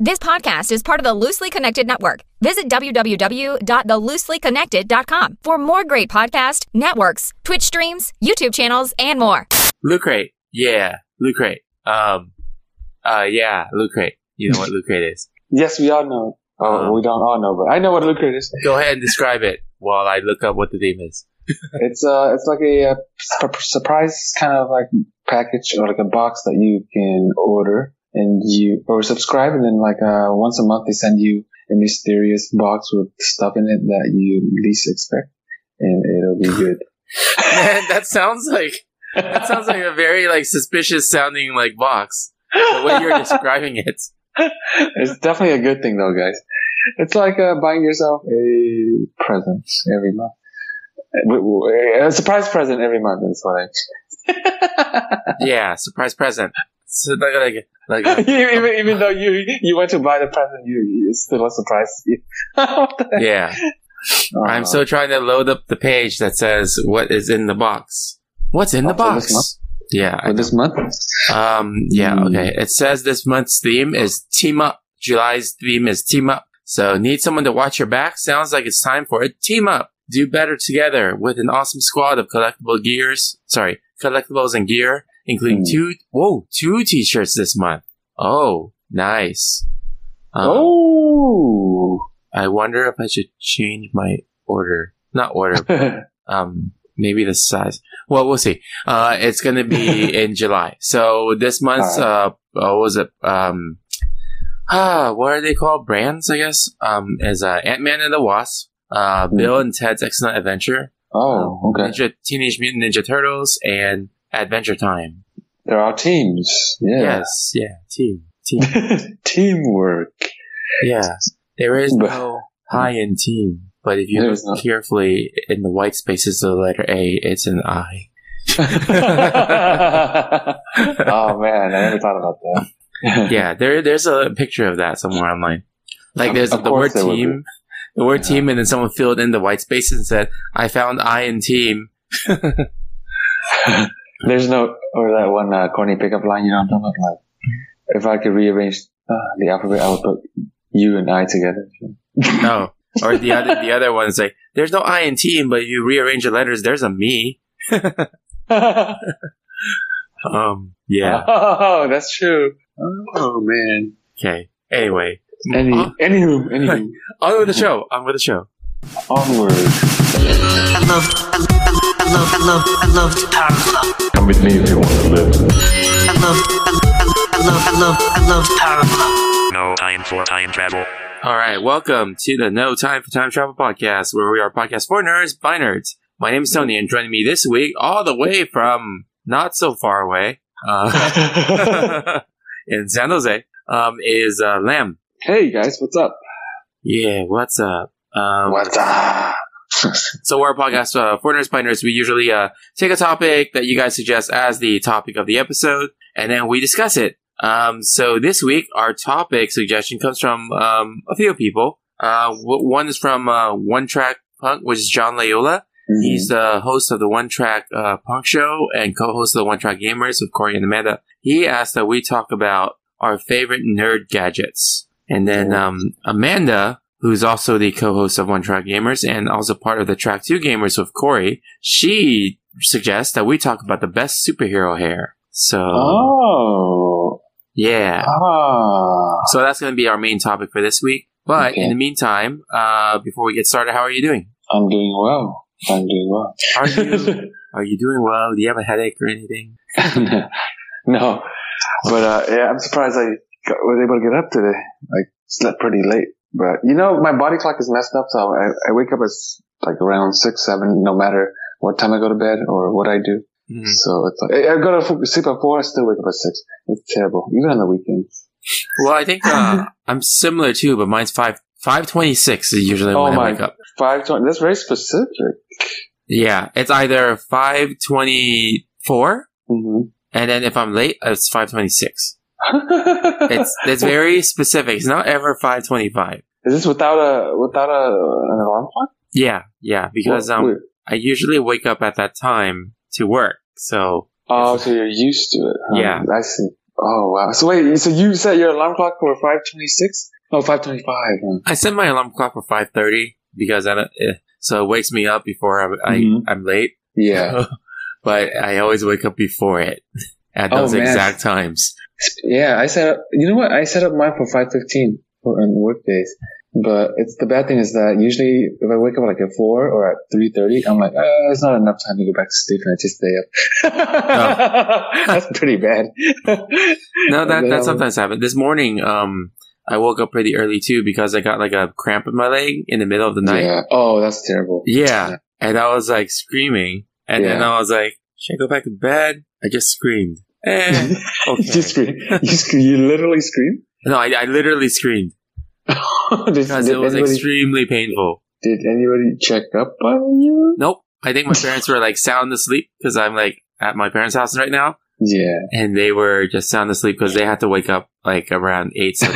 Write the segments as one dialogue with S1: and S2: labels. S1: This podcast is part of the Loosely Connected Network. Visit www.thelooselyconnected.com for more great podcast networks, Twitch streams, YouTube channels, and more.
S2: Loot crate. Yeah, loot crate. Um, uh, yeah, loot crate. You know what loot crate is.
S3: Yes, we all know. Oh,
S2: Um,
S3: we don't all know, but I know what Lucre is.
S2: Go ahead and describe it while I look up what the theme is.
S3: It's uh, it's like a, uh su- surprise kind of like package or like a box that you can order and you or subscribe, and then like uh, once a month they send you a mysterious box with stuff in it that you least expect, and it'll be good.
S2: Man, that sounds like that sounds like a very like suspicious sounding like box. The way you're describing it.
S3: it's definitely a good thing though, guys. It's like uh, buying yourself a present every month. Uh, W- w- A surprise present every month is what I.
S2: Yeah, surprise present. So like like, like
S3: even, even- even though you you went to buy the present, you it's still a surprise. to you. What the heck?
S2: yeah. I'm
S3: Uh,
S2: so trying to load up the page that says what is in the box. What's in the
S3: Oh, for this
S2: box? Yeah. I
S3: for this month.
S2: Um, yeah,
S3: Hmm.
S2: okay. It says this month's theme is team up. July's theme is team up. So need someone to watch your back? Sounds like it's time for a team up. Do better together with an awesome squad of collectible gears. Sorry, collectibles and gear, including
S3: Hmm.
S2: two, whoa, two t-shirts this month. Oh, nice. Um,
S3: oh,
S2: I wonder if I should change my order. Not order, um maybe the size well we'll see uh it's gonna be in july so this month's uh what was it um ah what are they called brands i guess um is uh ant-man and the wasp uh bill and ted's excellent adventure
S3: Hmm. oh, okay.
S2: ninja, teenage mutant ninja turtles and adventure time
S3: There are teams. Yeah.
S2: yes yeah team team
S3: Teamwork.
S2: yeah there is no high in team but if you
S3: There
S2: look
S3: is not.
S2: carefully in the white spaces of the letter a it's an i
S3: oh man, I never thought about that.
S2: yeah, there there's a picture of that somewhere online. Like
S3: Of-
S2: there's
S3: of
S2: the word
S3: course there would
S2: team, the word
S3: Yeah.
S2: team, and then someone filled in the white spaces and said, "I found I in team."
S3: There's no or that one uh, corny pickup line you know what I'm talking about. Like, if I could rearrange uh, the alphabet, I would put you and I together.
S2: No, or the other the other one's like, "There's no I in team, but you rearrange the letters, there's a me." Um, yeah,
S3: Oh, that's true. Oh man. Uh,
S2: okay. Anyway,
S3: Any,
S2: on,
S3: anywho, anywho,
S2: on with the show. On with the show.
S3: onward.
S4: I loved, I loved, I loved, I loved, I loved Power Club.
S5: Come with me if you want to live.
S4: I loved, I loved, I loved, I loved, I loved Power Club.
S6: No time for time travel.
S2: All right, welcome to the No Time for Time Travel podcast, where we are a podcast for nerds by nerds. My name is Tony, and joining me this week, all the way from not so far away. Uh, in San Jose um, is uh, Lamb.
S3: hey guys, what's up?
S2: Yeah, what's up? Um,
S3: What's up?
S2: So we're a podcast uh, for nerds by nerds. We usually uh, take a topic that you guys suggest as the topic of the episode, and then we discuss it. Um, so this week, our topic suggestion comes from um, a few people. Uh, w- one is from uh, One Track Punk, which is John Layola. He's the host of the One Track uh, Punk Show and co-host of the One Track Gamers with Corey and Amanda. He asked that we talk about our favorite nerd gadgets, and then um, Amanda, who's also the co-host of One Track Gamers and also part of the Track Two Gamers with Corey, she suggests that we talk about the best superhero hair. So
S3: Um, oh.
S2: yeah,
S3: Ah.
S2: so that's going to be our main topic for this week. But
S3: Okay.
S2: in the meantime, uh, before we get started, how are you doing?
S3: I'm doing well. I'm doing well.
S2: Are you are you doing well? Do you have a headache or anything?
S3: no, but uh, yeah, I'm surprised I got, was able to get up today. I slept pretty late, but you know, my body clock is messed up, so I, I wake up at s- like around six, seven, no matter what time I go to bed or what I do.
S2: Mhm.
S3: So it's like, I I go to f- sleep at four, I still wake up at six. It's terrible, even on the weekends.
S2: Well, I think uh, I'm similar too, but mine's five five twenty six is usually
S3: Oh
S2: when I
S3: my.
S2: wake up.
S3: Five twenty. That's very specific.
S2: Yeah, it's either five twenty four,
S3: Mm-hmm.
S2: and then if I'm late, it's five twenty six. It's it's very specific. It's not ever five twenty five.
S3: Is this without a without a an alarm clock?
S2: Yeah, yeah, because
S3: What-
S2: um,
S3: wait.
S2: I usually wake up at that time to work. So
S3: oh, so you're used to it. huh?
S2: Yeah.
S3: I see. Oh wow. So wait, so you set your alarm clock for five twenty six? No, five twenty five.
S2: I set my alarm clock for five thirty because I don't, eh, so it wakes me up before I, I
S3: Mhm.
S2: I'm late. Uh-huh.
S3: Yeah.
S2: but I always wake up before it at
S3: Oh,
S2: those
S3: man.
S2: exact times.
S3: Yeah, I set up you know what? I set up mine for five fifteen for on work days. But it's the bad thing is that usually if I wake up like at four or at three thirty, I'm like, uh, it's not enough time to go back to sleep and I just stay up.
S2: Oh.
S3: That's pretty bad.
S2: No, that
S3: Then
S2: that
S3: I'll-
S2: sometimes happens. This morning, um, I woke up pretty early too because I got like a cramp in my leg in the middle of the night.
S3: Yeah. Oh, that's terrible.
S2: Yeah. And I was like screaming. And then
S3: Yeah.
S2: I was like, should I go back to bed? I just screamed. Eh, okay.
S3: you scream. You scream. You literally scream.
S2: no, I, I literally screamed
S3: did, did,
S2: because it was
S3: anybody,
S2: extremely painful.
S3: did anybody check up on you?
S2: Nope. I think my parents were like sound asleep because I'm like at my parents' house right now.
S3: Yeah.
S2: And they were just sound asleep because they had to wake up like around eight. So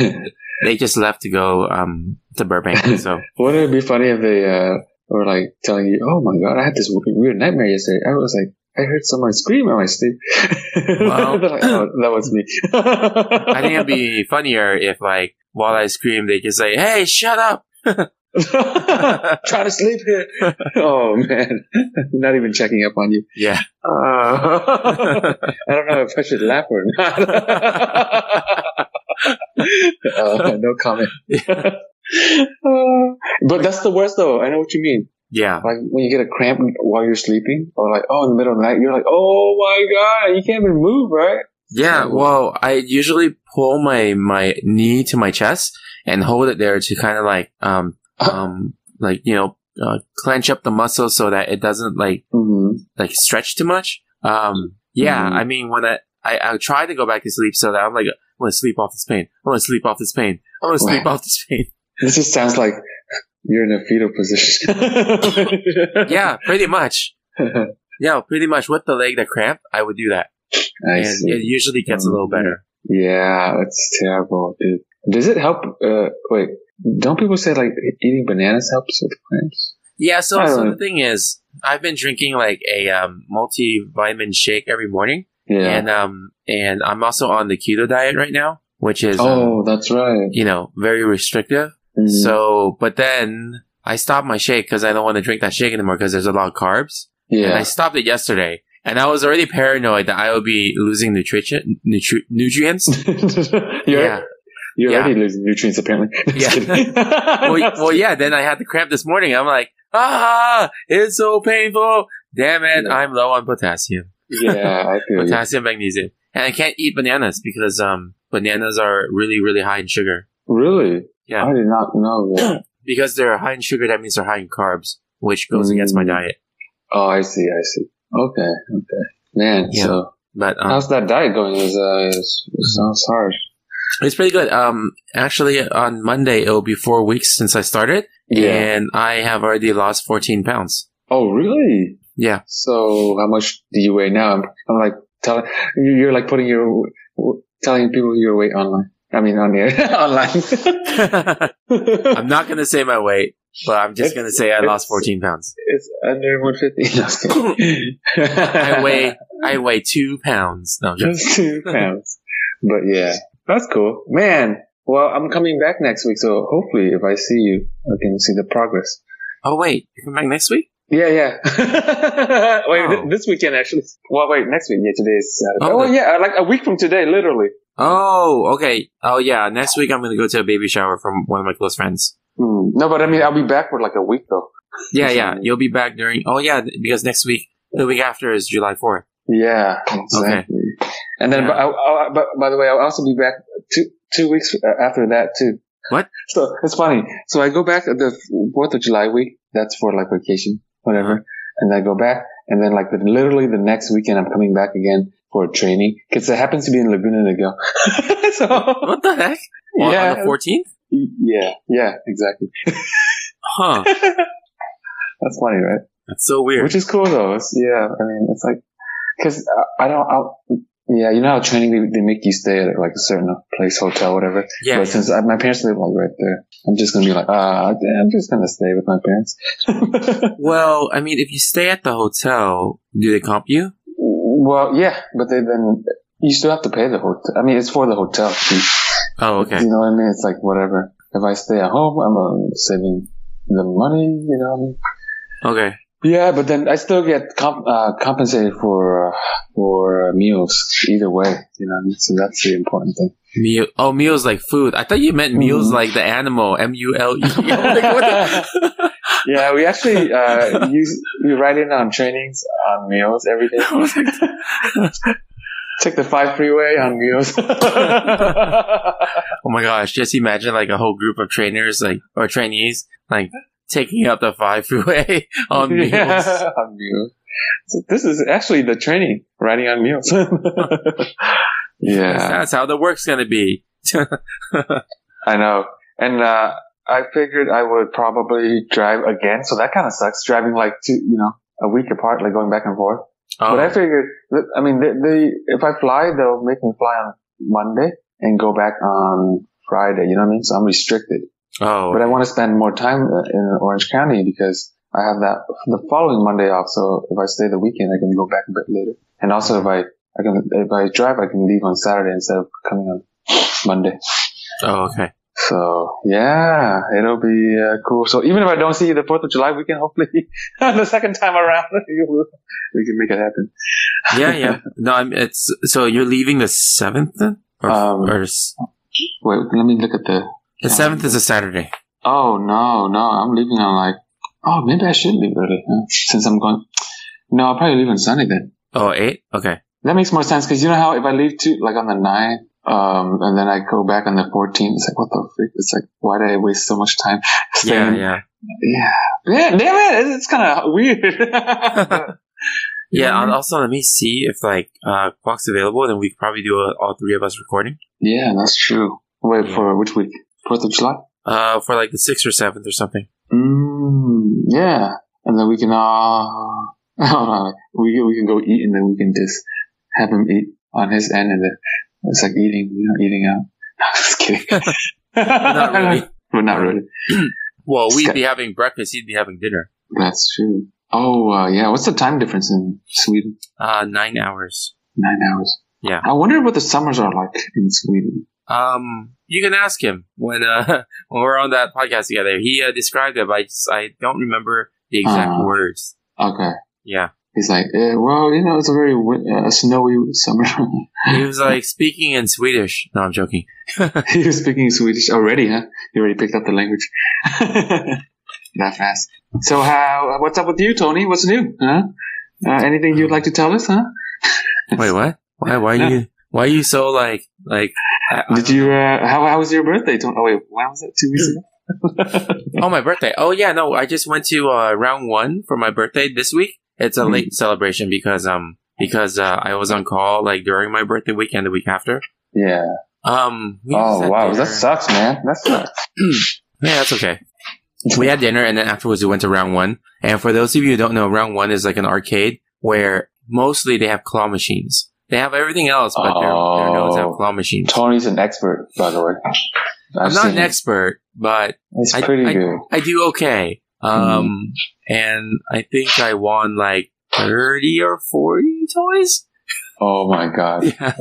S2: they just left to go um to Burbank. So
S3: Wouldn't it be funny if they uh, were like telling you, "Oh my god, I had this weird nightmare yesterday. I was like, I heard someone scream in my sleep."
S2: Wow.
S3: They're like, "Oh, that was me.
S2: I think it'd be funnier if like while I scream, they just say, "Hey, shut up!"
S3: trying to sleep here. oh man, not even checking up on you.
S2: Yeah.
S3: Uh, I don't know if I should laugh or not. Uh, no comment. Uh, but that's the worst though. I know what you mean.
S2: Yeah.
S3: Like when you get a cramp while you're sleeping, or like oh in the middle of the night, you're like oh my god, you can't even move, right?
S2: Yeah, well, I usually pull my my knee to my chest and hold it there to kind of like um um like you know uh, clench up the muscle so that it doesn't like
S3: Mm-hmm.
S2: like stretch too much. Um, yeah,
S3: Mhm.
S2: I mean when I, I I try to go back to sleep so that I'm like I want to sleep off this pain. I want to sleep off this pain. I want to sleep
S3: Wow.
S2: off this pain.
S3: This just sounds like you're in a fetal position.
S2: yeah, pretty much. Yeah, pretty much. With the leg that cramped, I would do that,
S3: I
S2: and
S3: see.
S2: it usually gets a little
S3: Mm-hmm.
S2: better.
S3: Yeah, that's terrible, dude. Does it help? Uh, wait, don't people say like eating bananas helps with cramps?
S2: Yeah, so,
S3: I
S2: so
S3: don't-
S2: the thing is, I've been drinking like a um, multivitamin shake every morning,
S3: Yeah.
S2: and um, and I'm also on the keto diet right now, which is um,
S3: oh, that's right.
S2: you know very restrictive.
S3: Mm.
S2: So, but then I stopped my shake because I don't want to drink that shake anymore because there's a lot of carbs, and I
S3: yeah,
S2: stopped it yesterday. And I was already paranoid that I would be losing nutrition, nutri- nutrients.
S3: you're
S2: yeah.
S3: you're
S2: Yeah.
S3: already losing nutrients apparently.
S2: Yeah. well, y- well, yeah. Then I had the cramp this morning. I'm like, ah, it's so painful. Damn it,
S3: Yeah.
S2: I'm low on potassium.
S3: yeah, I feel you.
S2: potassium, magnesium, and I can't eat bananas because um, bananas are really, really high in sugar.
S3: Really?
S2: Yeah.
S3: I did not know that.
S2: Because they're high in sugar, that means they're high in carbs, which goes against my
S3: Mm.
S2: diet.
S3: oh, I see. I see. Okay. Okay. Man,
S2: Yeah. Mm-hmm.
S3: so
S2: But um,
S3: how's that diet going? Is uh, is- it sounds hard.
S2: it's pretty good. Um, actually, on Monday it will be four weeks since I started, and I have already lost fourteen pounds.
S3: Oh, really?
S2: Yeah,
S3: So how much do you weigh now? I'm, I'm like telling you- you're like putting your w- w- telling people your weight online. I mean on the air online.
S2: I'm not gonna say my weight, but I'm just gonna say I lost fourteen pounds.
S3: it's under 150. No, I was kidding.
S2: I weigh I weigh two pounds. No, I'm joking.
S3: just two pounds. But yeah, that's cool, man. Well, I'm coming back next week, so hopefully, if I see you, I can see the progress.
S2: oh wait, you come back next week.
S3: Yeah, yeah. wait,
S2: Oh.
S3: th- this weekend actually. Well, wait, next week. Yeah, today is Saturday.
S2: Oh.
S3: oh yeah, like a week from today, literally.
S2: Oh, okay. Oh, yeah. Next week, I'm going to go to a baby shower from one of my close friends.
S3: Hmm. No, but I mean, I'll be back for like a week though.
S2: Yeah, yeah. You'll be back during. Oh, yeah. Because next week, the week after is July 4th.
S3: Yeah, exactly. And then,
S2: Yeah.
S3: but, I, I, but by the way, I'll also be back two two weeks uh, after that too.
S2: What?
S3: So it's funny. So I go back at the Fourth of July week. That's for like vacation, whatever. And I go back, and then like the, literally the next weekend, I'm coming back again for training because it happens to be in Laguna Niguel. so
S2: What the heck? On,
S3: yeah,
S2: on the 14th?
S3: yeah, yeah, exactly.
S2: Huh.
S3: That's funny, right?
S2: That's so weird.
S3: Which is cool though. It's, yeah, I mean, it's like, cause uh, I, I don't, I, yeah, you know how training, they, they make you stay at like a certain place, hotel, whatever.
S2: Yeah.
S3: but
S2: yeah.
S3: since I, my parents live like right there, I'm just gonna be like, ah, I'm just gonna stay with my parents.
S2: Well, I mean, if you stay at the hotel, do they comp you?
S3: well, yeah, but they then, You still have to pay the hotel. I mean, it's for the hotel. fee.
S2: Oh, okay.
S3: You know what I mean? It's like whatever. If I stay at home, I'm um, saving the money. You know what I mean?
S2: Okay.
S3: Yeah, but then I still get comp- uh, compensated for uh, for meals either way. You know, what I mean? so that's the important thing.
S2: Meal. Oh, meals like food. I thought you meant
S3: Mm-hmm.
S2: meals like the animal. M U L E.
S3: Yeah, we actually uh, use we write in on trainings on meals every day.
S2: Oh
S3: Take the five freeway on meals.
S2: Oh my gosh! Just imagine like a whole group of trainers, like or trainees, like taking up the five freeway on meals.
S3: Yeah, on meals. So this is actually the training riding on meals. yeah.
S2: That's how the work's gonna be.
S3: I know. And uh, I figured I would probably drive again, so that kind of sucks. Driving like two, you know, a week apart, like going back and forth.
S2: Oh,
S3: But I figured, I mean, they, they if I fly, they'll make me fly on Monday and go back on Friday. You know what I mean? So I'm restricted.
S2: oh,
S3: But I want to spend more time uh, in Orange County because I have that the following Monday off. So if I stay the weekend, I can go back a bit later. And also, if I I can if I drive, I can leave on Saturday instead of coming on Monday.
S2: oh, okay.
S3: So yeah, it'll be uh, cool. So even if I don't see you the Fourth of July weekend, hopefully the second time around, you will- we can make it happen.
S2: Yeah, yeah. No, I'm, it's so you're leaving the seventh then? or,
S3: Um,
S2: or s-
S3: Wait, let me look at the.
S2: the seventh is a Saturday.
S3: Oh no, no, I'm leaving on like. Oh, maybe I should leave early huh? since I'm going. No, I'll probably leave on Sunday then.
S2: Oh, eight. Okay.
S3: That makes more sense because you know how if I leave to like on the 9th, um, and then I go back on the 14th, it's like what the freak? It's like why did I waste so much time?
S2: Yeah,
S3: staying-
S2: yeah,
S3: yeah, yeah. Damn it, it's, it's kind of weird.
S2: yeah. and Also, let me see if like uh, Quark's available. Then we could probably do a, all three of us recording
S3: Yeah, that's true. Wait,
S2: Yeah.
S3: for which week? Fourth of July?
S2: uh, for like the sixth or seventh or something.
S3: Mm, yeah. And then we can, uh, no, we, can- we can go eat and then we can just have him eat on his end and then it's like eating, you know, eating out. No, I'm just kidding.
S2: Not really.
S3: But not really.
S2: Well, we'd
S3: Sky-
S2: be having breakfast. He'd be having dinner.
S3: That's true. Oh, uh, yeah. What's the time difference in Sweden?
S2: Uh, nine hours.
S3: Nine hours.
S2: Yeah.
S3: I wonder what the summers are like in Sweden.
S2: Um, you can ask him when uh when we're on that podcast together. He uh, described it, but I just I don't remember the exact
S3: Ah.
S2: words.
S3: Okay.
S2: Yeah,
S3: He's like, eh, well, you know, it's a very win- uh, snowy summer.
S2: he was like speaking in Swedish. No, I'm joking.
S3: He was speaking Swedish already, huh? You already picked up the language. that fast. So how? What's up with you, Tony? What's new? Huh? Uh, anything you'd like to tell us? Huh?
S2: Wait, what? Why? Why
S3: No.
S2: you? Why are you so like like? I- I-
S3: Did you? Uh, how, how was your birthday, Tony? Oh wait, when was it? Two weeks ago.
S2: oh, my birthday. Oh yeah, no, I just went to uh, round one for my birthday this week. It's a
S3: Mhm.
S2: late celebration because um because uh, I was on call like during my birthday week and the week after.
S3: Yeah.
S2: Um. we
S3: Oh
S2: sat
S3: wow,
S2: there.
S3: that sucks, man. That sucks.
S2: Yeah, that's okay. We had dinner and then afterwards we went to round one. And for those of you who don't know, round one is like an arcade where mostly they have claw machines. They have everything else, but their, their nodes have
S3: Oh.
S2: claw machines.
S3: Tony's an expert, by the way. i
S2: I'm not an expert, but
S3: It's
S2: I-
S3: pretty good.
S2: I do okay. Um, and I think I won like 30 or 40 toys.
S3: Oh my god.
S2: Yeah.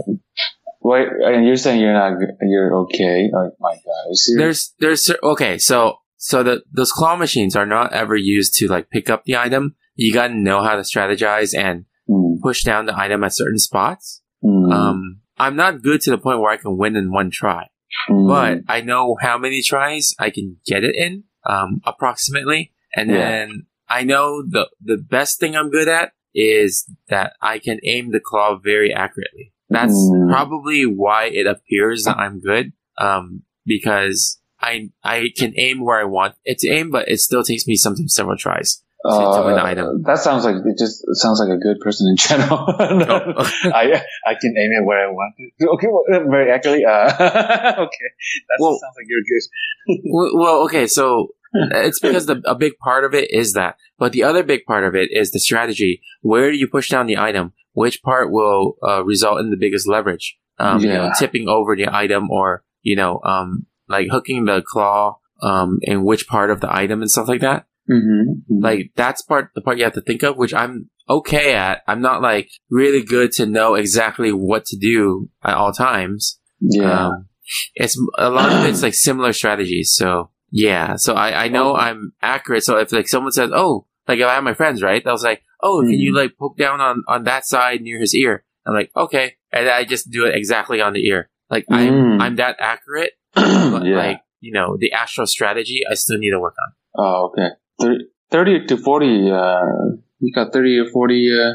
S3: Wait, and you're saying you're not? good- You're okay? Oh my god. Are you serious?
S2: There's, there's, cer- okay. So, so the, those claw machines are not ever used to like pick up the item. You gotta know how to strategize and
S3: Mm,
S2: push down the item at certain spots.
S3: mm,
S2: Um, I'm not good to the point where I can win in one try,
S3: mm.
S2: but I know how many tries I can get it in, um, approximately. And
S3: Yeah.
S2: then I know the, the best thing I'm good at is that I can aim the claw very accurately. That's
S3: Mm.
S2: probably why it appears that I'm good, um, because I, I can aim where I want it to aim, but it still takes me sometimes several tries. to- to win the item.
S3: Uh, That sounds like it just sounds like a good person in general.
S2: Oh,
S3: I I can aim it where I want it. Okay, well, very accurately. Uh, okay, that
S2: Well-
S3: sounds like you're good.
S2: well, well, okay, so it's because the, a big part of it is that, but the other big part of it is the strategy. Where do you push down the item? Which part will uh, result in the biggest leverage? Um, you know,
S3: Yeah.
S2: tipping over the item, or you know, um, like hooking the claw um, in which part of the item and stuff like that.
S3: Mm-hmm.
S2: Like that's part the part you have to think of, which I'm okay at. I'm not like really good to know exactly what to do at all times.
S3: Yeah.
S2: Um, it's a lot of it's like similar strategies. So yeah. So I, I
S3: Oh.
S2: know I'm accurate. So if like someone says, Oh, like if I have my friends, right? I was like, Oh, can
S3: Mm.
S2: you like poke down on, on that side near his ear? I'm like, okay. And I just do it exactly on the ear. Like I'm,
S3: Mm.
S2: I'm that accurate, but
S3: yeah.
S2: like, you know, the astral strategy, I still need to work on.
S3: oh, okay. Thir- 30 to 40, uh, you got 30 or 40, uh,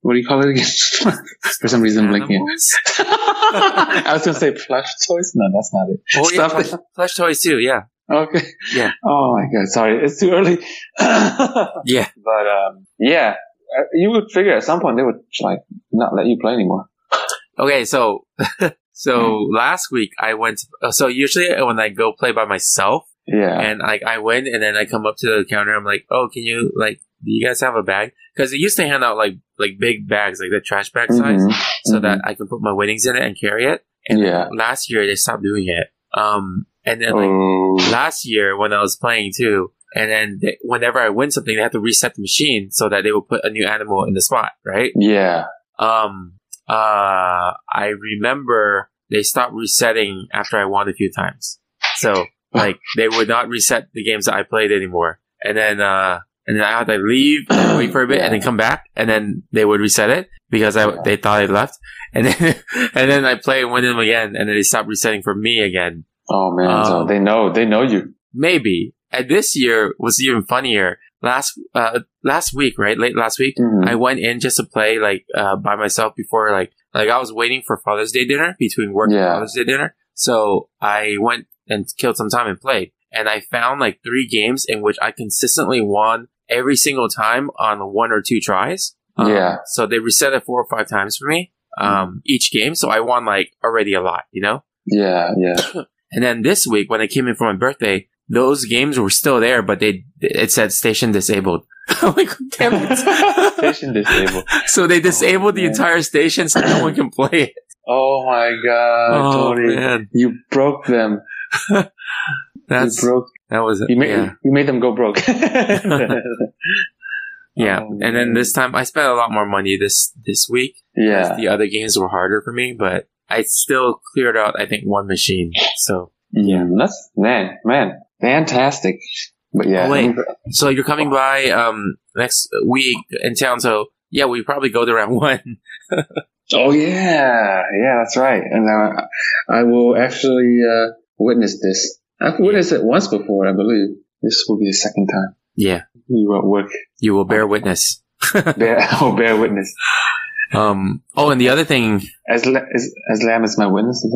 S3: what do you call it again? For some reason, I'm blinking.
S2: Animals?
S3: I was gonna say plush toys. No, that's not it.
S2: Oh, yeah,
S3: Stuff
S2: plush,
S3: that-
S2: plush toys too. Yeah.
S3: Okay.
S2: Yeah.
S3: Oh my god. Sorry, it's too early. but
S2: Yeah.
S3: um, yeah, Uh, you would figure at some point they would like not let you play anymore.
S2: Okay. So, so
S3: Mm.
S2: last week I went, uh, so usually when I go play by myself,
S3: Yeah.
S2: and like I win, and then I come up to the counter. I'm like, "Oh, can you like, do you guys have a bag?" Because they used to hand out like like big bags, like the trash bag size,
S3: Mhm.
S2: so
S3: Mhm.
S2: that I can put my winnings in it and carry it. And
S3: Yeah.
S2: last year they stopped doing it. Um, and then like
S3: oh.
S2: last year when I was playing too, and then they, whenever I win something, they have to reset the machine so that they will put a new animal in the spot, right?
S3: Yeah.
S2: Um, uh, I remember they stopped resetting after I won a few times. So, like, they would not reset the games that I played anymore. And then, uh, and then I had to leave, and wait for a bit, and then come back, and then they would reset it because I, they thought I left. And then, and then I play and win them again, and then they stop resetting for me again.
S3: Oh man. so
S2: Um,
S3: they know. They know you.
S2: Maybe. And this year was even funnier. Last, uh, last week, right? Late last week,
S3: Mhm.
S2: I went in just to play like uh, by myself before like like I was waiting for Father's Day dinner between work and
S3: Yeah.
S2: Father's Day dinner. So I went and killed some time and played, and I found like three games in which I consistently won every single time on one or two tries. Um,
S3: Yeah. Mm-hmm.
S2: So they reset it four or five times for me um, each game, so I won like already a lot, you know.
S3: yeah. Yeah.
S2: And then this week when I came in for my birthday, those games were still there, but they it said station disabled. I'm like, damn it.
S3: Station disabled.
S2: So they disabled the
S3: Oh, man.
S2: entire station so no one can play it.
S3: Oh my god,
S2: Oh,
S3: Tony.
S2: man.
S3: You broke them.
S2: That's
S3: you broke.
S2: that was
S3: You made
S2: yeah.
S3: you made them go broke.
S2: yeah.
S3: Oh,
S2: and then
S3: man.
S2: this time I spent a lot more money this this week. 'cause
S3: yeah.
S2: The other games were harder for me, but I still cleared out I think one machine. So
S3: Yeah, Mm-hmm. that's man, man, fantastic. But yeah,
S2: Oh, wait.
S3: I mean,
S2: so you're coming by um next week in town. So yeah, we probably go to round one.
S3: oh, yeah, yeah, that's right. And uh, I will actually uh, witness this. I've witnessed it once before, I believe. This will be the second time.
S2: Yeah,
S3: You won't work.
S2: you will bear witness.
S3: Bear, oh, bear witness.
S2: Um. Oh, and the other thing
S3: As la- as, as lamb is my witness. Is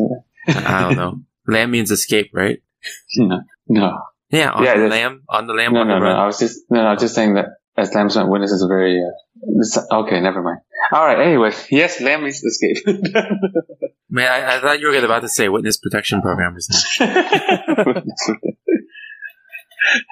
S3: that
S2: I don't know. Lamb means escape, right?
S3: no, no,
S2: Yeah, on
S3: Yeah,
S2: the
S3: that's-
S2: lamb, on the lamb,
S3: no,
S2: on the
S3: no, no.
S2: run.
S3: I was just no, no, I was just saying that as lamb is my witness is a very. Uh, this, okay, never mind. All right. Anyway, yes, lamb is escape.
S2: Man, I, I thought you were about to say witness protection program or something.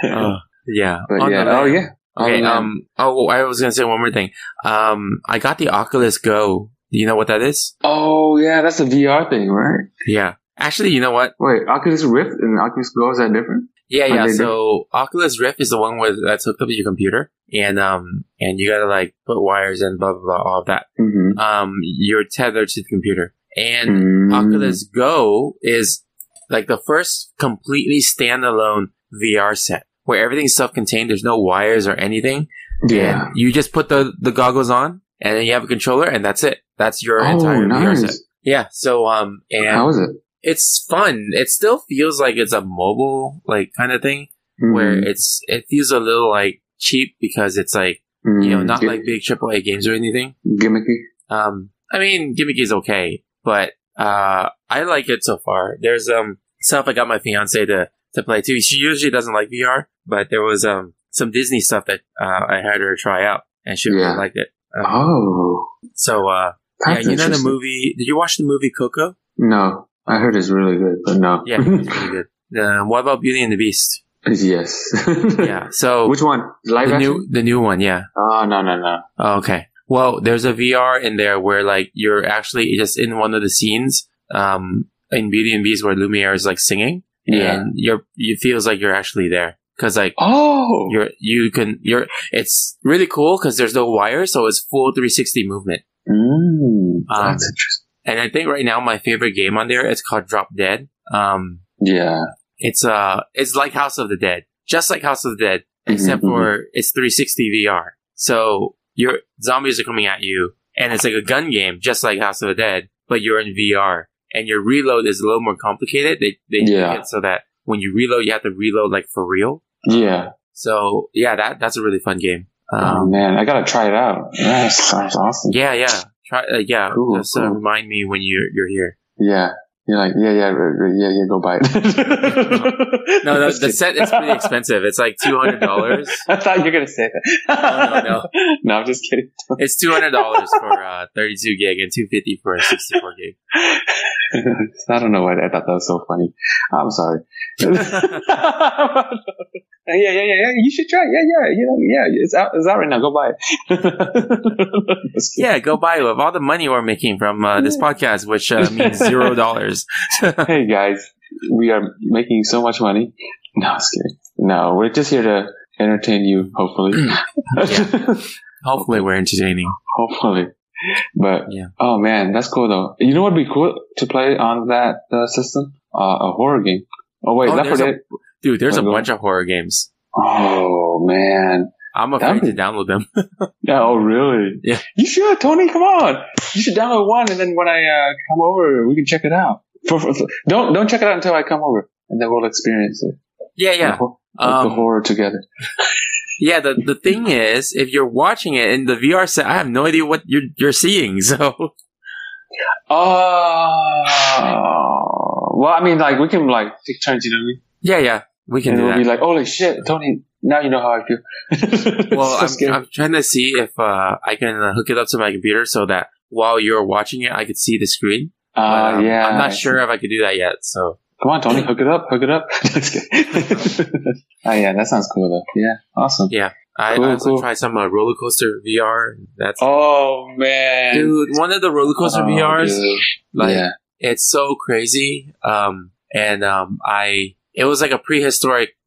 S2: Uh, yeah.
S3: But
S2: On the
S3: yeah.
S2: lam-
S3: Oh yeah. On
S2: Okay.
S3: the lam.
S2: Um. Oh, I was gonna say one more thing. Um. I got the Oculus Go. Do you know what that is?
S3: Oh yeah, that's a VR thing, right?
S2: Yeah. Actually, you know what?
S3: Wait, Oculus Rift and Oculus Go is that different?
S2: Yeah,
S3: What
S2: yeah.
S3: they do?
S2: So Oculus Rift is the one with that's hooked up to your computer, and um, and you gotta like put wires and blah blah blah all of that.
S3: Mm-hmm.
S2: Um, you're tethered to the computer, and Oculus
S3: Mm.
S2: Go is like the first completely standalone VR set where everything's self-contained. There's no wires or anything.
S3: Mm-hmm. Yeah.
S2: And you just put the, the goggles on and then you have a controller and that's it. That's your
S3: Oh,
S2: entire VR set.
S3: nice.
S2: Yeah. So, um, and
S3: How is it?
S2: it's fun. It still feels like it's a mobile, like kind of thing where
S3: Mhm.
S2: it's, it feels a little like cheap because it's like, you know,
S3: Mhm.
S2: not
S3: Gi-
S2: like big AAA games or anything.
S3: gimmicky.
S2: Um, I mean, gimmick is okay, but uh, I like it so far. There's um stuff I got my fiance to to play too. She usually doesn't like VR, but there was um some Disney stuff that uh, I had her try out, and she
S3: Yeah.
S2: really liked it. Um,
S3: Oh,
S2: So uh, yeah,
S3: that's
S2: you know the
S3: interesting.
S2: movie? Did you watch the movie Coco?
S3: No, I heard it's really good, but no.
S2: Yeah, it's pretty good. Uh, what about Beauty and the Beast?
S3: yes.
S2: Yeah, so
S3: Which one? Live
S2: the
S3: action?
S2: new the new one, yeah.
S3: oh no no no.
S2: Oh, okay. Well, there's a VR in there where like you're actually just in one of the scenes um, in Beauty and Beast where Lumiere is like singing,
S3: Yeah.
S2: and you're it feels like you're actually there because like
S3: Oh,
S2: you're you can you're it's really cool because there's no wire, so it's full 360 movement.
S3: mm,
S2: Um,
S3: that's interesting.
S2: And I think right now my favorite game on there it's called Drop Dead. Um,
S3: Yeah,
S2: it's uh it's like House of the Dead, just like House of the Dead, except
S3: Mhm,
S2: for it's 360 VR. So your zombies are coming at you, and it's like a gun game, just like House of the Dead, but you're in VR, and your reload is a little more complicated. They they make
S3: Yeah.
S2: it so that when you reload, you have to reload like for real.
S3: yeah.
S2: So yeah, that that's a really fun game.
S3: oh
S2: Um,
S3: man, I gotta try it out. Yeah, that sounds awesome.
S2: yeah, yeah, try uh, yeah.
S3: Cool,
S2: just uh,
S3: cool.
S2: remind me when you're you're here.
S3: Yeah. You're like, yeah, yeah, r- r- yeah, yeah, go buy it.
S2: No, the,
S3: Just
S2: the
S3: kidding.
S2: set is pretty expensive. It's like two hundred dollars.
S3: I thought you were going to say that.
S2: No,
S3: no. No, I'm just kidding.
S2: It's two hundred dollars for uh, thirty-two gig and two fifty for a sixty-four gig.
S3: I don't know why I thought that was so funny. I'm sorry. yeah, yeah, yeah, yeah. You should try. it. Yeah, yeah, you know, yeah. It's out. It's out right now. Go buy it. Just kidding.
S2: Yeah, go buy it with all the money we're making from uh, this podcast, which uh, means zero dollars.
S3: Hey guys, we are making so much money. No, just kidding. No, we're just here to entertain you. Hopefully.
S2: Hopefully, we're entertaining.
S3: Hopefully. But
S2: Yeah.
S3: oh man, that's cool though. You know what'd be cool to play on that uh, system? Uh, a horror game. Oh wait,
S2: Oh,
S3: Left 4
S2: there's a-
S3: Dead.
S2: Dude, there's a
S3: Wanna go?
S2: bunch of horror games.
S3: Oh man.
S2: I'm afraid to download them.
S3: Yeah, oh really?
S2: Yeah.
S3: You should, Tony. Come on. You should download one, and then when I uh, come over, we can check it out. For, for, for- don't don't check it out until I come over, and then we'll experience it.
S2: yeah, yeah,
S3: The, hor-
S2: Um,
S3: the horror together.
S2: yeah. The the thing is, if you're watching it in the VR set, I have no idea what you're you're seeing. So
S3: Oh. Well, I mean, like we can like take turns, you know what I mean?
S2: yeah, yeah, we can
S3: and
S2: do
S3: we'll
S2: that.
S3: be like, "Holy shit, Tony! Now you know how I feel."
S2: well,
S3: So
S2: I'm,
S3: scary.
S2: I'm trying to see if uh, I can uh, hook it up to my computer so that while you're watching it, I could see the screen. But,
S3: uh,
S2: um,
S3: yeah,
S2: I'm not sure if I could do that yet. So
S3: Come on, Tony, hook it up, hook it up. Just kidding. oh yeah, that sounds cool though. Yeah, awesome.
S2: I
S3: Cool,
S2: also
S3: cool.
S2: tried some uh, roller coaster VR. That's
S3: Oh man,
S2: dude, one of the roller coaster
S3: Oh,
S2: VRs.
S3: dude.
S2: Like
S3: yeah,
S2: it's so crazy. Um, and um, I it was like a prehistoric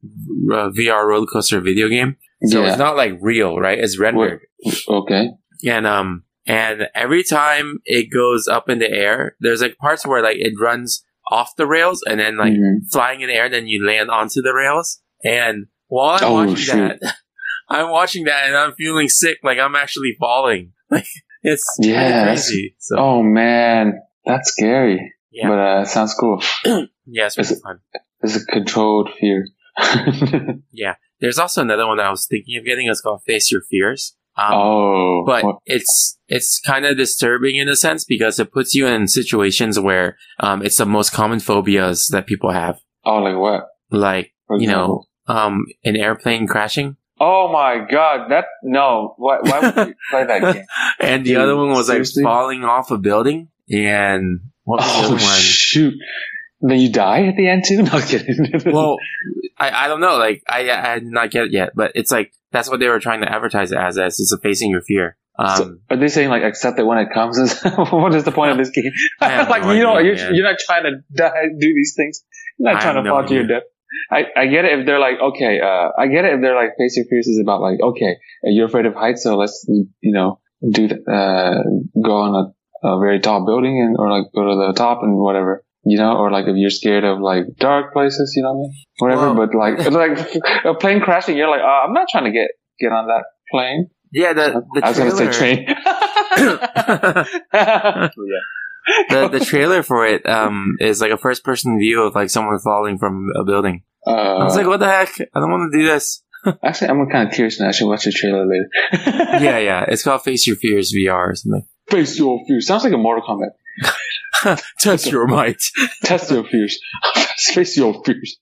S2: uh, VR roller coaster video game. So
S3: yeah.
S2: it's not like real, right? It's rendered.
S3: okay.
S2: and um and every time it goes up in the air there's like parts where like it runs off the rails and then like
S3: Mhm.
S2: flying in the air then you land onto the rails and while i'm
S3: Oh,
S2: watching
S3: shoot.
S2: that i'm watching that and i'm feeling sick like i'm actually falling like it's
S3: Yeah,
S2: yeah
S3: that's-
S2: crazy so
S3: oh man, that's scary.
S2: Yeah.
S3: But uh, it sounds cool.
S2: yeah it's really fun
S3: It's a controlled fear.
S2: Um, there's also another one that i was thinking of getting it's called face your fears um,
S3: oh,
S2: but
S3: what-
S2: it's it's kind of disturbing in a sense because it puts you in situations where um, it's the most common phobias that people have,
S3: oh, like what?
S2: like
S3: For
S2: you
S3: example?
S2: know, um, an airplane crashing,
S3: Oh my god, that no. Why, why would you play that game?
S2: and the
S3: Dude,
S2: other one was
S3: seriously?
S2: like falling off a building, and what was the
S3: Oh
S2: other one?
S3: shoot! Then you die at the end too. No kidding.
S2: well, I, I don't know, like I I did not get it yet, but it's like that's what they were trying to advertise it as as it's a facing your fear. Um,
S3: So, are they saying like accept it when it comes? Is- what is the point of this game?
S2: I have
S3: like
S2: no
S3: you know,
S2: idea,
S3: you're,
S2: man.
S3: you're not trying to die, do these things. You're
S2: I
S3: not trying
S2: have
S3: to
S2: no
S3: fall to your
S2: idea.
S3: death. I, I get it if they're like okay. Uh, I get it if they're like face your fears is about like okay, uh, you're afraid of heights, so let's you know do th- uh go on a, a very tall building and or like go to the top and whatever. You know, or like if you're scared of like dark places, you know what I mean? Whatever,
S2: Well-
S3: but like like a plane crashing, you're like, uh, I'm not trying to get get on that plane.
S2: yeah, the the
S3: I was
S2: trailer.
S3: gonna say train. Oh, yeah.
S2: the the trailer for it um is like a first person view of like someone falling from a building.
S3: Uh,
S2: I was like, what the heck? I don't want to do this.
S3: actually, I'm kind of curious now. I should watch the trailer later.
S2: yeah, yeah. It's called Face Your Fears VR or something.
S3: Face your fears. Sounds like a Mortal Kombat.
S2: Test your might,
S3: Test your fears. Face your fears.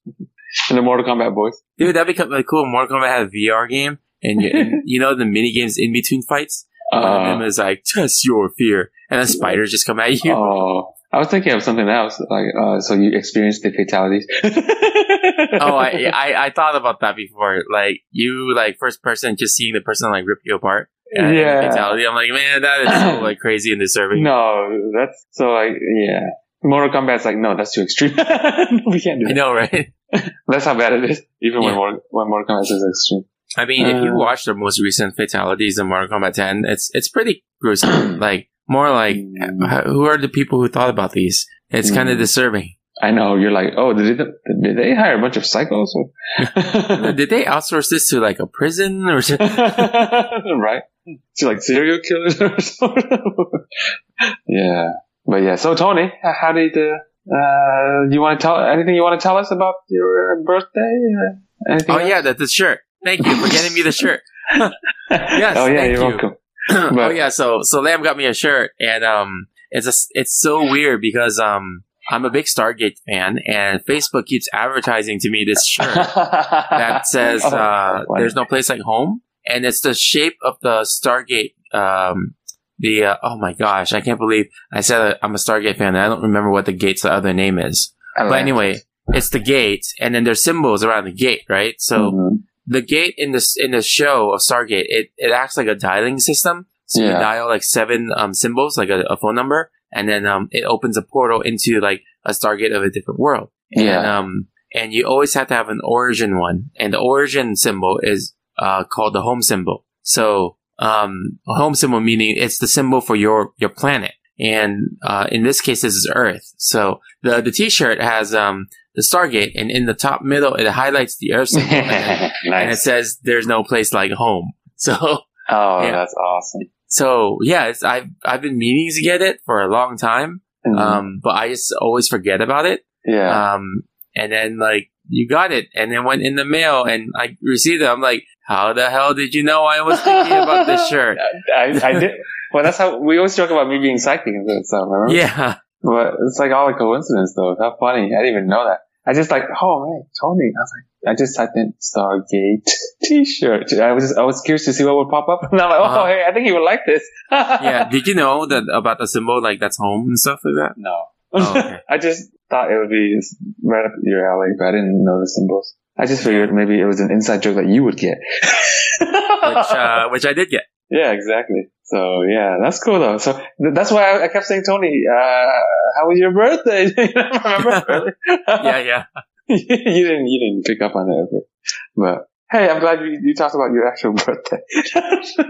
S3: In the Mortal Kombat voice.
S2: dude. That'd be kind of cool. Mortal Kombat had a VR game, and you, and you know the mini games in between fights. One of them
S3: Uh,
S2: is like test your fear, and then spiders just come at you.
S3: oh, I was thinking of something else. Like, uh, so you experienced the fatalities.
S2: oh, I, I I thought about that before. Like you, like first person, just seeing the person like rip you apart. and
S3: Yeah.
S2: fatality. I'm like, man, that is so like crazy and disturbing.
S3: No, that's so like yeah. Mortal Kombat's like, no, that's too extreme. No, we can't do
S2: I
S3: that.
S2: know, right?
S3: That's how bad it is. Even when
S2: Yeah.
S3: Mortal, when Mortal Kombat is extreme.
S2: I mean, if you
S3: Uh.
S2: watch the most recent fatalities in Mortal Kombat 10, it's it's pretty gruesome. like more like
S3: Mm.
S2: h- who are the people who thought about these? It's kind of
S3: Mm.
S2: disturbing.
S3: I know. You're like, oh, did they, did they hire a bunch of psychos? Or?
S2: Did they outsource this to like a prison or something?
S3: right? To like serial killers or something. yeah. But yeah. So Tony, h- how did uh, uh, you want to tell anything you want to tell us about your uh, birthday? Uh, anything
S2: Oh
S3: else?
S2: yeah, that's the shirt. Thank you for getting me the shirt. Yes,
S3: oh yeah.
S2: thank
S3: You're
S2: you.
S3: welcome.
S2: oh
S3: But-
S2: yeah, so so Lamb got me a shirt, and um, it's a, s- it's so weird because um, I'm a big Stargate fan, and Facebook keeps advertising to me this shirt that says
S3: Oh,
S2: uh,
S3: funny.
S2: "There's no place like home," and it's the shape of the Stargate. Um, the uh, oh my gosh, I can't believe I said that I'm a Stargate fan. And I don't remember what the gate's other name is,
S3: I
S2: but
S3: like-
S2: anyway, it's the gate, and then there's symbols around the gate, right? So
S3: Mhm.
S2: the gate in this in the show of Stargate, it, it acts like a dialing system. So you
S3: Yeah.
S2: dial like seven um, symbols, like a, a phone number, and then um, it opens a portal into like a Stargate of a different world. And,
S3: yeah.
S2: um, and you always have to have an origin one, and the origin symbol is uh, called the home symbol. So um, home symbol meaning it's the symbol for your your planet, and uh, in this case, this is Earth. So the the T shirt has um, the Stargate, and in the top middle, it highlights the Earth symbol. and then and it
S3: nice.
S2: says there's no place like home. So
S3: Oh,
S2: yeah. Um,
S3: that's awesome.
S2: so yeah, it's, I've I've been meaning to get it for a long time,
S3: Mhm.
S2: um, but I just always forget about it.
S3: yeah.
S2: Um, and then like you got it, and then went in the mail, and I received it. I'm like, how the hell did you know I was thinking about this shirt?
S3: I, I did. Well, that's how we always joke about me being psychic and stuff. Remember?
S2: Yeah,
S3: But it's like all a coincidence though. How funny. I didn't even know that. I just like, oh man, Tony. I was like, I just typed in Stargate t-shirt. I was just, I was curious to see what would pop up. And I'm like, oh,
S2: Uh-huh.
S3: hey, I think you would like this.
S2: yeah. Did you know that about the symbol like that's home and stuff like that?
S3: No.
S2: Oh, okay.
S3: I just thought it would be just right up your alley, but I didn't know the symbols. I just figured maybe it was an inside joke that you would get.
S2: Which uh, which I did get.
S3: Yeah, exactly. So yeah, that's cool though. So th- that's why I, I kept saying, Tony, uh, how was your birthday? You know, Remember?
S2: Yeah, yeah.
S3: you didn't, you didn't pick up on that, effort. but hey, I'm glad you, you talked about your actual birthday.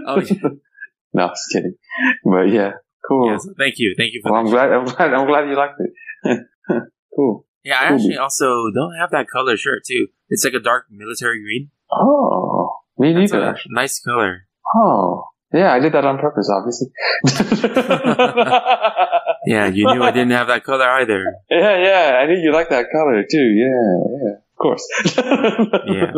S2: Oh, yeah.
S3: no, just kidding. But yeah, cool.
S2: Yes. Thank you, thank you for
S3: Well, I'm glad, I'm glad, I'm glad you liked it. cool.
S2: Yeah, I
S3: Cool.
S2: actually also don't have that color shirt too. It's like a dark military green.
S3: Oh, me
S2: That's
S3: neither.
S2: a nice color.
S3: Oh, yeah, I did that on purpose, obviously.
S2: Yeah, you knew I didn't have that color either.
S3: Yeah, yeah. I knew you like that color too. Yeah, yeah. Of course.
S2: Yeah.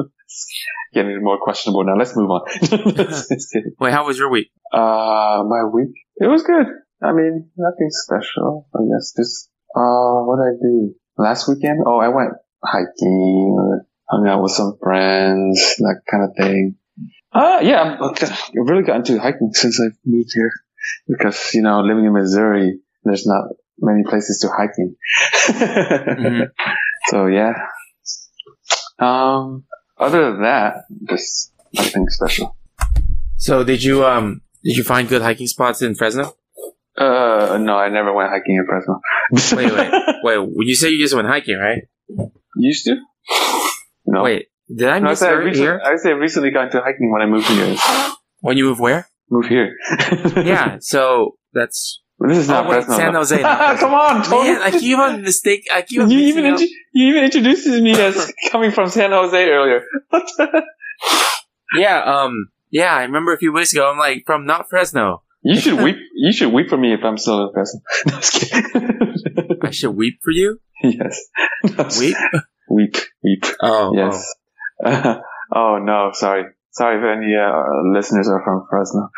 S3: Getting more questionable now. Let's move on. Just kidding.
S2: Wait, how was your week?
S3: uh, my week. It was good. I mean, nothing special. I guess just, uh, what did I do? Last weekend? Oh, I went hiking, hung out with some friends, that kind of thing. Uh, yeah, I'm- I've really gotten into hiking since I've moved here because, you know, living in Missouri, there's not many places to hike in.
S2: Mhm.
S3: So yeah. Um, other than that, just nothing special.
S2: So did you um did you find good hiking spots in Fresno?
S3: Uh, no, I never went hiking in Fresno.
S2: Wait, wait, wait. When you say you just went hiking, right?
S3: Used to? No.
S2: Wait, did I
S3: No, I
S2: miss
S3: said I,
S2: your-
S3: recently,
S2: here?
S3: I said I recently got into hiking when I moved here.
S2: When you move where?
S3: Move here.
S2: Yeah, so that's
S3: this is
S2: Oh,
S3: not
S2: wait,
S3: Fresno.
S2: San
S3: though.
S2: Jose, not
S3: Come on, Tony.
S2: man. I keep on mistake. I keep on
S3: Oh. you
S2: mixing
S3: even
S2: up-
S3: intro- you even introduced me as coming from San Jose earlier. What the heck?
S2: yeah, um, yeah. I remember a few weeks ago. I'm like from not Fresno.
S3: You should weep. You should weep for me if I'm still in Fresno. No, just kidding.
S2: I should weep for you.
S3: yes. No,
S2: Weep.
S3: Weep. Weep.
S2: Oh,
S3: Yes. oh no, sorry. Sorry if any uh, listeners are from Fresno.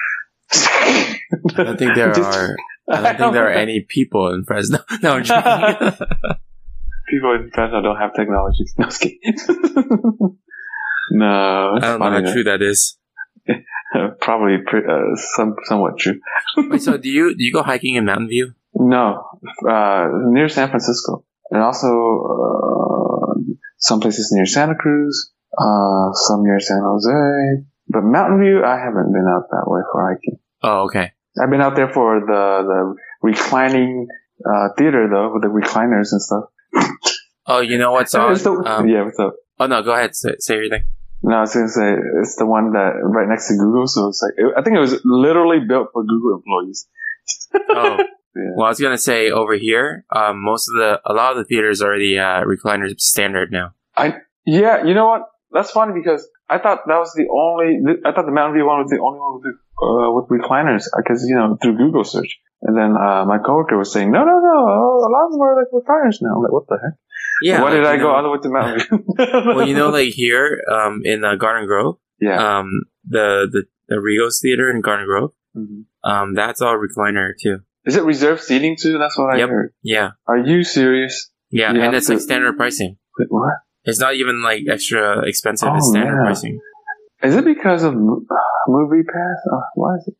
S2: oh. I don't think there
S3: Just-
S2: are. I don't think there are any people in Fresno. No, I'm joking.
S3: people in Fresno don't have technology. No, just kidding. no,
S2: I don't know how true that is.
S3: true. Probably pre- uh, some somewhat true.
S2: Wait, so do you do you go hiking in Mountain View?
S3: No, uh, near San Francisco, and also uh, some places near Santa Cruz, uh, some near San Jose. But Mountain View, I haven't been out that way for hiking.
S2: Oh, okay.
S3: I've been out there for the, the reclining uh, theater though with the recliners and stuff.
S2: Oh, you know what's on?
S3: It's the-
S2: Um,
S3: yeah, what's up?
S2: Oh no, go ahead. Say, say your thing.
S3: No, I was gonna say it's the one that right next to Google, so it's like it, I think it was literally built for Google employees.
S2: Oh,
S3: Yeah.
S2: well, I was gonna say over here, um, most of the a lot of the theaters are the uh, recliners standard now.
S3: Yeah, you know what? That's funny because I thought that was the only. th- I thought the Mountain View one was the only one with the, uh, with recliners because you know through Google search. And then uh, my coworker was saying, "No, no, no! A lot of them are like recliners now." I'm like, what the heck?
S2: Yeah.
S3: Why
S2: like,
S3: did I
S2: you
S3: go
S2: know-
S3: all the way to Mountain View?
S2: well, you know, like here um, in uh, Garden Grove,
S3: yeah.
S2: um, the, the the Rigos Theater in Garden Grove,
S3: Mhm.
S2: um, that's all recliner too.
S3: Is it reserved seating too? That's what I
S2: Yep.
S3: heard.
S2: Yeah,
S3: Are you serious?
S2: yeah,
S3: You
S2: and
S3: have
S2: it's
S3: to-
S2: like standard pricing.
S3: Wait, what?
S2: It's not even like extra expensive.
S3: Oh,
S2: it's standard
S3: yeah.
S2: pricing.
S3: Is it because of Mo- Movie Pass? Uh, why is it?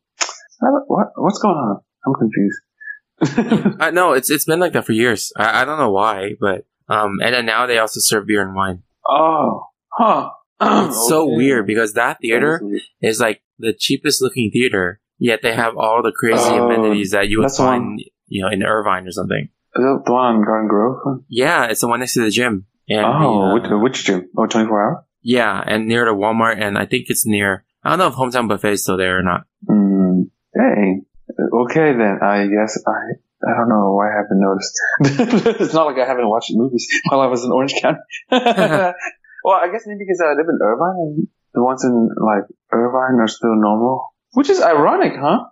S3: I don't- What, what's going on? I'm confused.
S2: I Uh, no, it's it's been like that for years. I, I don't know why, but um, and then now they also serve beer and wine.
S3: oh, huh?
S2: It's so
S3: Okay.
S2: weird because that theater
S3: That is weird.
S2: is like the cheapest looking theater, yet they have all the crazy
S3: Oh,
S2: amenities that you would
S3: that's the one.
S2: find, you know, in Irvine or something.
S3: Is that the one on Garden Grove?
S2: Yeah, it's the one next to the gym. And
S3: oh,
S2: the, uh,
S3: which, which gym? Oh, 24 hour.
S2: Yeah, and near to Walmart, and I think it's near. I don't know if Hometown Buffet is still there or not.
S3: Mm, dang. Okay, then I guess I. I don't know why I haven't noticed. it's not like I haven't watched movies while I was in Orange County. well, I guess maybe because I live in Irvine and the ones in like Irvine are still normal, which is ironic, huh?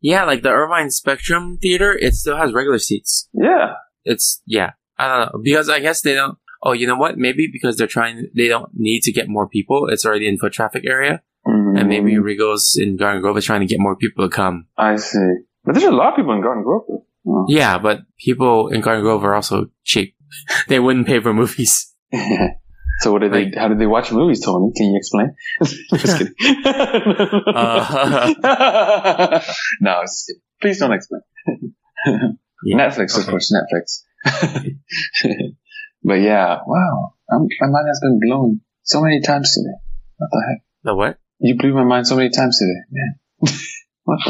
S2: Yeah, like the Irvine Spectrum Theater, it still has regular seats.
S3: Yeah.
S2: It's yeah, I don't know because I guess they don't. Oh, you know what? Maybe because they're trying, they don't need to get more people. It's already in foot traffic area, and maybe
S3: Mm-hmm.
S2: Rigos in Garden Grove is trying to get more people to come.
S3: Mm, I see. But there's a lot of people in Garden Grove. though. Oh.
S2: Yeah, but people in Garden Grove are also cheap. they wouldn't pay for movies.
S3: so what did
S2: Like-
S3: they? How did they watch movies, Tony? Can you explain? just kidding.
S2: Uh.
S3: no, I was just kidding. Please don't explain.
S2: Yeah,
S3: Netflix, of
S2: okay.
S3: course, Netflix. but yeah, wow, I'm, my mind has been blown so many times today. What the heck?
S2: The what?
S3: You blew my mind so many times today, man. what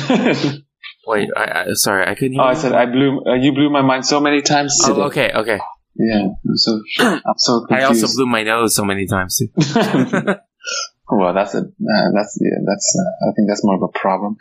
S3: the?
S2: Wait, I, I sorry, I couldn't hear.
S3: oh, I
S2: you.
S3: said I blew. Uh, you blew my mind so many times today.
S2: Oh, okay, okay.
S3: Yeah, I'm so I'm so
S2: I
S3: confused.
S2: also blew my nose so many times too.
S3: well, that's a uh, that's yeah, that's uh, I think that's more of a problem.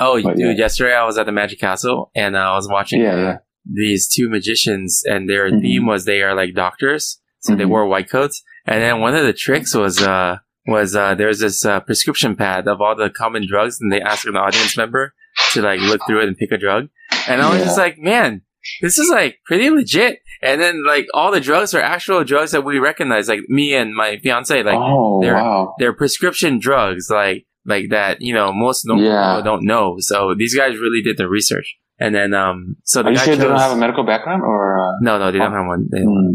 S2: Oh,
S3: But,
S2: dude!
S3: yeah.
S2: Yesterday I was at the Magic Castle and uh, I was watching
S3: Yeah, yeah.
S2: these two magicians, and their
S3: Mhm.
S2: theme was they are like doctors, so they
S3: Mhm.
S2: wore white coats. And then one of the tricks was uh, was uh, there's this uh, prescription pad of all the common drugs, and they asked an audience member to like look through it and pick a drug. And I was
S3: Yeah.
S2: just like, man, this is like pretty legit. And then like all the drugs are actual drugs that we recognize, like me and my fiance, like
S3: oh
S2: they're-
S3: wow,
S2: they're prescription drugs like like that you know most normal
S3: Yeah.
S2: people don't know so these guys really did their research and then um so the
S3: are you
S2: guy
S3: sure they don't
S2: chose-
S3: have a medical background or? Uh,
S2: no no they don't have one They-
S3: mm,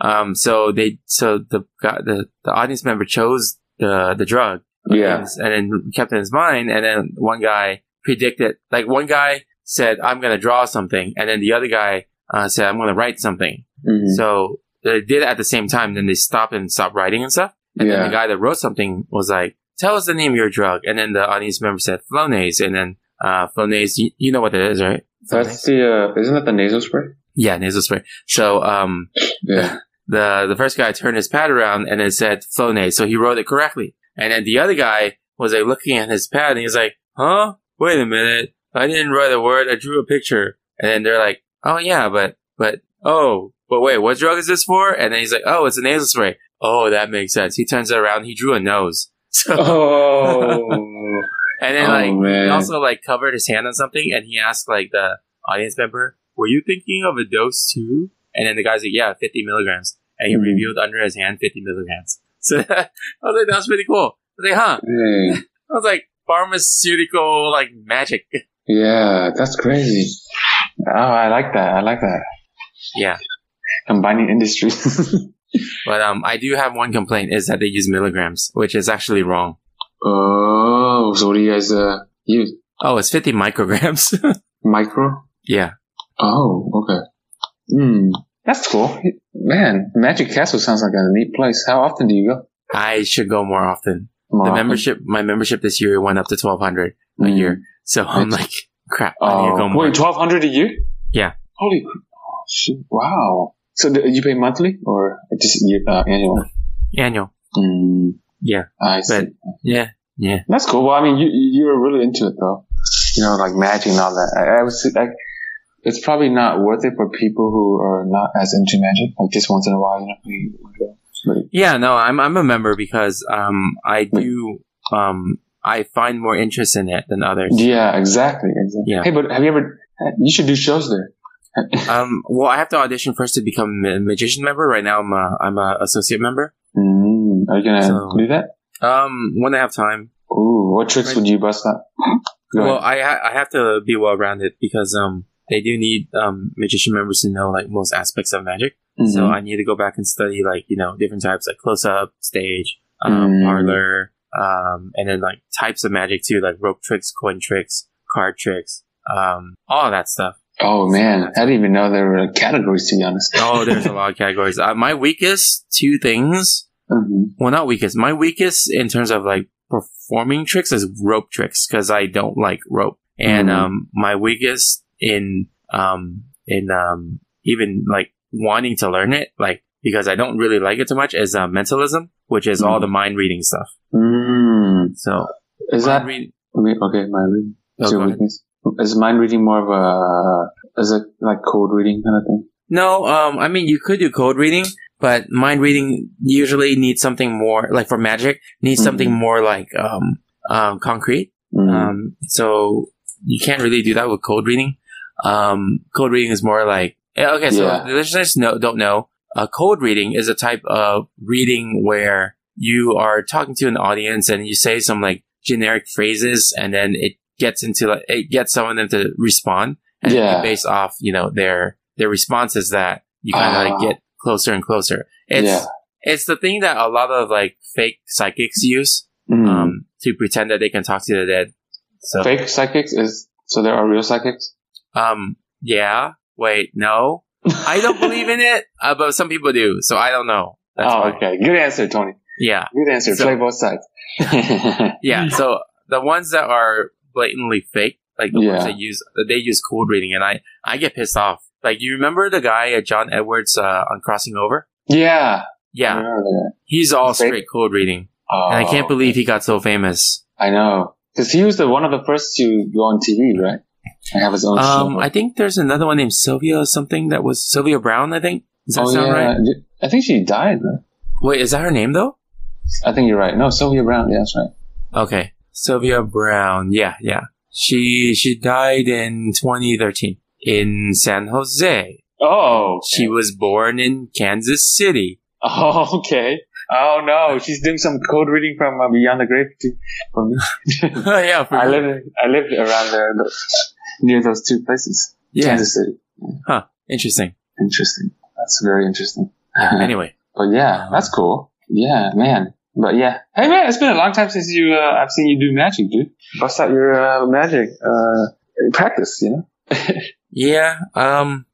S2: um so they so the guy the, the audience member chose the the drug
S3: yeah,
S2: and then kept it in his mind and then one guy predicted like one guy said i'm gonna draw something and then the other guy uh, said i'm gonna write something
S3: Mhm.
S2: so they did it at the same time then they stopped and stopped writing and stuff and then
S3: yeah.
S2: the guy that wrote something was like, "Tell us the name of your drug." And then the audience member said, "Flonase." And then uh, Flonase, you, you know what that is, right?
S3: that's the uh, isn't that the nasal spray?
S2: Yeah, nasal spray. So um,
S3: Yeah,
S2: the the first guy turned his pad around and it said Flonase, so he wrote it correctly. And then the other guy was like looking at his pad and he was like, "Huh? Wait a minute, I didn't write a word. I drew a picture." And then they're like, "Oh yeah, but but oh." But wait, what drug is this for? And then he's like, "Oh, it's a nasal spray." Oh, that makes sense. He turns it around. He drew a nose. So
S3: oh,
S2: And then
S3: Oh,
S2: like he
S3: man.
S2: also like covered his hand on something and he asked like the audience member, Were you thinking of a dose too? And then the guy's like, Yeah, fifty milligrams. And he
S3: Mhm.
S2: revealed under his hand fifty milligrams. So I was like, that's pretty cool. I was like, huh.
S3: Dang.
S2: I was like pharmaceutical like magic.
S3: yeah, that's crazy. Oh, I like that. I like that.
S2: Yeah.
S3: Combining industries.
S2: But um I do have one complaint is that they use milligrams, which is actually wrong.
S3: oh, so what do you guys uh, use?
S2: Oh, it's fifty micrograms.
S3: Micro?
S2: yeah.
S3: Oh, okay. Hmm. That's cool. Man, Magic Castle sounds like a neat place. How often do you go?
S2: I should go more often.
S3: More
S2: The
S3: often?
S2: membership my membership this year went up to twelve hundred. a
S3: Mm.
S2: year. So I'm like, crap. I need to go
S3: Oh,
S2: more.
S3: wait, twelve hundred a year?
S2: Yeah.
S3: Holy, cr- oh, shit! Wow. So do you pay monthly or just year, uh, annual?
S2: annual.
S3: Mm,
S2: Yeah.
S3: I see.
S2: But- Yeah. Yeah.
S3: That's cool. Well, I mean, you you were really into it though. You know, like magic and all that. I, I was. I, it's probably not worth it for people who are not as into magic. Like just once in a while, you know. we- we go. But-
S2: Yeah, no, I'm I'm a member because um I
S3: Hmm.
S2: do um I find more interest in it than others.
S3: yeah, exactly, exactly.
S2: Yeah.
S3: Hey, but have you ever? You should do shows there.
S2: Um, well, I have to audition first to become a magician member. Right now, I'm a I'm a associate member.
S3: Mm, are you gonna
S2: So-
S3: do that?
S2: Um, when I have time.
S3: Ooh, what tricks
S2: Right.
S3: would you bust out? Go
S2: Well,
S3: ahead.
S2: I ha- I have to be well rounded because um they do need um magician members to know like most aspects of magic. So
S3: Mhm.
S2: I need to go back and study like you know different types like close up, stage, um,
S3: Mm.
S2: parlor, um, and then like types of magic too, like rope tricks, coin tricks, card tricks, um, all that stuff.
S3: Oh man, I didn't even know there were categories to be honest.
S2: Oh, there's a lot of categories. Uh, my weakest two things,
S3: Mhm.
S2: well, not weakest, my weakest in terms of like performing tricks is rope tricks because I don't like rope, and
S3: Mhm.
S2: um, my weakest in um in um even like wanting to learn it, like because I don't really like it too much, is uh, mentalism, which is
S3: Mm-hmm.
S2: all the mind reading stuff.
S3: Mm.
S2: So
S3: Is that
S2: mind read-
S3: okay? okay, Mind reading.
S2: Oh, go
S3: Is your
S2: ahead.
S3: weakness? Is mind reading more of a is it like code reading kind of thing?
S2: No, um, I mean you could do code reading, but mind reading usually needs something more like for magic needs
S3: Mm-hmm.
S2: something more like um, um concrete.
S3: Mm.
S2: Um, so you can't really do that with code reading. Um, code reading is more like yeah, okay. So
S3: Yeah.
S2: the listeners know, don't know. Uh, code reading is a type of reading where you are talking to an audience and you say some like generic phrases, and then it gets into like it gets some of them to respond, and
S3: Yeah.
S2: based off you know their their responses that you kind of
S3: Ah.
S2: like get closer and closer. It's
S3: yeah.
S2: it's the thing that a lot of like fake psychics use
S3: Mm.
S2: um, to pretend that they can talk to the dead. So,
S3: Fake psychics is so there are real psychics.
S2: um, yeah. Wait, no, I don't believe in it, uh, but some people do. So I don't know. That's
S3: oh,
S2: why.
S3: okay. Good answer, Tony.
S2: Yeah,
S3: Good answer.
S2: So-
S3: Play both sides.
S2: yeah. So the ones that are blatantly fake, like the ones
S3: Yeah.
S2: that use they use cold reading, and I I get pissed off. Like you remember the guy at John Edwards uh, on Crossing Over?
S3: yeah. I
S2: Yeah,
S3: remember that.
S2: he's all
S3: Fake?
S2: straight cold reading,
S3: Oh,
S2: and I can't believe he got so famous.
S3: I know because he was the one of the first to go on TV, right? And have his own
S2: Um,
S3: show.
S2: I think there's another one named Sylvia or something that was Sylvia Brown. I think does that sound right?
S3: Oh, I think she died. Right?
S2: Wait, is that her name though?
S3: I think you're right. No, Sylvia Brown. Yeah, that's right.
S2: Okay, Sylvia Brown. Yeah, yeah. She she died in 2013 in San Jose.
S3: Oh,
S2: She was born in Kansas City.
S3: Oh, okay. Oh no, she's doing some code reading from uh, Beyond the Grave to, for me.
S2: yeah, for
S3: I
S2: real.
S3: live, I lived around there, the, near those two places.
S2: Yeah.
S3: Kansas City.
S2: Interesting.
S3: Interesting. That's very interesting.
S2: Anyway,
S3: but yeah, that's cool. Yeah, man. But yeah, hey man, it's been a long time since you. Uh, I've seen you do magic, dude. Bust out your uh, magic uh, practice, you know.
S2: yeah. Um.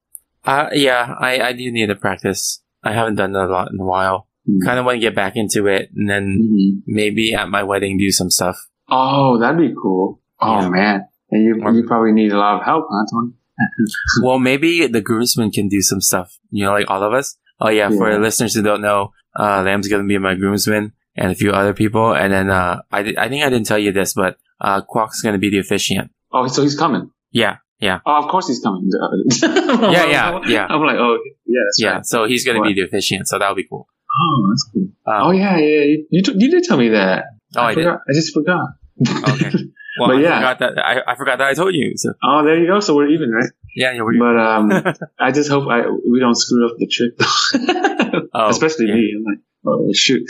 S2: Uh. Yeah. I I do need to practice. I haven't done that a lot in a while.
S3: Mm.
S2: Kind of want to get back into it, and then
S3: Mhm.
S2: maybe at my wedding do some stuff.
S3: Oh, that'd be cool. Oh
S2: Yeah.
S3: man, and you you probably need a lot of help, huh, Tony?
S2: Well, maybe the groomsmen can do some stuff. You know, like all of us. Oh yeah, for
S3: Yeah.
S2: listeners who don't know, uh, Lamb's gonna be my groomsman and a few other people. And then uh, I di- I think I didn't tell you this, but uh, Quack's gonna be the officiant.
S3: Oh, so he's coming.
S2: Yeah,
S3: Oh, of course he's coming.
S2: Yeah, yeah, yeah.
S3: I'm like, oh, okay. yeah, that's
S2: yeah.
S3: right.
S2: So he's gonna be
S3: What?
S2: the officiant. So that'll be cool.
S3: Oh, that's cool.
S2: Um,
S3: oh, yeah, yeah. You, you, t- you did tell me that.
S2: oh, I did.
S3: forgot. I just forgot.
S2: Okay. Well,
S3: But
S2: I
S3: yeah.
S2: forgot that I, I forgot that I told you. So
S3: Oh, there you go. So we're even, right?
S2: yeah, yeah. We're,
S3: But um, I just hope I we don't screw up the trick, though.
S2: oh,
S3: especially
S2: yeah.
S3: me. I'm like, oh shoot.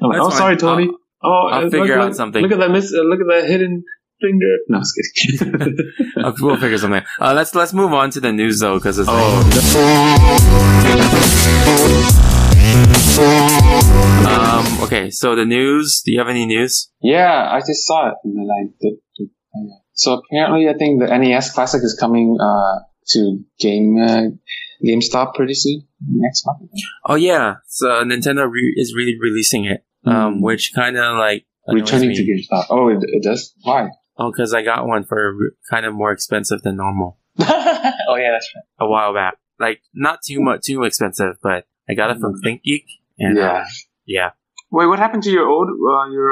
S3: I'm like,
S2: That's
S3: oh,
S2: fine.
S3: sorry, Tony.
S2: I'll-
S3: oh,
S2: I'll
S3: uh,
S2: figure
S3: look,
S2: out
S3: look-
S2: something.
S3: Look at that miss. Uh, look at that hidden finger. No, I'm just kidding.
S2: Uh, we'll figure something. out. Uh, let's let's move on to the news though, because it's
S3: Oh.
S2: um okay. So the news. Do you have any news?
S3: Yeah, I just saw it and then I did. did- So apparently, I think the NES Classic is coming uh, to Game uh, GameStop pretty soon next month.
S2: Oh yeah, so Nintendo re- is really releasing it, um,
S3: Mm.
S2: which kind of like annoys
S3: Returning
S2: me.
S3: to GameStop. Oh, it, it does. Why?
S2: Oh, because I got one for kind of more expensive than normal
S3: oh yeah, that's right.
S2: a while back. Like not too much, too expensive, but I got it from ThinkGeek. And, yeah, uh, yeah.
S3: Wait, what happened to your old uh, your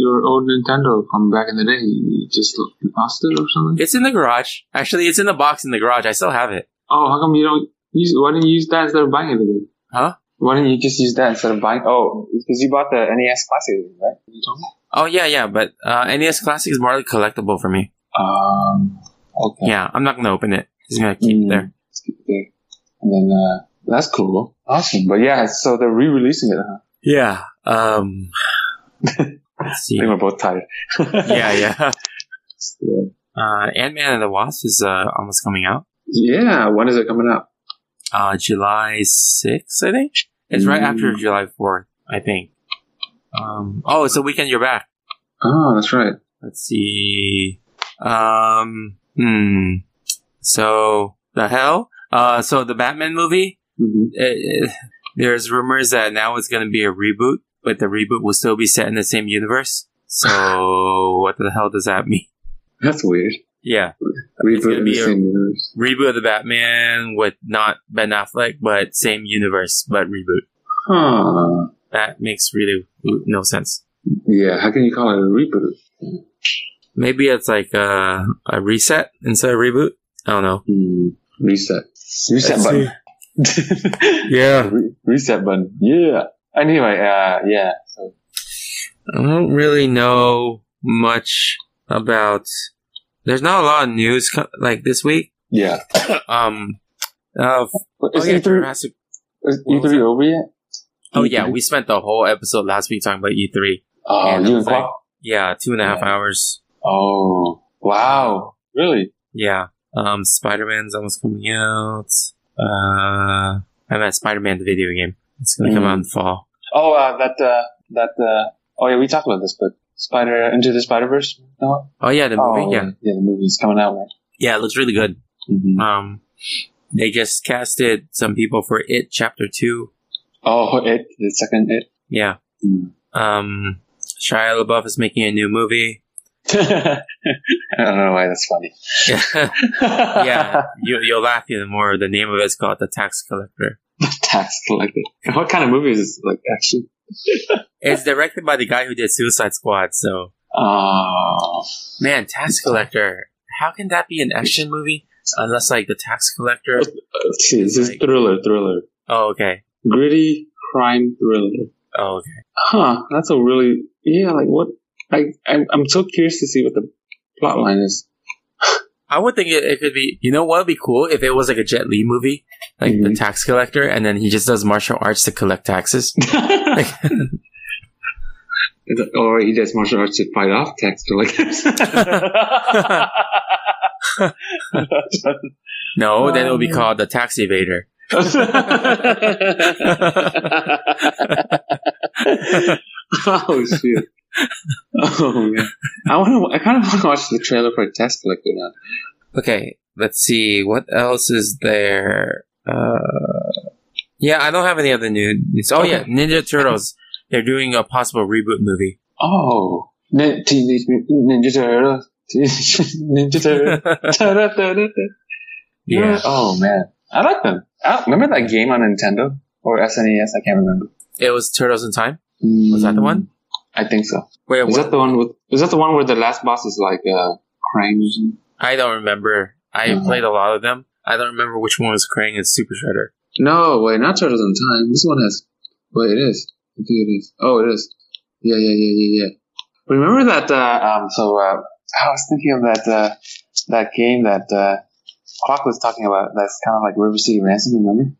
S3: your old Nintendo from back in the day? You just lost it or something?
S2: It's in the garage. Actually, it's in the box in the garage. I still have it.
S3: Oh, how come you don't use? Why didn't you use that instead of buying it again?
S2: Huh?
S3: Why didn't you just use that instead of buying? Oh, because you bought the NES Classic, right? You told me.
S2: Oh yeah, yeah. But uh, NES Classic is more like collectible for me.
S3: Um. Okay.
S2: Yeah, I'm not gonna open it. Just gonna keep it
S3: Mm.
S2: there.
S3: Let's keep it there. And then uh, that's cool. Awesome. But yeah, so they're re-releasing it. Huh?
S2: Yeah. Um. let's
S3: I
S2: see.
S3: think we're both tired.
S2: Yeah, yeah.
S3: yeah.
S2: Uh, Ant Man and the Wasp is uh, almost coming out.
S3: Yeah, when is it coming out?
S2: Uh, July 6th, I think. It's right
S3: Mm.
S2: after July 4th, I think. Um. Oh, it's a weekend. You're back.
S3: Oh, that's right.
S2: Let's see. Um. Hmm. So the hell. Uh. So the Batman movie.
S3: hmm
S2: uh, uh, there's rumors that now it's going to be a reboot, but the reboot will still be set in the same universe. So what the hell does that mean?
S3: That's weird.
S2: Yeah,
S3: Reboot
S2: gonna
S3: in the
S2: be a-
S3: same universe.
S2: reboot of the Batman with not Ben Affleck, but same universe, but reboot.
S3: Huh.
S2: That makes really no sense.
S3: Yeah, how can you call it a reboot?
S2: Maybe it's like a, a reset instead of reboot. I don't know.
S3: Hmm. Reset. Reset
S2: Let's
S3: button.
S2: Yeah,
S3: Re- reset button. Yeah. Anyway, uh, yeah. So,
S2: I don't really know much about. There's not a lot of news co- like this week.
S3: yeah.
S2: Um, uh,
S3: But
S2: oh
S3: Is E
S2: yeah,
S3: E3,
S2: Jurassic
S3: is
S2: what was
S3: E3
S2: that?
S3: over yet?
S2: Oh yeah,
S3: E3?
S2: we spent the whole episode last week talking about E3.
S3: Oh,
S2: Yeah,
S3: you
S2: it
S3: and
S2: was like-
S3: Quack?
S2: Yeah, two and a half
S3: Yeah.
S2: hours.
S3: Oh, wow. Really?
S2: Yeah. Um, Spider Man's almost coming out. Uh, I'm at Spider Man the video game. It's gonna come
S3: Mm.
S2: out in fall.
S3: Oh, uh, that, uh, that, uh, oh yeah, we talked about this, but Spider, Into the Spider-Verse? No?
S2: Oh yeah, the
S3: oh,
S2: movie. Yeah,
S3: Yeah, the movie's coming out, right?
S2: yeah, it looks really good.
S3: Mm-hmm.
S2: Um, they just casted some people for It Chapter Two.
S3: Oh, it, the second it.
S2: Yeah.
S3: Mm.
S2: Um, Shia LaBeouf is making a new movie.
S3: I don't know why that's funny.
S2: yeah, yeah. You, you'll laugh even more. The name of it's called The Tax Collector.
S3: Tax collector. What kind of movie is this? Like action?
S2: It's directed by the guy who did Suicide Squad. So.
S3: Oh,
S2: Man, Tax Collector. How can that be an action movie? Unless, like, the Tax Collector.
S3: let's see. This is
S2: Like-
S3: thriller, thriller,
S2: Oh, okay.
S3: gritty crime thriller.
S2: Oh, okay.
S3: Huh? That's a really yeah. Like what? I I'm, I'm so curious to see what the plot line is.
S2: I would think it, it could be. You know what would be cool? If it was, like, a Jet Li movie. Like, the
S3: Mhm.
S2: Tax Collector, and then he just does martial arts to collect taxes. Like,
S3: or he does martial arts to fight off tax collectors.
S2: no, then it would be called The Tax Evader.
S3: oh shit! Oh man, I want to. I kind of want to watch the trailer for Tax Collector now.
S2: Okay, let's see. What else is there? Uh, yeah, I don't have any other news. Oh,
S3: Okay.
S2: yeah. Ninja Turtles. They're doing a possible reboot movie.
S3: Oh, Nin- Teenage Mutant Ninja Turtles. Teenage Ninja Turtles. Ta-da-da-da-da.
S2: Yeah.
S3: Oh man, I like them. I, remember that game on Nintendo or SNES? I can't remember. Mm,
S2: It was Turtles in Time? Was that the one?
S3: I think so.
S2: Wait,
S3: Is
S2: what?
S3: that the one with? Is that the one where the last boss is like uh, Krang? or something?
S2: I don't remember. I
S3: Mhm.
S2: played a lot of them. I don't remember which one was Krang and Super Shredder.
S3: No, wait, not Turtles in Time. This one has. Wait, it is. I think it is. Oh, it is. Yeah, yeah, yeah, yeah, yeah. Remember that? Uh, um, so uh, I was thinking of that uh, that game that uh, Clock was talking about. That's kind of like River City Ransom. Remember?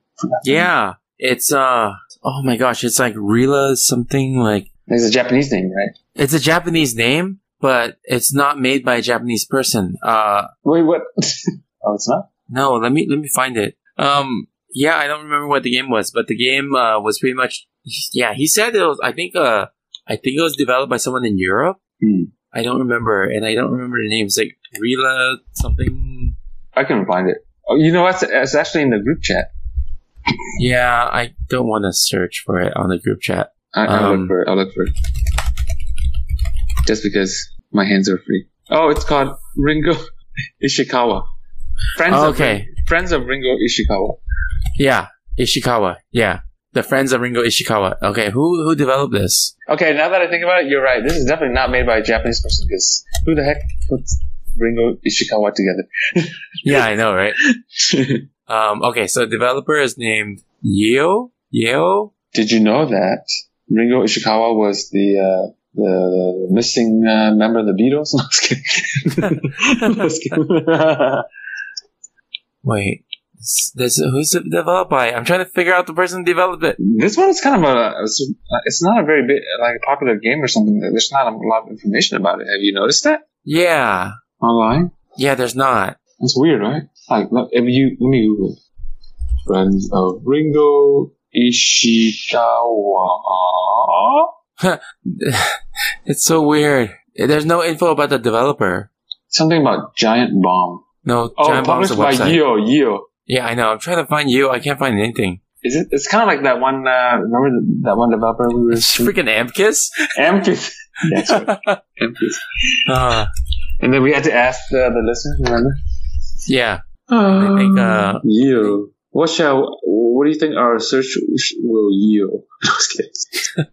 S2: Yeah. It's, uh, oh my gosh. It's like Rila something like,
S3: It's a Japanese name, right?
S2: it's a Japanese name, but it's not made by a Japanese person. Uh,
S3: Wait, what? oh, it's not.
S2: No, let me let me find it. Um, yeah, I don't remember what the game was, but the game uh, was pretty much. Yeah, he said it was. I think. Uh, I think it was developed by someone in Europe.
S3: Hmm.
S2: I don't remember, and I don't remember the names. Like Rila something.
S3: I couldn't find it. Oh, you know what? It's- It's actually in the group chat.
S2: Yeah, I don't want to search for it on the group chat.
S3: I, I'll
S2: Um,
S3: look for it. I'll look for it. Just because my hands are free. Oh, it's called Ringo Ishikawa. Friends
S2: Okay.
S3: Of Rin- Friends of Ringo Ishikawa.
S2: Yeah, Ishikawa. Yeah, the friends of Ringo Ishikawa. Okay, who who developed this?
S3: Okay, now that I think about it, you're right. This is definitely not made by a Japanese person because who the heck puts Ringo Ishikawa together?
S2: Yeah, I know, right? Um, okay, so developer is named Yeo Yeo.
S3: Did you know that Ringo Ishikawa was the uh, the missing uh, member of the Beatles? No, I'm just kidding. Just kidding.
S2: Wait, this, this who's it developed by? I'm trying to figure out the person who developed it.
S3: this one is kind of a it's, it's not a very big like a popular game or something. There's not a lot of information about it. Have you noticed that
S2: Yeah,
S3: online?
S2: yeah. There's not.
S3: That's weird, right? Like, let, if you let me Google. Friends of Ringo Ishikawa.
S2: It's so weird. There's no info about the developer.
S3: Something about Giant Bomb.
S2: No,
S3: Oh,
S2: Giant Bomb's
S3: published
S2: a
S3: by
S2: website.
S3: Yo Yo.
S2: Yeah, I know. I'm trying to find you. I can't find anything.
S3: Is it? It's kind of like that one. Uh, remember th- that one developer we were
S2: Freaking Amicus.
S3: Amkis. That's right. Amkis.
S2: Uh,
S3: And then we had to ask uh, the listeners. Remember?
S2: yeah. I think uh,
S3: Yield. What shall? What do you think our search sh- will yield? Just kidding.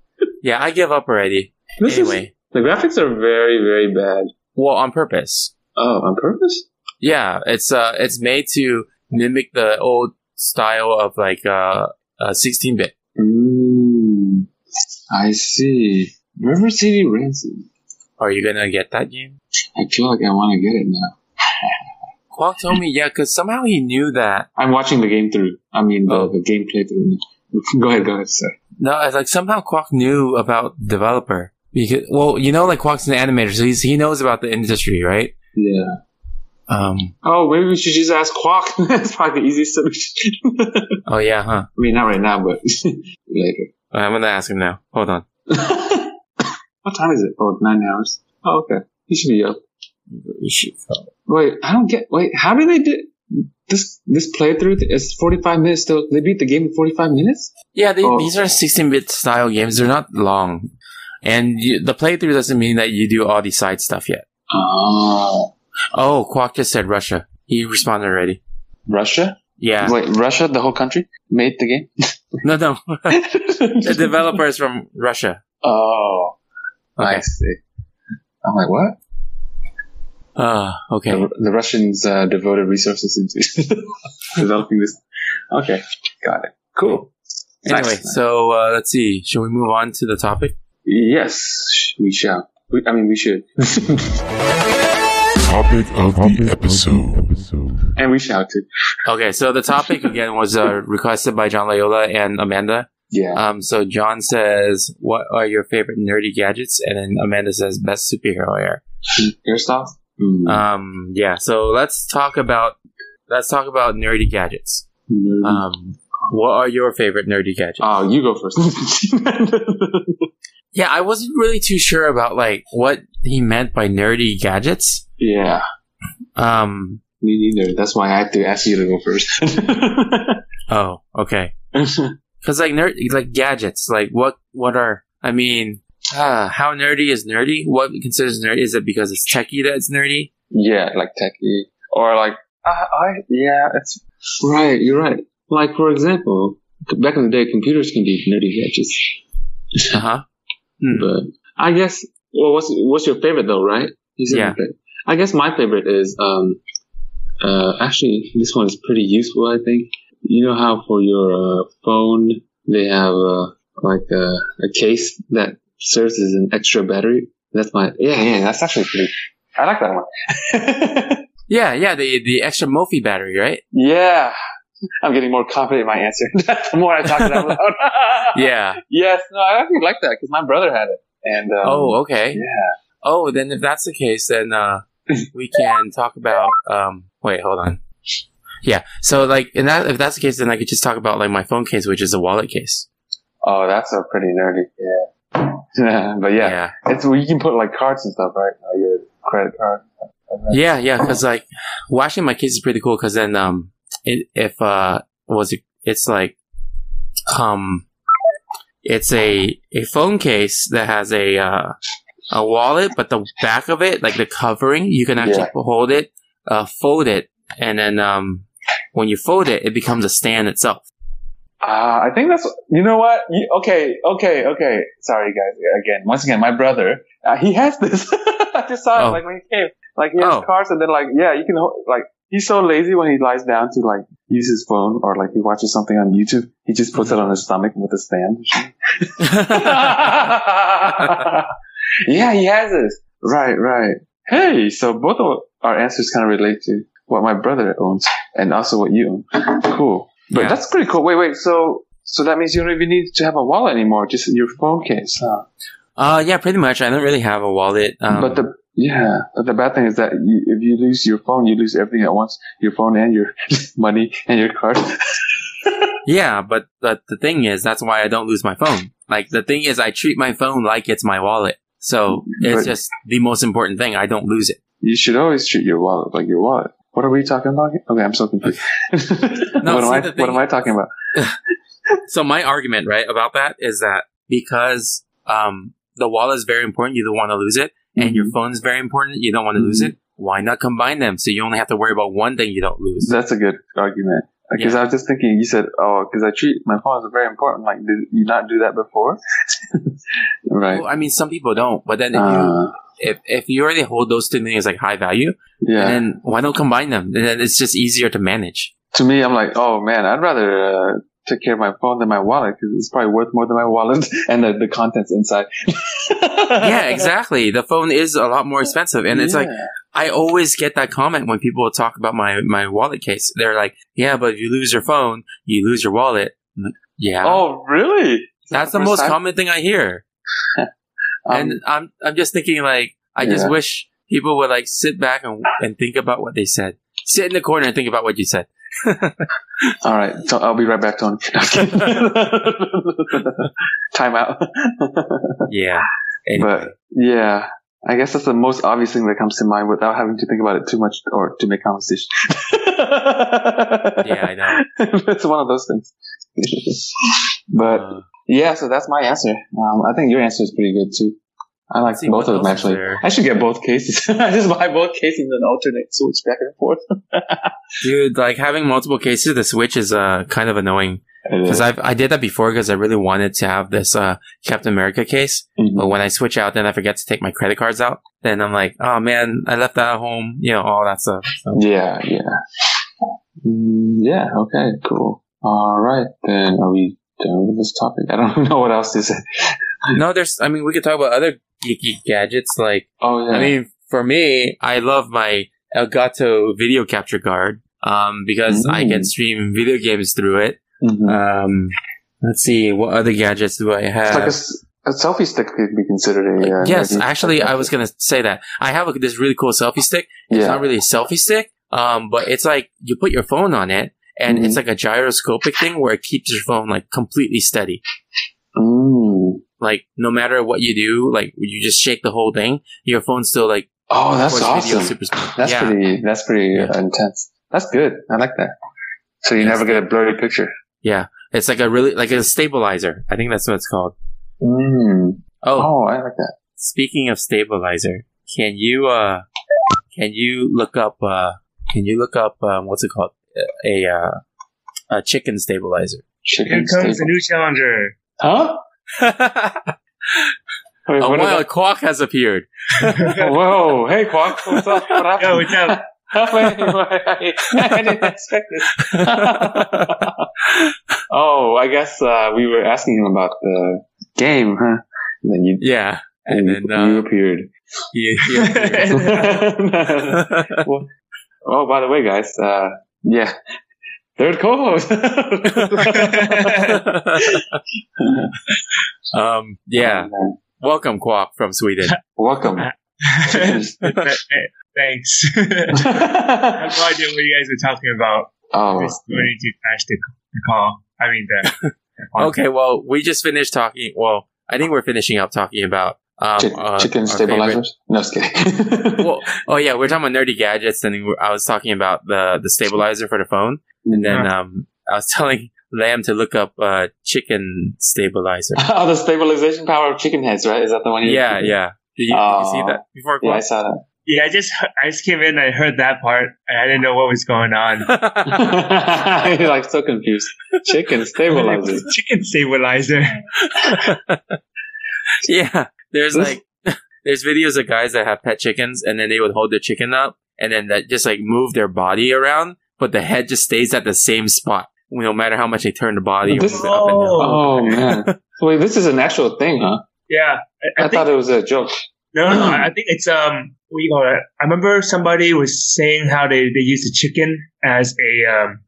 S2: yeah. I give up already.
S3: This is-
S2: anyway,
S3: the graphics are very, very bad.
S2: well, on purpose.
S3: Oh, on purpose?
S2: Yeah, it's uh, it's made to mimic the old style of like uh, uh 16-bit.
S3: Mm, I see. River City Ransom.
S2: Are you gonna get that game?
S3: I feel like I want to get it now.
S2: Quack told me yeah, because somehow he knew that.
S3: I'm watching the game through. I mean, the,
S2: Oh.
S3: the gameplay through. now. go ahead, go ahead, sir.
S2: No, it's like somehow Quack knew about developer. Because, well, you know, like Quack's an animator, so he's, he knows about the industry, right?
S3: Yeah.
S2: Um.
S3: Oh, maybe we should just ask Quark. That's probably the easiest solution. I
S2: Oh yeah, huh?
S3: mean, not right now, but later.
S2: I'm gonna ask him now. Hold on.
S3: what time is it? Oh, nine hours. Oh, okay. He should be up. Wait, I don't get. Wait, how do they do this? This playthrough is forty-five minutes. Still, they beat the game in forty-five minutes.
S2: Yeah, they,
S3: Oh.
S2: these are 16-bit style games. They're not long, and you, the playthrough doesn't mean that you do all the side stuff yet.
S3: Oh,
S2: Oh, Quack just said Russia. He responded already.
S3: Russia.
S2: Yeah.
S3: Wait, Russia, the whole country made the game.
S2: No, no. the developer is from Russia.
S3: Oh, I
S2: Okay.
S3: see. I'm like, what?
S2: Uh, okay.
S3: The, the Russians uh, devoted resources into developing this. Okay, got it. Cool. Nice.
S2: Anyway, so uh, let's see. Shall we move on to the topic?
S3: Yes, we shall. We, I mean, we should.
S5: Topic of the episode.
S3: And we shall too.
S2: Okay, so the topic again was uh, requested by John Loyola and Amanda.
S3: Yeah.
S2: Um, so John says, "What are your favorite nerdy gadgets?" And then Amanda says, "Best superhero air."
S3: Uh, Airsoft? Mm. Uh,
S2: Um, yeah. So let's talk about let's talk about nerdy gadgets.
S3: Nerdy.
S2: Um, what are your favorite nerdy gadgets?
S3: uh, oh, you go first.
S2: Yeah, I wasn't really too sure about like what he meant by nerdy gadgets.
S3: yeah,
S2: Um
S3: me neither. That's why I had to ask you to go first.
S2: oh, okay. Cuz like nerd like gadgets, like what what are I mean, uh, how nerdy is nerdy? What considers nerdy is it because it's techie that it's nerdy?
S3: yeah, like techie. Or like, uh, I, yeah, it's. Right, you're right. Like, for example, back in the day, computers can be nerdy gadgets.
S2: Uh-huh. Hmm.
S3: But I guess, well, what's, what's your favorite though, right? You said
S2: Yeah.
S3: your favorite. I guess my favorite is, um, uh, actually, this one is pretty useful, I think. You know how for your uh, phone, they have uh, like uh, a case that serves as an extra battery? That's my, yeah, yeah, that's actually pretty, I like that one.
S2: Yeah, yeah, the the extra Mophie battery, right?
S3: yeah. I'm getting more confident in my answer the more I talk it out loud.
S2: Yeah.
S3: Yes, no, I actually like that because my brother had it. And, um,
S2: Oh, okay.
S3: yeah.
S2: Oh, then if that's the case, then uh, we can talk about. Um, wait, hold on. Yeah. So, like, in that if that's the case, then I could just talk about like my phone case, which is a wallet case.
S3: Oh, that's a pretty nerdy. Yeah. but yeah, it's where you can put like cards and stuff, right? Like your credit card.
S2: yeah, yeah. Because like, well, actually, my case is pretty cool. Because then, um, it, if uh, what was it? It's like, um, it's a a phone case that has a uh, a wallet, but the back of it, like the covering, you can actually hold it, uh, fold it, and then um, when you fold it, it becomes a stand itself.
S7: Ah, I think that's you know what. You, okay, okay, okay. Sorry, guys. Again, once again, my brother. Uh, he has this. I just saw
S2: Oh.
S7: him like when he came. Like he has
S2: Oh.
S7: cars, and then like yeah, you can ho- like he's so lazy when he lies down to like use his phone or like he watches something on YouTube. He just puts it
S2: Mm-hmm.
S7: on his stomach with a stand. yeah, he has this. Right, right. Hey, so both of our answers kind of relate to what my brother owns and also what you own. Cool. But
S2: Yeah.
S7: that's pretty cool. Wait, wait. So, so that means you don't even need to have a wallet anymore. Just your phone case. Huh?
S2: uh, yeah, pretty much. I don't really have a wallet. Um,
S7: but the yeah, but the bad thing is that you, if you lose your phone, you lose everything at once: your phone and your money and your card.
S2: yeah, but but the thing is, that's why I don't lose my phone. Like the thing is, I treat my phone like it's my wallet. So it's
S7: But-
S2: just the most important thing. I don't lose it.
S7: You should always treat your wallet like your wallet. What are we talking about? here? Okay, I'm so confused.
S2: No,
S7: what am
S2: see,
S7: I?
S2: the thing
S7: What am I talking about?
S2: so my argument, right, about that is that because um, the wallet is very important, you don't want to lose it, and
S7: Mm-hmm.
S2: your phone is very important, you don't want to lose
S7: Mhm.
S2: it. Why not combine them so you only have to worry about one thing you don't lose?
S7: That's a good argument. Because
S2: Yeah.
S7: I was just thinking, you said, oh, because I treat my phone as very important. Like, did you not do that before? right.
S2: Well, I mean, some people don't, but then if,
S7: Uh,
S2: you, if if you already hold those two things like high value,
S7: yeah.
S2: then why not combine them? And then it's just easier to manage.
S7: to me, I'm like, oh man, I'd rather uh, take care of my phone than my wallet because it's probably worth more than my wallet and the, the contents inside.
S2: yeah, exactly. The phone is a lot more expensive, and it's like
S7: Yeah.
S2: I always get that comment when people talk about my my wallet case. They're like, "Yeah, but if you lose your phone, you lose your wallet." I'm like, yeah.
S7: oh really? Is that
S2: That's the
S7: first
S2: most
S7: time?
S2: common thing I hear.
S7: Um,
S2: and I'm I'm just thinking like I just
S7: Yeah.
S2: wish people would like sit back and and think about what they said. Sit in the corner and think about what you said.
S7: all right, so I'll be right back, Tony. Time out.
S2: Yeah. Anyway.
S7: But yeah, I guess that's the most obvious thing that comes to mind without having to think about it too much or to make conversation.
S2: yeah, I know.
S7: it's one of those things. but
S2: Uh,
S7: yeah, so that's my answer. Um, I think your answer is pretty good too. I like
S2: see,
S7: both
S2: what
S7: of them
S2: else is
S7: actually.
S2: there?
S7: I should get both cases. I just buy both cases and alternate switch back and forth.
S2: dude, like having multiple cases, the Switch is uh kind of annoying because I I did that before because I really wanted to have this uh Captain America case,
S7: Mhm.
S2: but when I switch out, then I forget to take my credit cards out. Then I'm like, oh man, I left that at home, you know, all that stuff. So,
S7: Yeah, yeah. Mm, yeah, okay, cool. All right, then are we done with this topic? I don't know what else to say.
S2: no, there's. I mean, we could talk about other geeky gadgets like.
S7: Oh, yeah.
S2: I mean, for me, I love my Elgato video capture card um, because I can
S7: Mm.
S2: stream video games through it.
S7: Mhm.
S2: Um, let's see, what other gadgets do I
S7: It's
S2: have?
S7: like a s- a, selfie stick could be considered a. Uh,
S2: yes,
S7: maybe-
S2: actually, I was going to say that. I have a, this really cool selfie stick. It's
S7: Yeah.
S2: not really a selfie stick, um, but it's like you put your phone on it. And
S7: Mhm.
S2: it's like a gyroscopic thing where it keeps your phone like completely steady.
S7: Mm.
S2: Like no matter what you do, like you just shake the whole thing, your phone's still like
S7: Oh, that's
S2: records video
S7: awesome.
S2: super smooth.
S7: That's
S2: yeah.
S7: pretty. That's pretty uh, intense. That's good. I like that. So you
S2: Yes.
S7: never get a blurry picture.
S2: Yeah. It's like a really, like a stabilizer. I think that's what it's called.
S7: Mm.
S2: Oh,
S7: Oh, I like that.
S2: speaking of stabilizer, can you, uh, can you look up, uh, can you look up, um, what's it called? A, a, uh, a chicken stabilizer.
S7: Chicken
S8: Here comes the
S7: stable.
S8: new challenger.
S7: Huh?
S2: a
S7: Wait, what
S2: wild
S7: about-
S2: quack has appeared.
S7: Oh, Whoa! Hey, Quark. What's up? What happened?
S8: Yo, what's up?
S7: Halfway. I, I didn't expect this. oh, I guess uh, we were asking him about the game, huh? And then you,
S2: yeah. And
S7: you,
S2: then, uh,
S7: you appeared.
S2: he- he appeared.
S7: Well, oh, by the way, guys, uh, yeah, third co-host.
S2: um, yeah. Welcome, Quack from Sweden.
S7: Welcome.
S3: Uh,
S8: Thanks. I have no idea what you guys were talking about.
S7: oh,
S8: We just- we need to crash the, the call. I mean the. the call.
S2: Okay, well, we just finished talking. Well, I think we're finishing up talking about um,
S7: chi-
S2: uh,
S7: chicken
S2: our favorite-
S7: stabilizers? No, just kidding.
S2: well, oh yeah, we're talking about nerdy gadgets, and we- I was talking about the the stabilizer for the phone, and then um, I was telling Lamb to look up uh, chicken stabilizer.
S7: oh, the stabilization power of chicken heads, right? Is that the one? you
S2: Yeah, yeah, Did you, did you see
S3: Oh.
S2: that before?
S3: Yeah, I saw
S8: Yeah, I just I just came in. I heard that part. and I didn't know what was going on.
S3: that. You're like so confused. Chicken stabilizers.
S8: Chicken stabilizer.
S2: yeah. There's
S3: This-
S2: like there's videos of guys that have pet chickens and then they would hold their chicken up and then that just like move their body around, but the head just stays at the same spot. No matter how much they turn the body or
S3: This-
S2: move it up and down.
S3: Oh man. Wait, this is an actual thing, huh?
S8: Yeah, I,
S3: I,
S8: I think
S3: thought it was a joke.
S8: no, no, I think it's um. What do you call it? I remember somebody was saying how they they use the chicken as a um.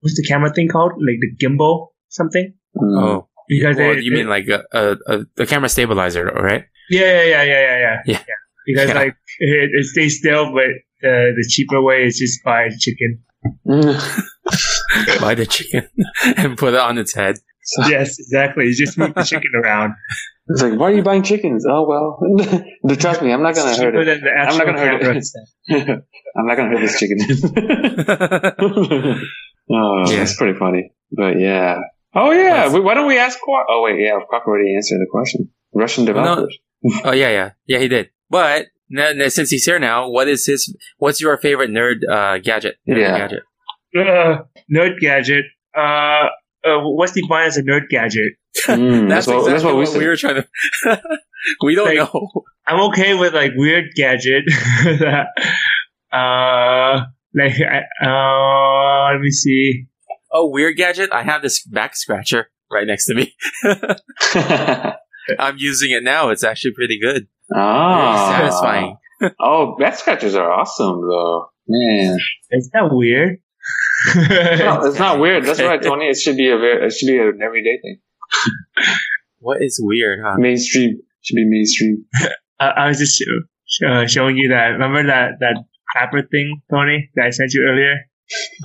S8: What's the camera thing called? Like the gimbal something?
S3: Mm.
S2: Oh,
S8: Because
S2: Well,
S8: they-
S2: you
S8: they-
S2: mean like a, a, a, a camera stabilizer, right?
S8: Yeah, yeah, yeah, yeah, yeah, yeah.
S2: Yeah.
S8: Because
S2: Yeah.
S8: like it, it stays still, but uh, the the cheaper way is just buy chicken.
S3: Mm.
S2: Buy the chicken and put it on its head.
S8: yes, exactly. You just move the chicken around.
S3: It's like, why are you buying chickens? Oh well, trust me, I'm not gonna
S8: It's
S3: hurt
S8: cheaper
S3: it.
S8: than the
S3: I'm
S8: actual
S3: not gonna hurt
S8: camera.
S3: it. I'm not gonna hurt this chicken. oh,
S2: Yeah.
S3: that's pretty funny. But yeah. Oh yeah. We, why don't we ask Quark? Oh wait, yeah. Quark already answered the question. Russian developers.
S2: oh yeah, yeah, yeah. He did. But now, now, since he's here now, what is his? What's your favorite nerd uh, gadget? Nerd
S3: Yeah.
S2: gadget.
S8: Uh, nerd gadget. Uh, uh, what's defined as a nerd gadget?
S3: Mm,
S2: That's, exactly what,
S3: we
S2: we,
S3: said.
S2: were trying to. we don't
S8: Thank-
S2: know.
S8: I'm okay with like weird gadget. uh, like I- uh, let me see.
S2: Oh, weird gadget! I have this back scratcher right next to me. I'm using it now. It's actually pretty good.
S3: Ah.
S2: Very satisfying.
S3: Oh, back scratchers are awesome though. Man,
S8: Is that weird?
S3: no, it's not weird. That's right, Tony. It should be a very, it should be an everyday thing.
S2: What is weird, huh?
S3: Mainstream should be mainstream.
S8: I, I was just uh, showing you that. Remember that that clapper thing, Tony, that I sent you earlier.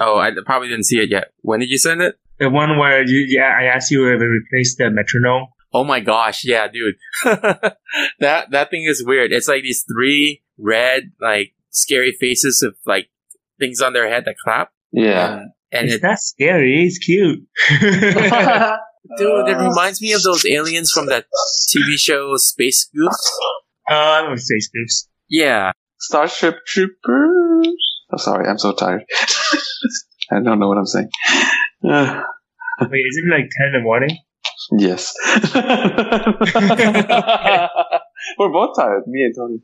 S2: Oh, I probably didn't see it yet. When did you send it?
S8: The one where you, yeah, I asked you if it replaced the metronome.
S2: Oh my gosh, yeah, dude. that that thing is weird. It's like these three red, like scary faces of like things on their head that clap.
S3: Yeah.
S2: And
S8: it's
S2: it,
S8: not scary. It's cute.
S2: dude, it reminds me of those aliens from that TV show Space Goose.
S8: Uh, I'm gonna say Scoops.
S2: Yeah,
S3: Starship Troopers. I'm sorry, I'm so tired. I don't know what I'm saying. Uh,
S8: Wait, is it like 10 in the morning?
S3: yes. We're both tired, me and Tony.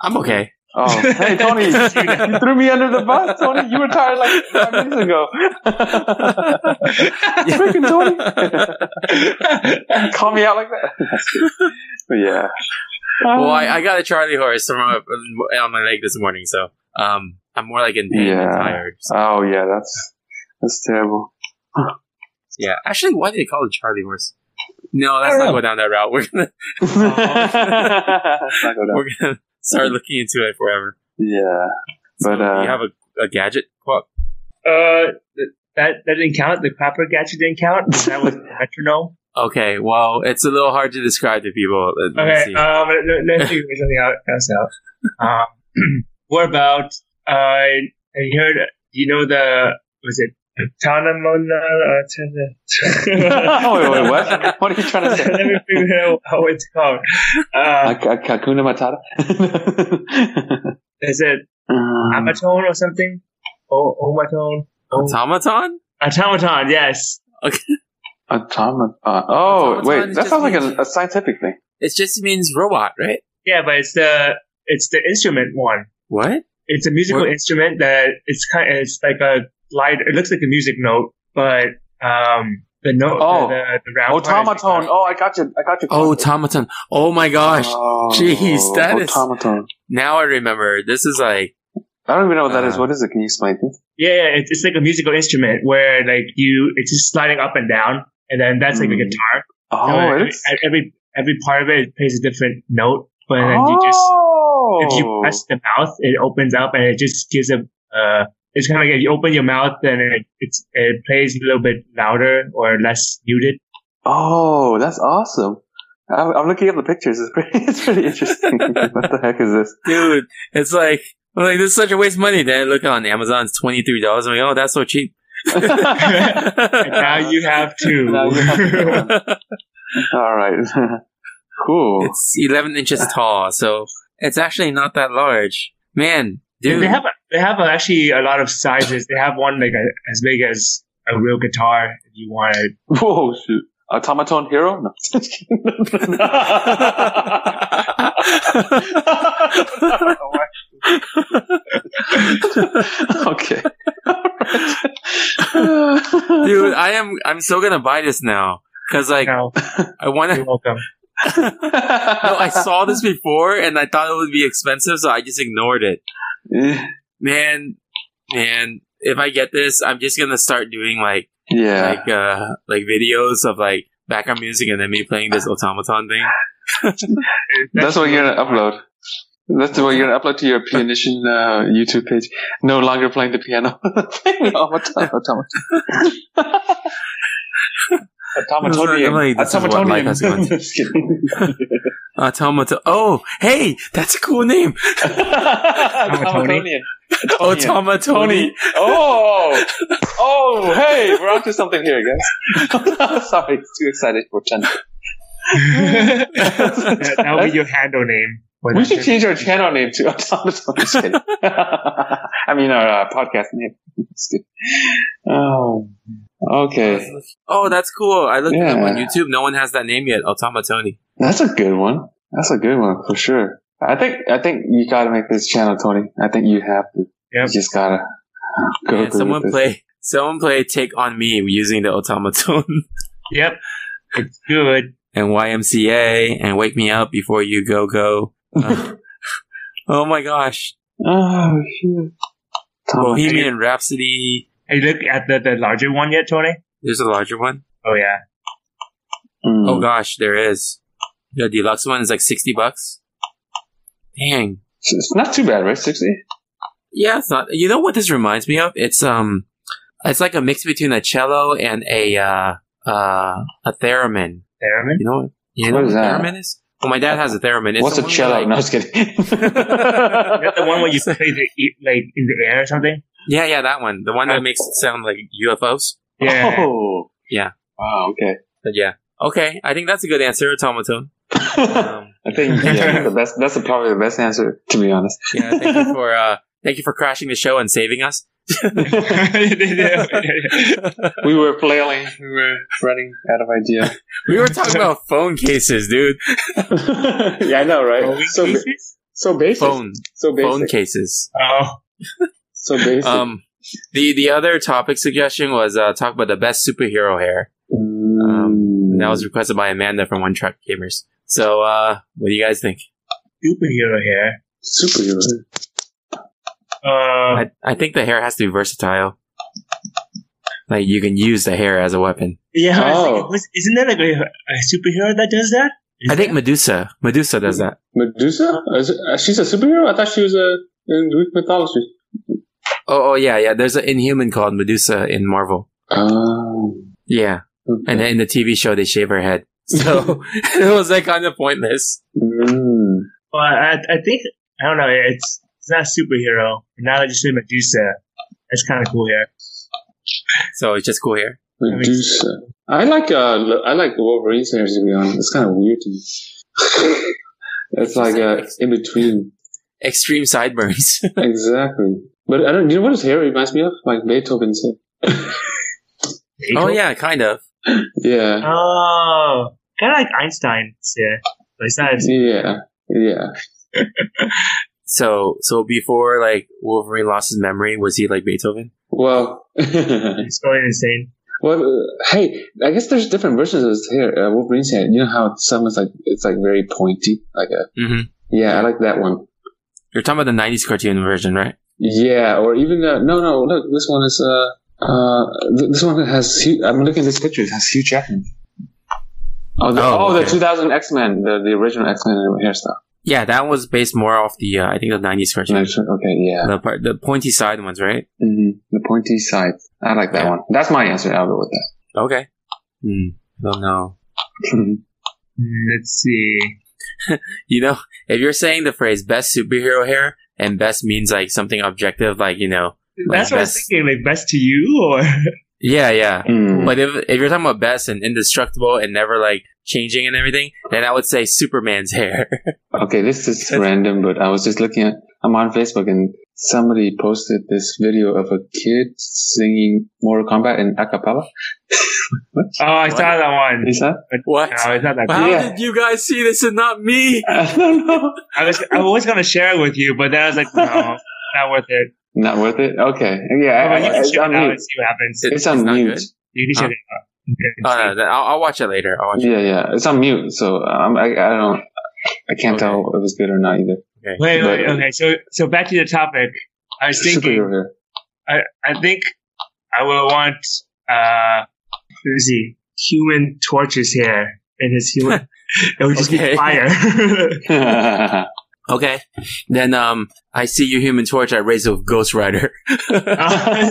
S2: I'm okay.
S3: Oh, hey Tony, you threw me under the bus. Tony, you were tired like five minutes ago. Freaking Tony, call me out like that. but yeah.
S2: Well, I, I got a Charlie horse from uh, on my leg this morning, so um, I'm more like in pain
S3: Yeah.
S2: and tired. So,
S3: oh yeah, that's that's terrible.
S2: yeah, actually, why do they call it Charlie horse? No,
S3: I
S2: let's
S3: don't
S2: not
S3: know.
S2: go down that route. We're gonna
S3: Let's not go down.
S2: we're gonna start looking into it forever.
S3: Yeah, but
S2: you
S3: uh,
S2: have a, a gadget quote.
S8: Uh, th- that, that didn't count. The clapper gadget didn't count. That was the metronome.
S2: Okay, well, it's a little hard to describe to people. Let- let me
S8: Okay,
S2: see.
S8: um, let, let, us figure something out, else out. Um, what about, uh, I heard, you know, the, was it Tanamona?
S3: oh, wait, wait, what? What are you trying to
S8: uh, Let me
S3: say?
S8: figure out how it's called.
S3: Uh,
S8: Uh,
S3: Kakuna Matata.
S8: is it
S3: um,
S8: Amatone or something? Oh, Omatone?
S2: Automaton?
S8: Automaton, yes.
S3: automa- uh, oh,
S2: Automaton
S3: wait, Uh, that
S2: just
S3: sounds like
S2: means-
S3: a, a scientific thing.
S2: It just means robot, right?
S8: Yeah, but it's the it's the instrument one.
S2: What?
S8: It's a musical
S2: What?
S8: instrument that it's kind. It's like a light. It looks like a music note, but um, the note.
S3: Oh.
S8: the, the, the round part is like
S3: Automaton.
S8: a-
S3: Oh, I got you. I got you.
S2: Automaton. Oh my gosh.
S3: Oh,
S2: Jeez, that is-
S3: automaton.
S2: Now I remember. This is like,
S3: I don't even know what that is.
S2: Uh,
S3: What is it? Can you explain it?
S8: Yeah, yeah it's, it's like a musical instrument where like you, it's just sliding up and down, and then that's like a
S3: Mm.
S8: guitar. So
S3: Oh, it
S8: every,
S3: is.
S8: every every part of it plays a different note, but then you just
S3: Oh.
S8: if you press the mouth, it opens up and it just gives a. Uh, it's kind of like if you open your mouth, then it it's, it plays a little bit louder or less muted.
S3: Oh, that's awesome. I'm, I'm looking at the pictures. It's pretty, it's pretty interesting. what the heck is this?
S2: dude, it's like, I'm like, this is such a waste of money. Then I look on Amazon, it's $23. I'm like, oh, that's so cheap.
S8: And now you have two.
S3: Now you have to go on. All right. Cool.
S2: It's 11 inches tall, so it's actually not that large. Man, dude.
S8: They have they have actually a lot of sizes. They have one like a, as big as a real guitar if you want it.
S3: Whoa, shoot. Automaton Hero? No. Just kidding. okay. Alright.
S2: dude, I am I'm so going to buy this now cuz like
S8: No,
S2: I want to
S8: you're welcome.
S2: No, I saw this before and I thought it would be expensive, so I just ignored it.
S3: Eh,
S2: Man, man, if I get this, I'm just going to start doing like
S3: Yeah.
S2: like uh like videos of like background music and then me playing this automaton thing.
S3: That's what you're gonna upload. That's what you're gonna upload to your pianician uh, YouTube page. No longer playing the piano. playing the automaton. automaton.
S2: Automatonium. I'm like, this is what life has gone to.
S3: Just kidding.
S2: Automaton. Oh, hey, that's a cool name.
S3: Automatonium.
S2: Automatoni.
S3: Oh, oh, hey, we're onto something here, guys. Sorry, too excited for ten.
S8: That, that would be your handle name. for
S3: we
S8: that
S3: should
S8: thing.
S3: change our channel name to Automaton. Just kidding. I mean, our uh, podcast name. Just kidding. Oh, okay,
S2: Oh, that's cool. I looked it up on
S3: Yeah.
S2: YouTube. No one has that name yet. Automatoni.
S3: that's a good one. That's a good one for sure. I think I think you gotta make this channel, Tony. I think you have to. You
S8: Yep.
S3: just gotta go.
S2: And
S3: through
S2: someone
S3: with this.
S2: play. Someone play "Take on Me" using the automaton
S8: Yep. It's good.
S2: and YMCA and "Wake Me Up Before You Go Go." Uh, oh my gosh,
S3: Oh shit.
S2: Bohemian Rhapsody.
S8: Have you looked at the, the larger one yet, Tony?
S2: There's a larger one.
S8: Oh yeah.
S3: Mm.
S2: Oh gosh, there is. The deluxe one is like sixty bucks. Dang.
S3: It's it's not too bad, right? 60?
S2: Yeah, it's not. You know what this reminds me of? It's um, it's like a mix between a cello and a uh, uh, a theremin.
S8: Theremin?
S2: You know what? You know
S3: What
S2: what,
S3: is
S2: a
S3: that?
S2: theremin is? Well, my dad has a theremin. It's
S3: What's
S2: the
S3: a
S2: one
S3: cello?
S2: where,
S3: no,
S2: like-
S3: I was kidding.
S8: Is that the one where you play the e- like in the air or something?
S2: Yeah, yeah, that one. The one
S3: Uh,
S2: that makes it sound like UFOs.
S8: Yeah.
S3: Oh.
S2: Yeah.
S3: Wow, okay.
S2: But yeah. Okay, I think that's a good answer, automaton. Um,
S3: I think yeah, that's the best, that's probably the best answer, to be honest.
S2: yeah, thank you for uh, thank you for crashing the show and saving us.
S3: we were flailing. We were running out of idea.
S2: We were talking about phone cases, dude.
S3: yeah, I know, right? so, ba-
S8: pieces?
S3: so basic.
S2: Phone
S3: So basic.
S2: phone cases.
S8: Oh,
S3: So basic.
S2: Um, the the other topic suggestion was uh, talk about the best superhero hair.
S3: Mm.
S2: And that was requested by Amanda from One Track Gamers. So, uh, what do you guys think?
S8: superhero hair.
S3: superhero.
S8: Uh,
S2: I, I think the hair has to be versatile. Like you can use the hair as a weapon.
S8: yeah. I was thinking,
S3: Oh.
S8: was- isn't there like a, a superhero that does that?
S2: I think Medusa. Medusa does that.
S3: Medusa? Is- uh, She's a superhero? I thought she was a, in Greek mythology.
S2: Oh, oh yeah, yeah. There's an Inhuman called Medusa in Marvel.
S3: Oh.
S2: Yeah,
S3: Okay.
S2: and then in the TV show they shave her head, so it was like kind of pointless.
S3: Mm.
S8: Well, I, I think I don't know. It's it's not superhero. And now that you say Medusa, that's kind of cool hair.
S2: So it's just cool hair.
S8: makes
S3: Medusa. I like uh, l- I like Wolverine's hair to be honest. It's kind of weird to me. it's like uh, in between,
S2: Extreme sideburns.
S3: exactly. But I don't. You know what his hair reminds me of? Like Beethoven's hair.
S2: oh yeah, kind of.
S3: Yeah,
S8: Oh, kind of like Einstein's hair. But it's not.
S3: yeah, yeah.
S2: So, so before like Wolverine lost his memory, was he like Beethoven?
S3: Well,
S8: It's going insane.
S3: well. uh, Hey, I guess there's different versions of his hair. Uh, Wolverine's hair. You know how some is like it's like very pointy, like a
S2: Mm-hmm.
S3: yeah. I like that one.
S2: You're talking about the '90s cartoon version, right?
S3: Yeah, or even uh, no, no. Look, this one is uh, uh, th- this one has. Hugh, I'm looking at this picture. It has Hugh Jackman. Oh, the,
S2: Oh,
S3: oh,
S2: okay.
S3: the 2000 X Men, the, the original X Men hairstyle.
S2: Yeah, that was based more off the uh, I think the '90s cartoon,
S3: Okay, yeah,
S2: the part, the pointy side ones, right?
S3: hmm the pointy side. I like that
S2: Yeah.
S3: one. That's my answer. I'll go with that.
S2: Okay. Hmm. Don't know.
S8: Mm, Let's see.
S2: You know, if you're saying the phrase "best superhero hair" and "best" means like something objective, like you know, Like
S8: That's what I was
S2: best-
S8: thinking. Like best to you, or
S2: yeah, yeah,
S3: Mm.
S2: But if if you're talking about best and indestructible and never like changing and everything, then I would say Superman's hair.
S3: Okay, this is
S2: That's-
S3: random, but I was just looking at. I'm on Facebook and somebody posted this video of a kid singing Mortal Kombat in acapella.
S8: Oh, I saw that one.
S3: Is that?
S2: what?
S8: No, it's not that
S2: How
S8: good.
S3: Yeah.
S2: did you guys see this and not me?
S3: I don't know.
S8: I was I was gonna share it with you, but then I was like, no, not worth it.
S3: Not worth it. Okay.
S2: Uh,
S3: Yeah, I,
S8: Oh,
S3: I,
S8: you can
S3: it's
S8: check
S3: on
S8: it out
S3: mute.
S8: and see what happens.
S2: It-
S3: It's on
S2: not
S3: mute.
S2: good?
S8: You can check it
S2: Oh
S8: out.
S2: no, then I'll, I'll watch it later. I'll watch it.
S3: Yeah, yeah, it's on mute. So um, I, I don't. I can't
S2: Okay.
S3: tell if it was good or not either.
S8: Wait, wait,
S3: But-
S8: okay. So, so back to the topic. I was thinking.
S3: Superhero.
S8: I, I think I will want. Uh, let's see. Human torches here, and his human. it would just
S2: Okay.
S8: be fire.
S2: Okay. Then um, I see you, Human Torch. I raise a Ghost Rider.
S8: uh,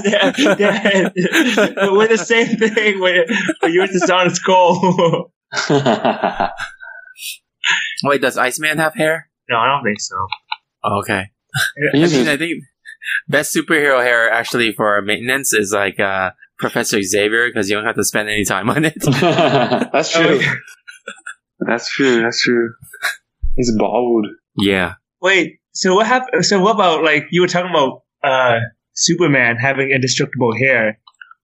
S8: that, that, we're the same thing. We're, we're yours is on its goal.
S2: Wait, does Iceman have hair?
S8: no, I don't think so.
S2: Oh, okay. I
S3: He's
S2: mean,
S3: just-
S2: I think best superhero hair actually for our maintenance is like uh, Professor Xavier because you don't have to spend any time on it.
S3: that's true.
S8: Okay.
S3: That's true. That's true. He's bald.
S2: yeah.
S8: Wait. So what happened? So what about like you were talking about uh, Superman having indestructible hair?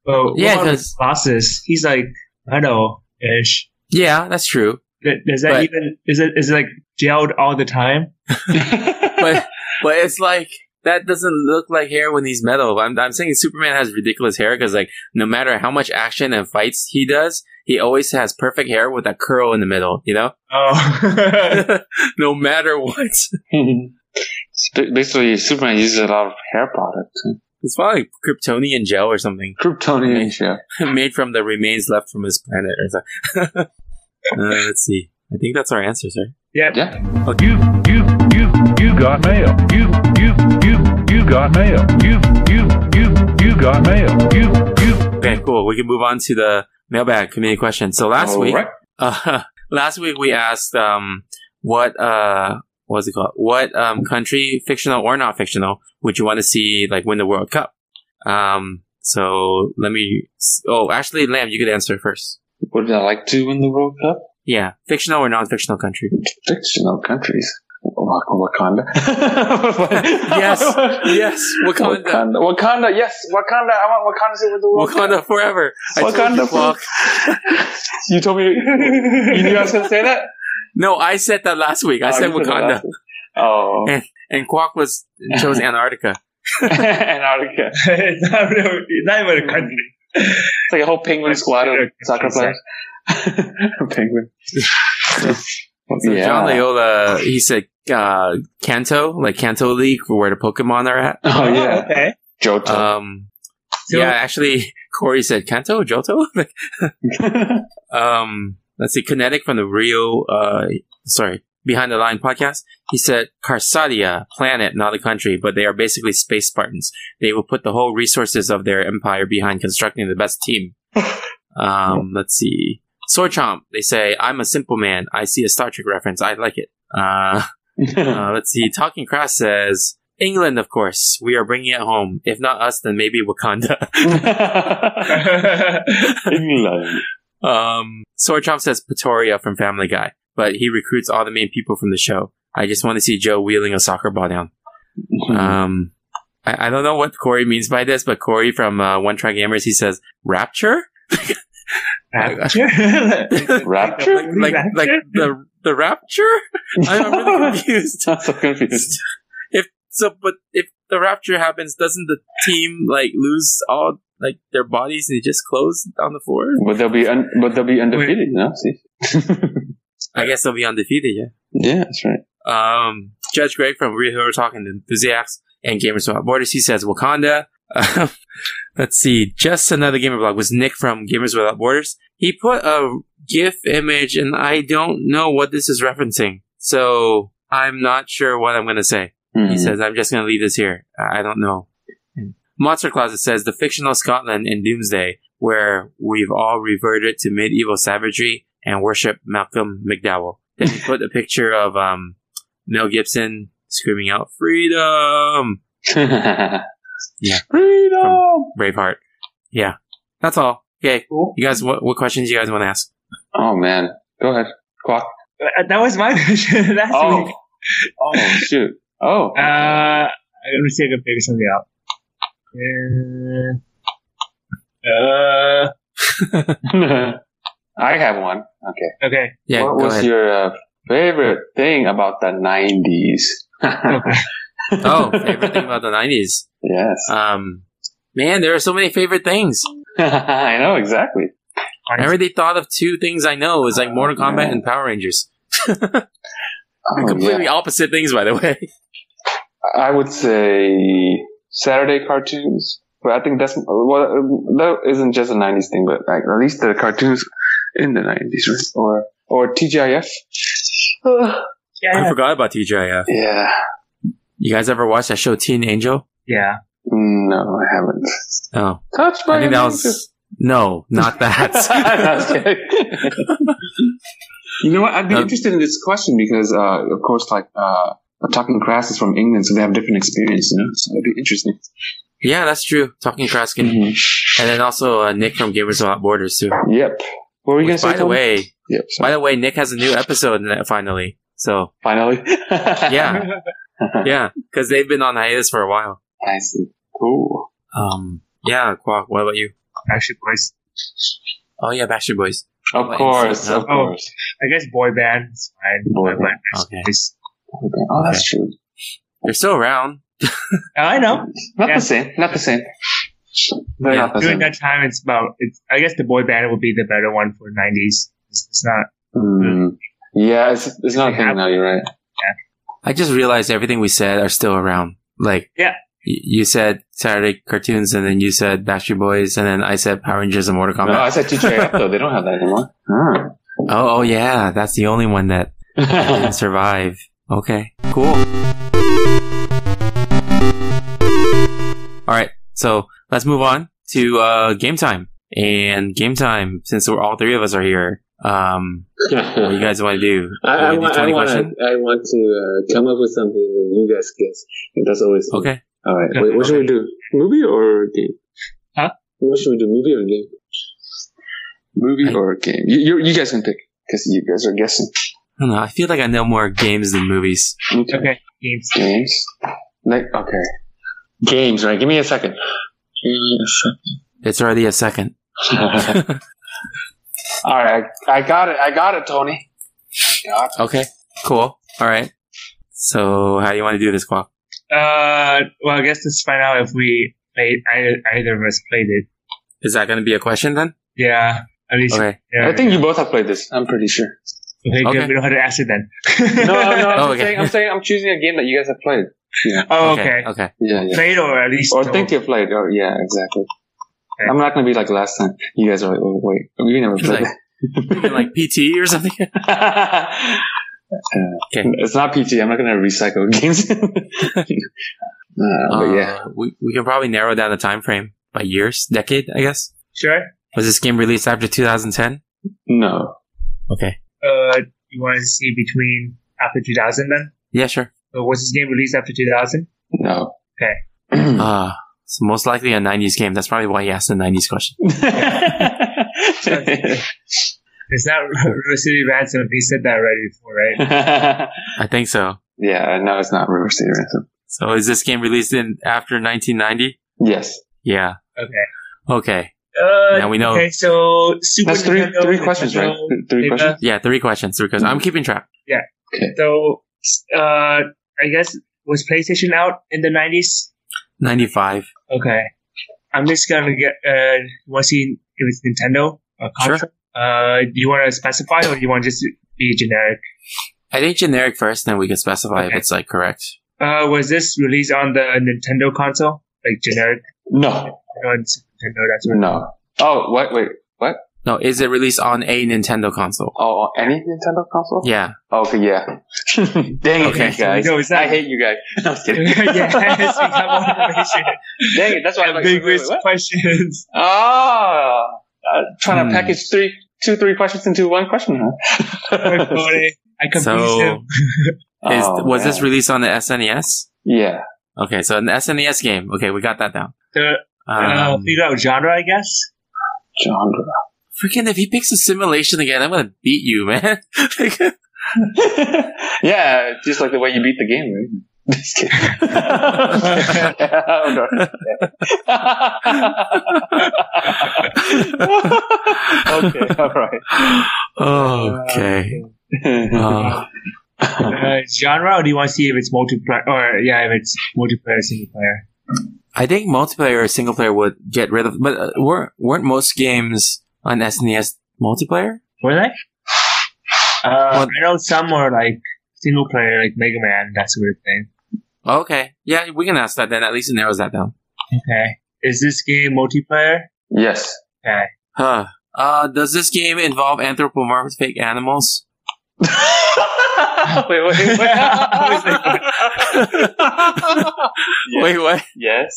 S8: Well,
S2: Yeah,
S8: what about
S2: 'cause-
S8: his bosses? He's like I know ish.
S2: Yeah, that's true.
S8: Th- Does that
S2: But-
S8: even is it is it like jailed all the time?
S2: But but it's like that doesn't look like hair when he's metal. I'm I'm saying Superman has ridiculous hair because like no matter how much action and fights he does, he always has perfect hair with a curl in the middle. You know,
S8: Oh,
S2: no matter what.
S3: It's ba- Basically, Superman uses a lot of hair products.
S2: It's probably like Kryptonian gel or something
S3: Kryptonian shit.
S2: made from the remains left from his planet or something. uh, let's see. I think that's our answer, sir.
S8: yeah.
S3: Yeah.
S9: You, you, you, you got mail. You, you, you, you got mail. You, you, you, you got mail. You, you.
S2: Okay, cool. We can move on to the mailbag community question. So last
S3: All
S2: week,
S3: right.
S2: uh, last week we asked um, what uh, what's it called? What um, country, fictional or not fictional, would you want to see like win the World Cup? Um, so let me. Oh, actually, Lamb, you could answer first.
S3: Would I like to win the World Cup?
S2: Yeah, fictional or non-fictional country.
S3: Fictional countries. Wa- Wakanda.
S2: Yes. yes, Wakanda.
S3: Wakanda. Wakanda. Yes. Wakanda. I want Wakanda to win the World Cup.
S2: Wakanda forever. I told you,
S3: Wakanda
S2: Flock.
S3: You told me you knew I was going to say that.
S2: No, I said that last week. I
S3: Oh,
S2: said
S3: you said that
S2: Wakanda,
S3: last week. Oh,
S2: and Quack was chose Antarctica.
S3: Antarctica.
S8: it's not, really, not even a country.
S3: It's like a whole penguin squad of soccer players. penguin.
S2: So John Leola, he said uh, Kanto, like Kanto League, where the Pokemon are at.
S3: Oh yeah,
S8: okay.
S3: Johto.
S2: Um,
S8: So-
S2: yeah, actually, Corey said Kanto, Johto. um, let's see, Kinetic from the Rio, uh, sorry, Behind the Line podcast. He said Carsadia, planet, not a country, but they are basically space Spartans. They will put the whole resources of their empire behind constructing the best team. Um, let's see. Sorchomp, they say, I'm a simple man. I see a Star Trek reference. I like it. Uh, uh, let's see. Talking Crass says, England, of course. We are bringing it home. If not us, then maybe Wakanda.
S3: England.
S2: um, Sorchomp says Pretoria from Family Guy, but he recruits all the main people from the show. I just want to see Joe wheeling a soccer ball down. Um, I, I don't know what Corey means by this, but Corey from uh, One Track Gamers, he says, Rapture?
S8: Rapture?
S3: Rapture?
S2: Like, like the, the Rapture? I'm really confused.
S3: I'm so confused.
S2: if so, but if the rapture happens, doesn't the team like lose all like their bodies and they just close on the floor?
S3: But they'll be un- but they'll be undefeated, you know? See?
S2: I guess they'll be undefeated. Yeah.
S3: yeah, that's right.
S2: Um, Judge Greg from Real Hero Talking Enthusiasts and Gamers Without Borders. He says Wakanda. Um, let's see. Just another gamer blog was Nick from Gamers Without Borders. He put a GIF image, and I don't know what this is referencing, so I'm not sure what I'm gonna say.
S3: Hmm.
S2: He says, I'm just going to leave this here. I I don't know. Monster Closet says, the fictional Scotland in Doomsday, where we've all reverted to medieval savagery and worship Malcolm McDowell. Then he put a picture of um, Mel Gibson screaming out, freedom,
S3: Hmm.
S2: Yeah.
S3: Freedom.
S2: Braveheart. Yeah, that's all. Okay,
S8: Cool.
S2: you guys, what, what questions you guys want to ask?
S3: Oh man, go ahead. Clock.
S8: Uh, That was my question last
S3: Oh,
S8: week.
S3: oh shoot. Oh,
S8: Uh, let me see if I can figure something out. Uh, uh,
S3: I have one. Okay.
S8: okay.
S2: Yeah,
S3: what
S2: go
S3: was
S2: ahead.
S3: your uh, favorite thing about the nineties?
S2: oh, favorite thing about the nineties.
S3: Yes.
S2: Um, man, there are so many favorite things.
S3: I know exactly.
S2: I already thought of two things I know is like Mortal Kombat and Power Rangers.
S3: Oh,
S2: Completely
S3: yeah.
S2: opposite things, by the way.
S3: I would say Saturday cartoons. But I think that's well, um, that isn't just a nineties thing, but like at least the cartoons in the nineties, right? Or or TGIF. Uh,
S2: I
S8: Yeah.
S2: forgot about TGIF.
S3: yeah.
S2: You guys ever watch that show Teen Angel?
S8: Yeah.
S3: No, I haven't.
S2: Oh,
S3: Touched by
S2: I think that
S3: an
S2: was no, not
S3: I'm
S2: that.
S3: not kidding. you know what? I'd be
S2: Um,
S3: interested in this question because, uh, of course, like uh, talking grass is from England, so they have different experience. You know, so it'd be interesting.
S2: yeah, that's true. Talking Kraskin,
S3: Mm-hmm.
S2: and then also uh, Nick from Gamers Without Borders too.
S3: Yep. What were you gonna
S2: Which,
S3: say?
S2: by the
S3: Tom?
S2: way,
S3: yep.
S2: by
S3: sorry.
S2: the way, Nick has a new episode in it finally. So
S3: Finally.
S2: yeah, yeah, because they've been on hiatus for a while.
S3: I see. Cool.
S2: Um, yeah, Quack. What about you?
S8: Actually, boys.
S2: Oh yeah, Backstreet Boys.
S3: Of
S2: Wait,
S3: course,
S2: so-
S3: of course.
S8: I guess boy band is fine.
S3: Boy
S8: Boy band.
S2: Okay.
S8: It's-
S3: Oh, that's true.
S2: They're still around.
S8: uh, I know.
S3: Not
S8: Yeah.
S3: the same. Not the same. They're
S2: Yeah,
S3: not the
S8: During
S3: same.
S8: that time, it's about. It's, I guess the boy band would be the better one for '90s. It's, it's not.
S3: Mm. Yeah, it's, it's not a
S8: They
S3: thing
S8: have-
S3: now. You're right.
S2: I just realized everything we said are still around. Like,
S8: Yeah.
S2: y- you said Saturday cartoons, and then you said Backstreet Boys, and then I said Power Rangers and Mortal
S3: No, I
S2: Kombat.
S3: said TGIF though. They don't have that anymore. Ah.
S2: Oh, oh yeah, that's the only one that didn't survive. Okay, cool. All right, so let's move on to uh, game time. And game time, since we're all three of us are here, um, what you guys want to do?
S7: I, I,
S2: Wanna do
S7: want, I,
S2: 20
S7: want,
S2: question?
S7: I want to uh, come up with something and you guys guess. And that's always fun.
S2: Okay.
S7: All right. Wait, what should we do? Movie or game?
S8: Huh?
S7: What should we do? Movie or game?
S3: movie
S2: I-
S3: or game? You, you, you guys can pick because you guys are guessing.
S2: I don't know. I feel like I know more games than movies.
S3: Okay.
S8: Okay. Games.
S3: Games. Like okay. Games, right? Give me a second. Give me a second.
S2: It's already a second.
S3: All right, I, I got it. I got it, Tony. I got it.
S2: Okay. Cool. All right. So how do you want to do this, Quack?
S8: Uh. Well, I guess let's find out if we played. Either, either of us played it.
S2: Is that going to be a question then?
S8: Yeah. At least.
S2: Okay.
S8: Yeah.
S3: I think you both have played this. I'm pretty sure.
S8: Okay, good.
S2: Okay.
S8: We know how to ask it then.
S3: No, no, I'm just
S2: Oh, okay.
S3: saying. I'm saying I'm choosing a game that you guys have played.
S8: Oh, okay.
S2: Okay.
S3: Yeah, yeah.
S8: Played or at least.
S3: Or think you've played. Or yeah, exactly.
S8: Okay.
S3: I'm not gonna be like last time. You guys are like, oh, wait, we never played.
S2: Like- Even like PT or something.
S3: that.
S2: Okay.
S3: It's not PT. I'm not gonna recycle games. uh, but
S8: Oh,
S3: yeah,
S2: Uh, we we can probably narrow down the time frame by years, decade, I guess.
S8: Sure.
S2: Was this game released after 2010?
S3: no.
S2: Okay.
S8: Uh, you want to see between after 2000 then?
S2: Yeah, sure.
S8: So was this game released after 2000?
S3: No.
S8: Okay. Hmm.
S2: Uh, it's most likely a 90s game. That's probably why he asked the 90s question.
S8: It's not River City Ransom. He said that already before, right?
S2: I think so.
S3: yeah, no, it's not River City Ransom.
S2: So is this game released in after 1990?
S3: Yes.
S2: Yeah.
S8: Okay.
S2: Okay.
S8: Uh,
S2: Now we know.
S8: Okay, so Super
S3: That's three
S8: Nintendo,
S3: three questions, right?
S8: Nintendo,
S3: Th- Three
S8: Sega.
S3: questions?
S2: Yeah, three questions because
S8: Hmm.
S2: I'm keeping track.
S8: So, uh, I guess was PlayStation out in the 90s?
S2: 95.
S8: Okay. I'm just gonna get. Uh, you want to see if it's Nintendo or console? Uh, do you want to specify or do you want to just be generic?
S2: I think generic first, then we can specify if
S8: Okay.
S2: it's like correct.
S8: Uh, was this released on the Nintendo console? Like generic
S3: No.
S8: you know, on Super Nintendo? That's what.
S3: No. Oh, what? Wait. What?
S2: No, is it released on a Nintendo console?
S3: Oh, any Nintendo console? Oh,
S2: Yeah.
S3: Okay, yeah. Dang it,
S2: Okay.
S3: you guys.
S8: No, it's not-
S3: I hate you guys. No, I'm kidding.
S8: yes, we have more information.
S3: Dang it, that's why I'm like, wait, wait,
S8: Ambiguous
S3: what?
S8: questions.
S3: Ah, uh, trying
S2: Hmm.
S3: to package three, two, three questions into one question, huh?
S8: Funny. I confused
S2: So,
S8: him.
S2: is,
S3: Oh,
S2: was this
S3: man.
S2: released on the SNES?
S3: Yeah.
S2: Okay, E so an SNES game. Okay, we got that down.
S8: The, uh,
S2: Um,
S8: figure out genre, I guess.
S3: genre.
S2: Freaking, if he picks a simulation again, I'm gonna beat you, man.
S3: yeah, just like the way you beat the game, right? Just kidding. Oh, no. okay, all right.
S2: okay.
S8: Uh-huh.
S2: Uh,
S8: Uh, genre, or do you want to see if it's multiplayer? Or yeah, if it's multiplayer, single player.
S2: I think multiplayer or single player would get rid of, but uh, weren't weren't most games on SNES multiplayer?
S8: Were they? Uh,
S2: What-
S8: I know some were like single player, like Mega Man, that sort of thing.
S2: Okay, yeah, we can ask that then. At least it narrows that down.
S8: Okay, is this game multiplayer?
S3: Yes.
S8: Okay.
S2: Huh. Uh, does this game involve anthropomorphic animals?
S3: wait, wait, wait.
S2: Wait, what?
S3: yes.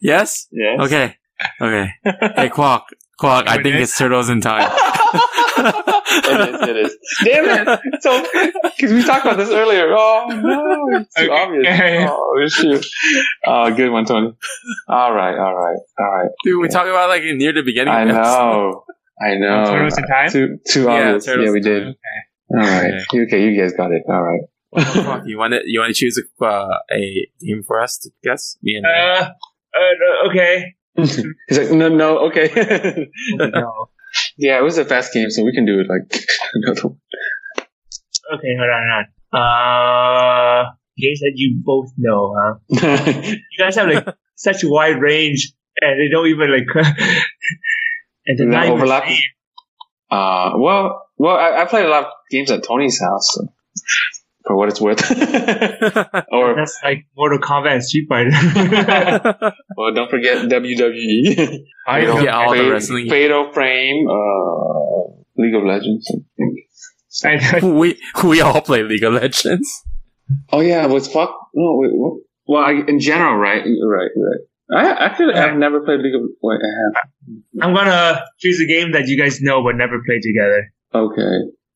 S2: Yes?
S3: Yes.
S2: Okay. Okay. Hey, Quark. Quark, I think it's Turtles in Time.
S3: It is, it is. Damn it! So, because we talked about this earlier. Oh no, it's too
S8: Okay.
S3: obvious. Oh shoot! Oh, good one, Tony. All right, all right, all right.
S2: Dude, we talked about like near the beginning.
S3: I
S2: of the episode.
S3: know. I know.
S8: Turtles in Time?
S3: Too, too
S2: Yeah,
S3: obvious.
S2: Turtles
S3: Yeah, we
S2: in
S3: did.
S2: Time.
S3: All right.
S2: Okay.
S3: You- Okay, you guys got it. All right.
S2: Quark, you want to you want to choose a, uh, a game for us to guess? Me and
S8: Uh, uh, okay.
S3: He's like, no, no, okay.
S8: Oh, no.
S3: yeah, it was a fast game, so we can do it like another one.
S8: Okay, hold on, hold on. Uh, games that you both know, huh? You guys have like such a wide range, and they don't even like. and they're
S3: Not
S8: not even
S3: overlap?
S8: same.
S3: uh, well, well, I, I played a lot of games at Tony's house, so, for what it's worth. Uh, or,
S8: That's like Mortal Kombat and Street Fighter.
S3: well, don't forget WWE.
S8: I
S2: You
S8: don't
S2: don't get all the
S3: Fatal-
S2: wrestling.
S3: Fatal Frame, uh, League of Legends.
S8: I,
S2: we we all play League of Legends.
S3: Oh yeah, was fuck. No, wait, what? Well, I, in general, right, right, right. I actually I've never played League of. Wait, I have.
S8: I'm gonna choose a game that you guys know but never played together,
S3: Okay.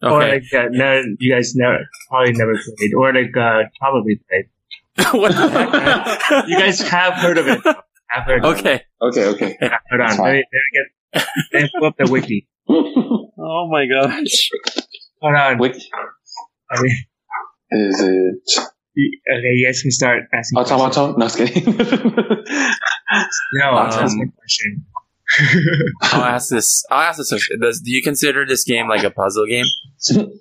S8: or
S2: Okay.
S8: like uh, no, you guys never probably never played, or like uh, probably played.
S2: what the heck?
S8: You guys have heard of it. Have heard. Of it.
S2: Okay.
S3: Okay. Okay.
S8: Hold on.
S3: That's
S8: Let
S3: fine.
S8: me, let me get let me pull up the wiki.
S2: Oh my gosh.
S8: Hold on.
S3: Which
S8: I mean,
S3: is it? oh,
S8: you- okay, you guys can start asking. questions.
S3: Automaton? No, just kidding.
S8: No, I'll ask
S2: Um,
S8: my question.
S2: I'll ask this. I'll ask this. question. Does, do you consider this game like a puzzle game?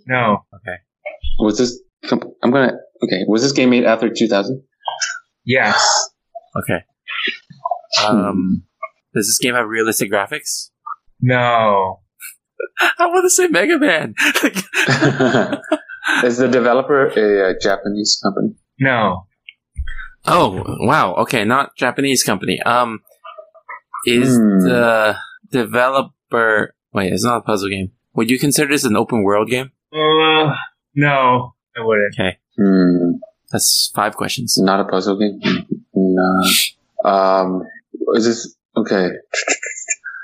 S8: no.
S3: was this? come- I'm gonna. Okay. Was this game made after 2000?
S8: Yes.
S2: Okay.
S3: Hmm.
S2: Um, does this game have realistic graphics?
S8: No.
S2: I want to say Mega Man.
S3: is the developer a, uh Japanese company?
S8: No.
S2: oh wow. Okay, not Japanese company. Um, is
S3: Hmm.
S2: the developer? Wait, it's not a puzzle game. Would you consider this an open world game?
S8: Uh, no. I wouldn't.
S3: Hmm.
S2: That's five questions.
S3: It's not a puzzle game. No. Um, is this okay?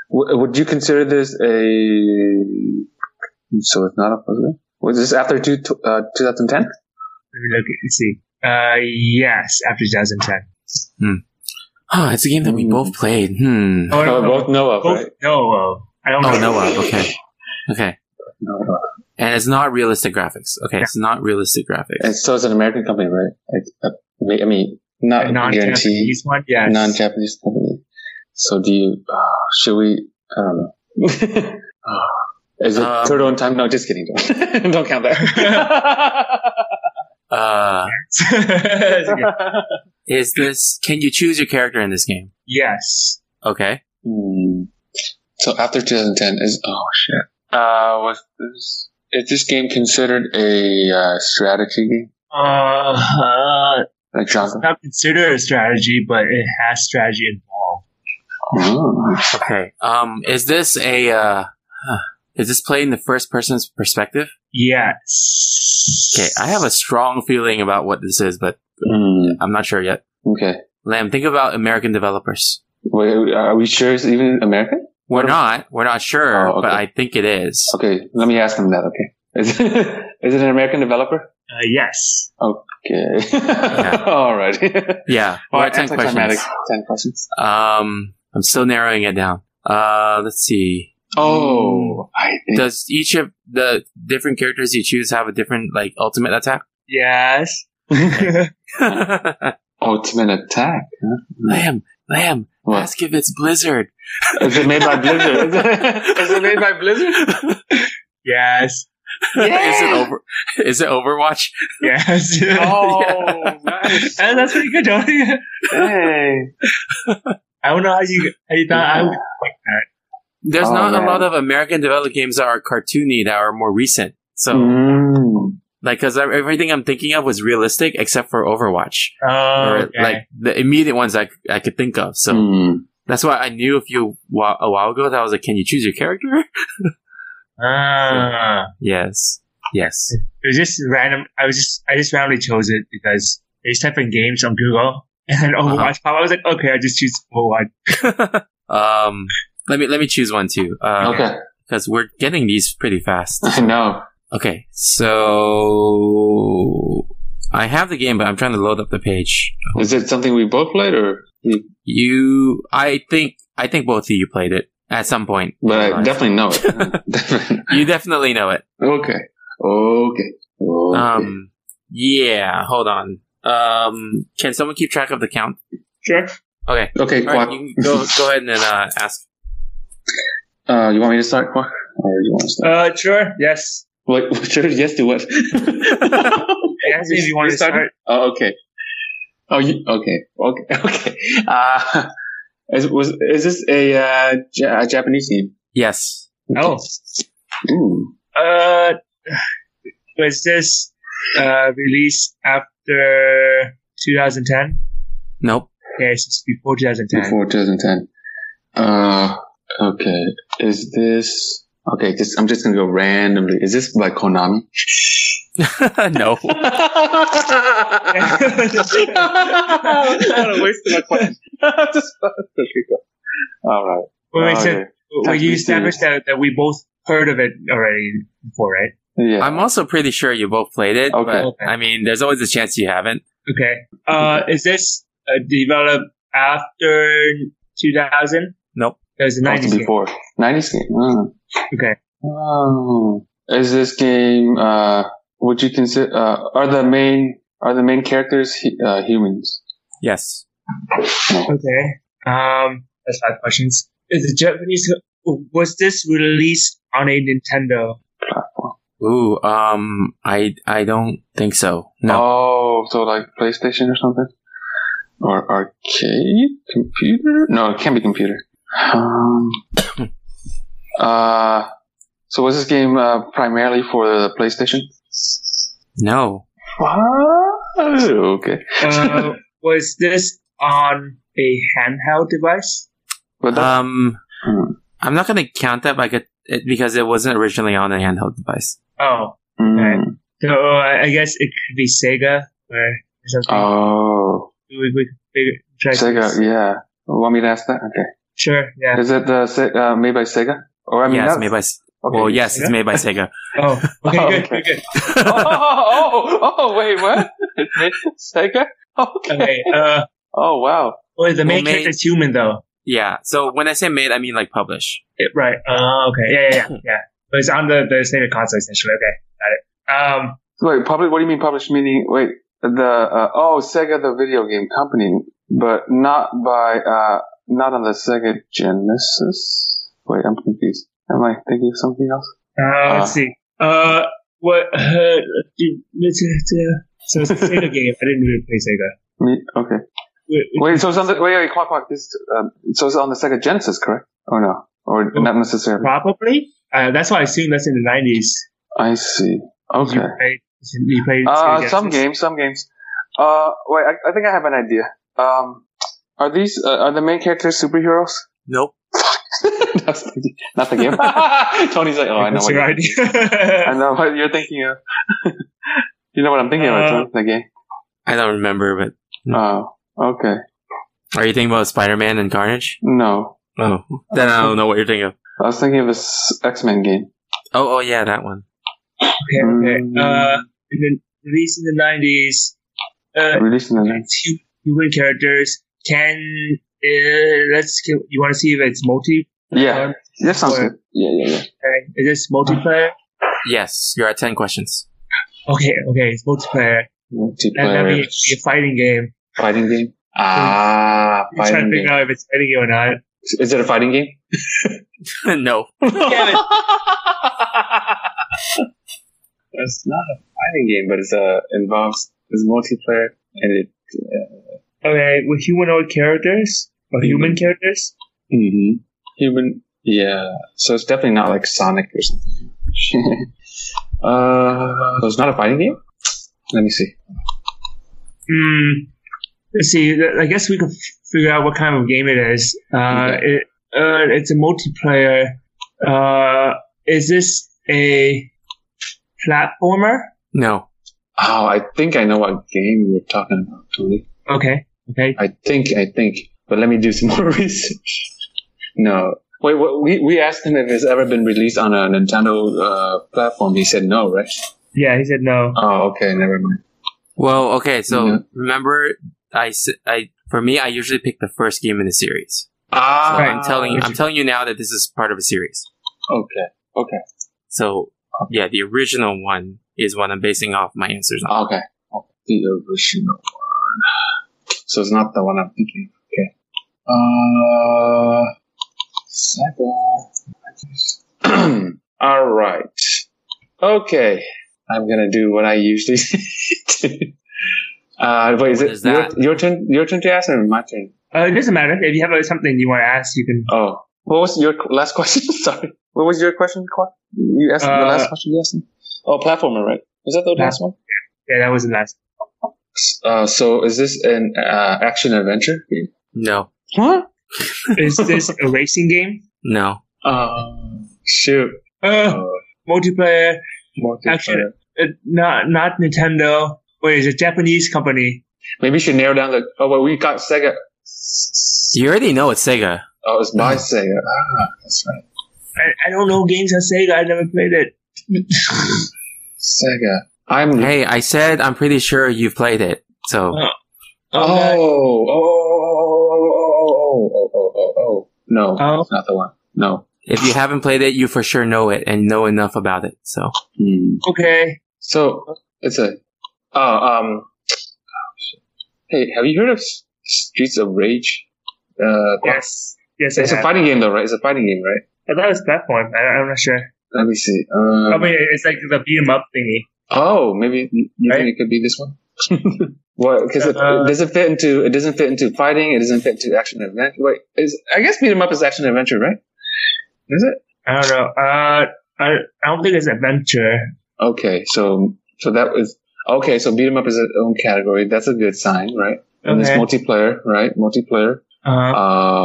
S3: W- Would you consider this a? So it's not a puzzle. game? Was this after two, uh, 2010?
S8: Let me look. Let's see. Uh, yes. After 2010.
S2: Oh, it's a game that we
S3: Hmm.
S2: both played. Hmm.
S8: Oh, no.
S3: know of,
S8: both know of. I don't
S2: Oh,
S8: know.
S2: Noah. Okay. Okay.
S3: Know of.
S2: And it's not realistic graphics. Okay, it's not realistic graphics.
S3: And so it's an American company, right? Like, uh, ma- I mean, not guaranteed
S8: Non-Japanese one. Yes.
S3: non-Japanese company. So do you? Uh, should we? I don't know. Uh, Is it
S2: Um,
S3: turtle in time? No, just kidding. Don't, don't count that.
S2: Uh,
S8: That's good.
S2: is this? Can you choose your character in this game?
S8: yes.
S2: Okay.
S3: Hmm. So after 2010 is oh shit. Uh, was this is this game considered a uh, strategy game?
S8: Uh, uh,
S3: Like genre?
S8: not considered a strategy, but it has strategy involved.
S3: Oh.
S2: Okay. Um, is this a? Uh, huh, is this played in the first person's perspective?
S8: Yes.
S2: Okay, I have a strong feeling about what this is, but
S3: Hmm.
S2: I'm not sure yet.
S3: Okay.
S2: Lamb, think about American developers.
S3: Wait, are we sure it's even American?
S2: We're
S3: What am-
S2: not. We're not sure,
S3: Oh,
S2: but
S3: okay.
S2: I think it is.
S3: Okay, let me ask him that. Okay. Is it, is it an American developer?
S8: Uh, yes.
S3: Okay. All right.
S2: Yeah.
S3: All
S2: we're
S3: right,
S2: at ten questions.
S3: Ten questions.
S2: Um, I'm still narrowing it down. Uh, let's see.
S7: Oh, I think.
S2: Does each of the different characters you choose have a different like ultimate attack?
S8: Yes.
S7: Ultimate Attack. huh?
S2: Lamb, Lamb,
S7: What?
S2: ask if it's Blizzard.
S7: Is it made by Blizzard? Is it made by Blizzard?
S8: yes.
S2: Is it over? Is it Overwatch?
S8: Yes.
S7: Oh, nice.
S8: and that's pretty good, Johnny.
S7: Hey.
S8: I don't know how you how you thought I would like that.
S2: There's
S7: Oh,
S2: not
S7: man.
S2: a lot of American developed games that are cartoony that are more recent. So,
S7: Mm.
S2: like, because everything I'm thinking of was realistic except for Overwatch,
S8: Oh,
S2: or,
S8: okay.
S2: like the immediate ones I, I could think of. So
S7: Mm.
S2: that's why I knew a few wa- a while ago that I was like, can you choose your character?
S8: ah.
S2: yes, yes.
S8: It was just random. I was just I just randomly chose it because I just type in games on Google and Overwatch.
S7: Uh-huh.
S8: popped up. I was like, okay, I just choose Overwatch.
S2: um, let me let me choose one too, because
S7: Okay.
S2: we're getting these pretty fast.
S7: no.
S2: Okay, so I have the game, but I'm trying to load up the page.
S7: Is it something we both played or?
S2: You, I think, I think both of you played it at some point.
S7: But I
S2: Right.
S7: definitely know it. Definitely.
S2: You definitely know it.
S7: Okay. Okay. Okay.
S2: Um, yeah. Hold on. Um, can someone keep track of the count?
S8: Sure.
S2: Okay. All right,
S7: okay, Quack.
S2: you can go go ahead and uh, ask.
S7: Uh, you want me to start, Quack? Or you want to start?
S8: Uh, sure. Yes.
S2: Uh,
S7: Wait, sure, yes to what?
S8: Yes, if you want to
S7: started?
S8: start.
S7: oh, okay. Oh, you, okay. Okay. Okay. Uh, is, was, is this a, uh, ja- a Japanese game?
S2: Yes.
S8: Oh.
S7: Ooh.
S8: Uh, was this uh released after 2010?
S2: Nope.
S8: Okay, it's just before 2010.
S7: Before 2010. Uh, okay. Is this, okay, just, I'm just gonna go randomly. Is this by Konami?
S2: no.
S7: what a waste of my question. Just- okay, go. All right.
S8: Well, wait, so-
S7: Okay.
S8: well, you established that, that we both heard of it already before, right?
S7: Yeah.
S2: I'm also pretty sure you both played it.
S7: Okay.
S2: But, I mean, there's always a chance you haven't.
S8: Okay. Uh, is this uh, developed after 2000?
S2: Nope.
S8: That was the
S7: That was
S8: 90s.
S7: before. 90s game. Oh.
S8: Okay.
S7: Oh. Is this game, uh, would you consider, uh, are the main, are the main characters hu- uh, humans?
S2: Yes.
S8: Okay. Um, that's five questions. Is the Japanese was this released on a Nintendo?
S7: Platform.
S2: Ooh. Um. I. I don't think so. No.
S7: Oh, so like PlayStation or something? Or arcade? Computer? No, it can't be computer. Um, uh, so was this game uh, primarily for the PlayStation?
S2: No.
S7: What? Okay.
S8: Uh, was this on a handheld device?
S7: But that,
S2: Um.
S7: Hmm.
S2: I'm not gonna count that like a, it, because it wasn't originally on a handheld device.
S8: Oh,
S7: mm,
S8: so uh, I I guess it could be Sega or something.
S7: oh,
S8: we, we could figure, try to-
S7: Sega. Yeah. Want me to ask that? Okay.
S8: Sure. Yeah.
S7: Is it the Se- uh, made by Sega? Or I mean,
S2: yeah, it's
S7: not-
S2: made by. S-
S7: Okay.
S2: Well, yes, it's
S8: Sega?
S2: made by Sega.
S8: Oh. Okay.
S7: Oh,
S8: good.
S7: okay.
S8: Good.
S7: oh, oh, oh, oh, wait, what? It's made by Sega.
S8: good.
S7: Okay.
S8: Okay. Uh,
S7: Oh wow.
S8: well, the main
S2: Well, main-
S8: character is human though.
S2: Yeah. So when I say made, I mean like publish.
S8: It- right. Uh, okay. Yeah, yeah,
S7: Hmm.
S8: yeah, yeah. But it's on the, the same console essentially. Okay, got it. Um,
S7: Wait, public. What do you mean published? Meaning, wait, the uh, oh Sega, the video game company, but not by uh not on the Sega Genesis. Wait, I'm confused. Am I thinking of something else?
S8: uh,
S7: Uh.
S8: let's see. Uh, what? Uh, do- let's, uh, so it's a Sega game. I didn't really play Sega.
S7: Me, okay.
S8: Wait, wait,
S7: Wait, so it's on the wait, wait, clock, clock. This um, so it's on the Sega Genesis, correct? Or no? Or not necessarily.
S8: Probably. Uh, that's why I assume that's in the nineties.
S7: I see. Okay.
S8: You played. You played Sega
S7: Uh,
S8: Genesis?
S7: some games, some games. Uh, wait, I, I think I have an idea. Um, are these uh, are the main characters superheroes?
S2: Nope.
S7: That's the, not the game. Tony's like, oh, I know
S8: That's
S7: what
S8: right.
S7: you're, I know what you're thinking of. you know what I'm thinking
S8: Uh,
S7: of, Tony, the game.
S2: I don't remember,
S7: Oh, okay.
S2: but are you thinking about Spider-Man and Carnage?
S7: No,
S2: Oh. Then I don't know what you're thinking of.
S7: I was thinking of this X-Men game.
S2: Oh. Oh yeah, that one.
S8: okay. Okay. Uh, and then released in the nineties. Uh,
S7: Released in the night.
S8: it's hu- human characters. Can uh, let's you want to see if it's multi
S3: Yeah. That sounds good. Yeah, yeah, yeah.
S8: Okay. Is this multiplayer?
S2: Yes, you're at 10 questions.
S8: Okay, okay, it's multiplayer. And that
S3: Multiplayer
S8: means it's a fighting game.
S3: fighting game. Ah,
S8: I'm trying
S3: fighting
S8: to figure
S3: game.
S8: out if it's fighting game or not.
S3: Is it a fighting game?
S2: no.
S3: It's not a fighting game, but it's a involves it's multiplayer and it.
S8: Okay, with humanoid characters or human characters.
S3: Mm-hmm. Human. Yeah. So it's definitely not like Sonic or something. uh, so it's not a fighting game. Let me see.
S8: Hmm. Let's see. th- I guess we could f- figure out what kind of game it is. Uh,
S3: Okay.
S8: it, uh, it's a multiplayer. Uh, is this a platformer?
S2: No.
S3: Oh, I think I know what game you're talking about, Tony.
S8: Okay. Okay.
S3: I think, I think. But let me do some more research. No. Wait, what, we we asked him if it's ever been released on a Nintendo uh, platform. He said no, right?
S8: Yeah, he said no.
S3: Oh, okay, never mind.
S2: Well, okay, so
S3: No.
S7: Mm-hmm.
S2: remember, I, s- I- for me, I usually pick the first game in the series. So
S3: Ah,
S2: I'm telling you, I'm telling you now that this is part of a series.
S3: okay, okay,
S2: So yeah, the original one is what I'm basing off my answers on.
S3: Oh, okay. The original one. So it's not the one I'm thinking. of. Okay. Uh, second. All right. Okay. I'm gonna do what I usually do. Uh, wait, is
S2: What
S3: it
S2: is that?
S3: Your, your turn? Your turn to ask, or my turn?
S8: Uh, it doesn't matter. If you have uh, something you want to ask, you can.
S3: Oh, what was your qu- last question? Sorry, what was your question? Qua- You asked the
S8: Uh,
S3: last question. You asked. me? Oh, platformer, right? Was that the
S8: Yeah.
S3: last one?
S8: Yeah, that was the last.
S3: Uh, so is this an uh, action adventure? game?
S2: No,
S3: What?
S8: Is this a racing game?
S2: no,
S3: Uh, shoot.
S8: Uh,
S3: Uh,
S8: multiplayer.
S3: multiplayer.
S8: Action. Uh, not not Nintendo. Wait, it's a Japanese company.
S3: Maybe you should narrow down the. Oh, well, we got Sega. S-
S2: you already know it's Sega.
S3: Oh, it's by Sega. Ah, that's right.
S8: I, I don't know games on Sega. I never played it.
S3: Sega. I'm.
S2: Hey, I said I'm pretty sure you've played it. So
S3: oh, oh, oh, oh, oh, oh, oh, oh, oh, oh, oh. No,
S8: Oh.
S3: it's not the one. No.
S2: if you haven't played it, you for sure know it and know enough about it. So
S3: Hmm.
S8: Okay.
S3: So it's a. Oh, um. Hey, have you heard of S- Streets of Rage? Uh,
S8: Yes. Yes,
S3: It's
S8: I,
S3: a
S8: have.
S3: fighting game, though, right? It's a fighting game, right?
S8: I thought it was platform. I, I'm not sure.
S3: Let me see. Um,
S8: I mean, it's like the beat 'em up thingy.
S3: oh, maybe you you
S8: Right?
S3: think it could be this one? what? Because it,
S8: Uh,
S3: it doesn't fit into it doesn't fit into fighting. It doesn't fit into action adventure. Wait, is I guess beat 'em up is action adventure, right? Is it?
S8: I don't know. Uh, I I don't think it's adventure.
S3: Okay, so so that was okay. So beat 'em up is its own category. That's a good sign, right? And it's
S8: Okay.
S3: multiplayer, right? Multiplayer.
S8: Uh,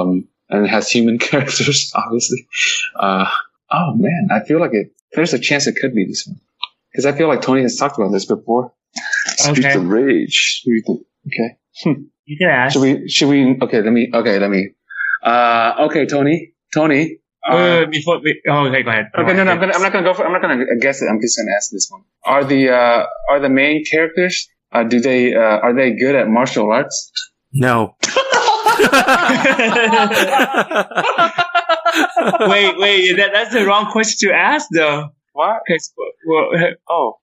S3: Um, and it has human characters, obviously. Uh, oh man, I feel like it. There's a chance it could be this one because I feel like Tony has talked about this before. Streets
S8: Okay.
S3: of Rage. What do you think? Okay.
S8: you can ask.
S3: Should we? Should we? Okay. Let me. Okay. Let me. Uh, okay, Tony. Tony.
S8: Wait, wait,
S3: Uh,
S8: wait, before we, oh, okay, go ahead.
S3: okay. No, no. I'm, gonna, I'm not gonna go for. I'm not gonna guess it. I'm just gonna ask this one. Are the uh, are the main characters? Uh, do they uh, are they good at martial arts?
S2: no.
S8: wait, wait, that, that's the wrong question to ask, though.
S3: What?
S8: Because, well,
S3: Oh.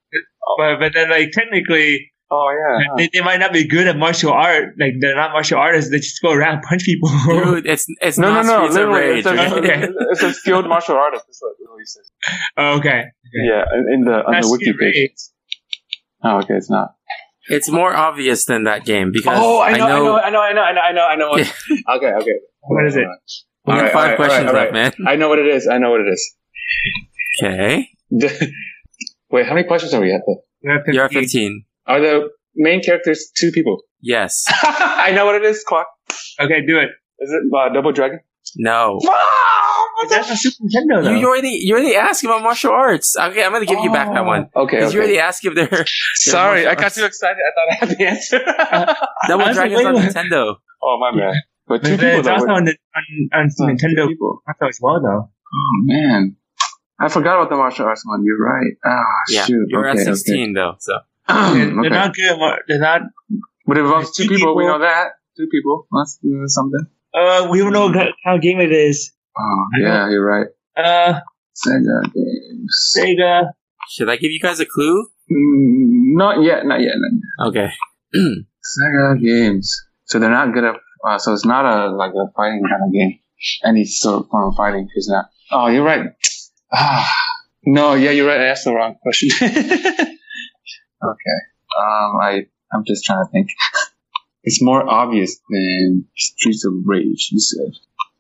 S8: but, but then, like, technically,
S3: Oh yeah. huh.
S8: they, they might not be good at martial art. Like, they're not martial artists. They just go around and punch people.
S2: Dude, it's it's
S3: No, no,
S2: not
S3: no.
S2: Streets of
S3: Literally,
S2: Rage.
S3: it's a,
S2: okay?
S8: okay.
S3: it's a skilled martial artist. That's what it really says.
S8: okay.
S3: Yeah, in- in the on
S8: That's
S3: the wiki
S8: your
S3: page.
S8: race.
S3: Oh, okay, it's not.
S2: It's more obvious than that game because
S3: Oh, I know, I know, I know, I know, I know, I know, I know. okay, okay.
S8: What is
S2: we
S8: it?
S3: All
S2: have
S3: right, all
S2: five
S3: right,
S2: questions
S3: all right, all
S2: left, man.
S3: I know what it is. I know what it is.
S2: Okay,
S3: The- Wait, how many questions are we at? Though?
S8: You have
S2: you're
S8: 15.
S2: fifteen.
S3: Are the main characters two people?
S2: Yes.
S3: I know what it is. Clock.
S8: Okay, do it.
S3: Is it uh, Double Dragon?
S2: No.
S8: That's a Super Nintendo, though.
S2: You already you already asked about martial arts. Okay, I'm gonna give you back that one.
S3: Oh, Okay.
S2: Because
S3: okay.
S2: you already asked if they're
S3: Sorry,
S2: martial
S3: I got
S2: arts.
S3: too excited. I thought I had the
S8: Uh,
S3: answer.
S2: Double
S8: Honestly,
S2: Dragon's
S8: wait,
S2: on
S8: wait.
S2: Nintendo.
S3: oh my man. But two
S8: But
S3: people.
S8: it's
S3: Though,
S8: also
S3: wait.
S8: on, the, on, on
S3: Oh, two
S8: Nintendo
S3: people.
S8: Nintendo as well, though.
S3: Oh man. I forgot about the martial arts one. You're right. Ah,
S2: Yeah.
S3: shoot.
S2: You're
S3: okay,
S2: at
S3: okay.
S2: sixteen though, so
S8: They're,
S3: Hmm, okay.
S8: they're not good. at mar- They're not.
S3: But it involves two
S8: Two
S3: people. We
S8: people.
S3: know that. Two people. That's uh, something.
S8: Uh, we don't know what kind of game it is.
S3: Oh, yeah, you're right.
S8: Uh,
S3: Sega games.
S8: Sega.
S2: Should I give you guys a clue?
S3: Mm, not yet, not yet, not yet.
S2: Okay.
S3: Sega games. So they're not good at. Uh, so it's not a like a fighting kind of game. Any sort of form of fighting is not. Oh, you're right. Ah, no, yeah, you're right. I asked the wrong question. okay. Um, I I'm just trying to think. It's more obvious than Streets of Rage. You said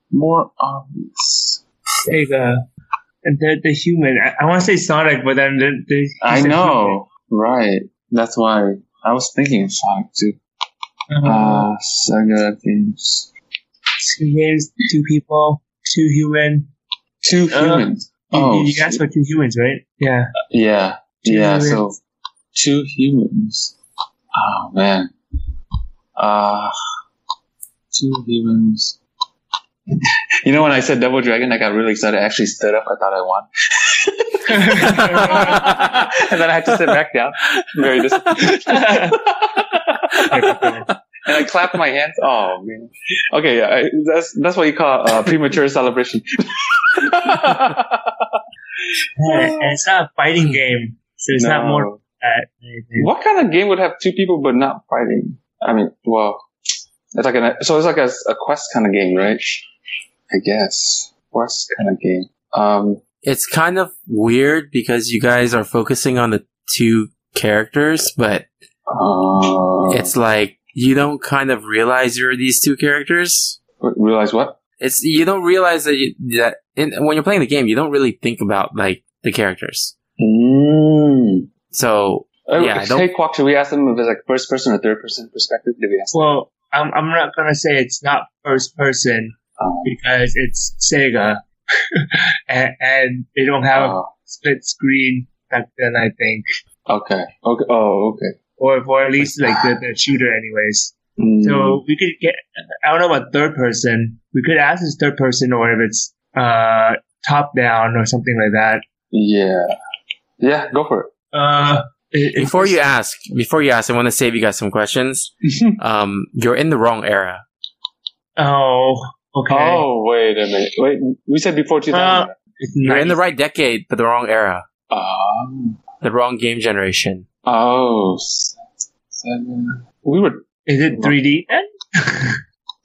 S3: more obvious.
S8: Sega. And the, the human. I, I want to say Sonic, but then the, the
S3: I know, right? That's why I was thinking Sonic too.
S8: Uh,
S3: Ah, Sega games.
S8: two games, two people, two human.
S3: Two
S8: Uh,
S3: humans.
S8: You,
S3: oh,
S8: you asked for two humans, right? Yeah.
S3: Yeah.
S8: Two
S3: yeah. So
S8: humans.
S3: two humans. Oh man. Uh two humans. You know, when I said Double Dragon, I got really excited. I actually stood up. I thought I won, and then I had to sit back down. Very disappointed. and I clapped my hands. Oh man. Okay, yeah, I, that's that's what you call uh, premature celebration.
S8: and it's not a fighting game, so it's not
S3: No.
S8: more of that. anything.
S3: What kind of game would have two people but not fighting? I mean, well, it's like an so it's like a, a quest kind of game, right? I guess quest kind of game. Um,
S2: It's kind of weird because you guys are focusing on the two characters, but
S3: uh,
S2: it's like you don't kind of realize you're these two characters.
S3: re- realize what?
S2: It's you don't realize that you, that in, when you're playing the game, you don't really think about like the characters.
S3: Mm.
S2: So
S3: Uh,
S2: Yeah, I don't-
S3: hey, Quack, should we ask them if it's like first person or third person perspective? Did we ask? Them?
S8: Well, I'm, I'm not gonna say it's not first person
S3: Um,
S8: because it's Sega, and, and they don't have a
S3: uh,
S8: split screen back then, I think,
S3: okay. Okay. Oh, okay.
S8: or or at least like
S3: Ah.
S8: the, the shooter, anyways.
S3: Mm.
S8: So we could get. I don't know about third person. We could ask it's third person or if it's uh top down or something like that.
S3: yeah, yeah. Go for it.
S8: Uh, it- it's-
S2: before you ask, before you ask, I want to save you guys some questions. um, you're in the wrong era.
S8: Oh, okay. Uh,
S3: Oh, wait a minute. Wait, we said before 2000.
S8: It's
S2: You're in the
S8: 90s.
S2: right decade, but the wrong era,
S8: Ah.
S3: Um,
S2: the wrong game generation.
S3: Oh, s- seven. We were.
S8: Is it 3D then?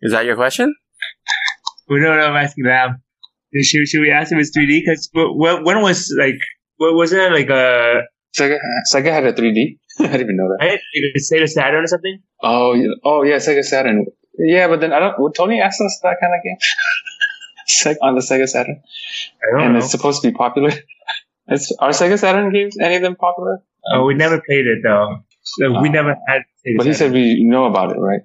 S2: Is that your question?
S8: We don't know. I'm asking them. Should, should we ask if it's 3D? Because when was like, what was it like a?
S3: Sega, Sega had a 3D. I didn't even know that.
S8: I didn't- it was Sega Saturn or something.
S3: Oh, yeah. oh yeah, Sega Saturn. Yeah, but then I don't. Would Tony ask us that kind of game? Seg- on the Sega Saturn,
S8: I don't
S3: and
S8: know.
S3: it's supposed to be popular. It's, are Sega Saturn games any of them popular?
S8: Oh, we never played it though. So we
S3: Uh,
S8: never had. Sega
S3: But he
S8: Saturn.
S3: said we know about it, right?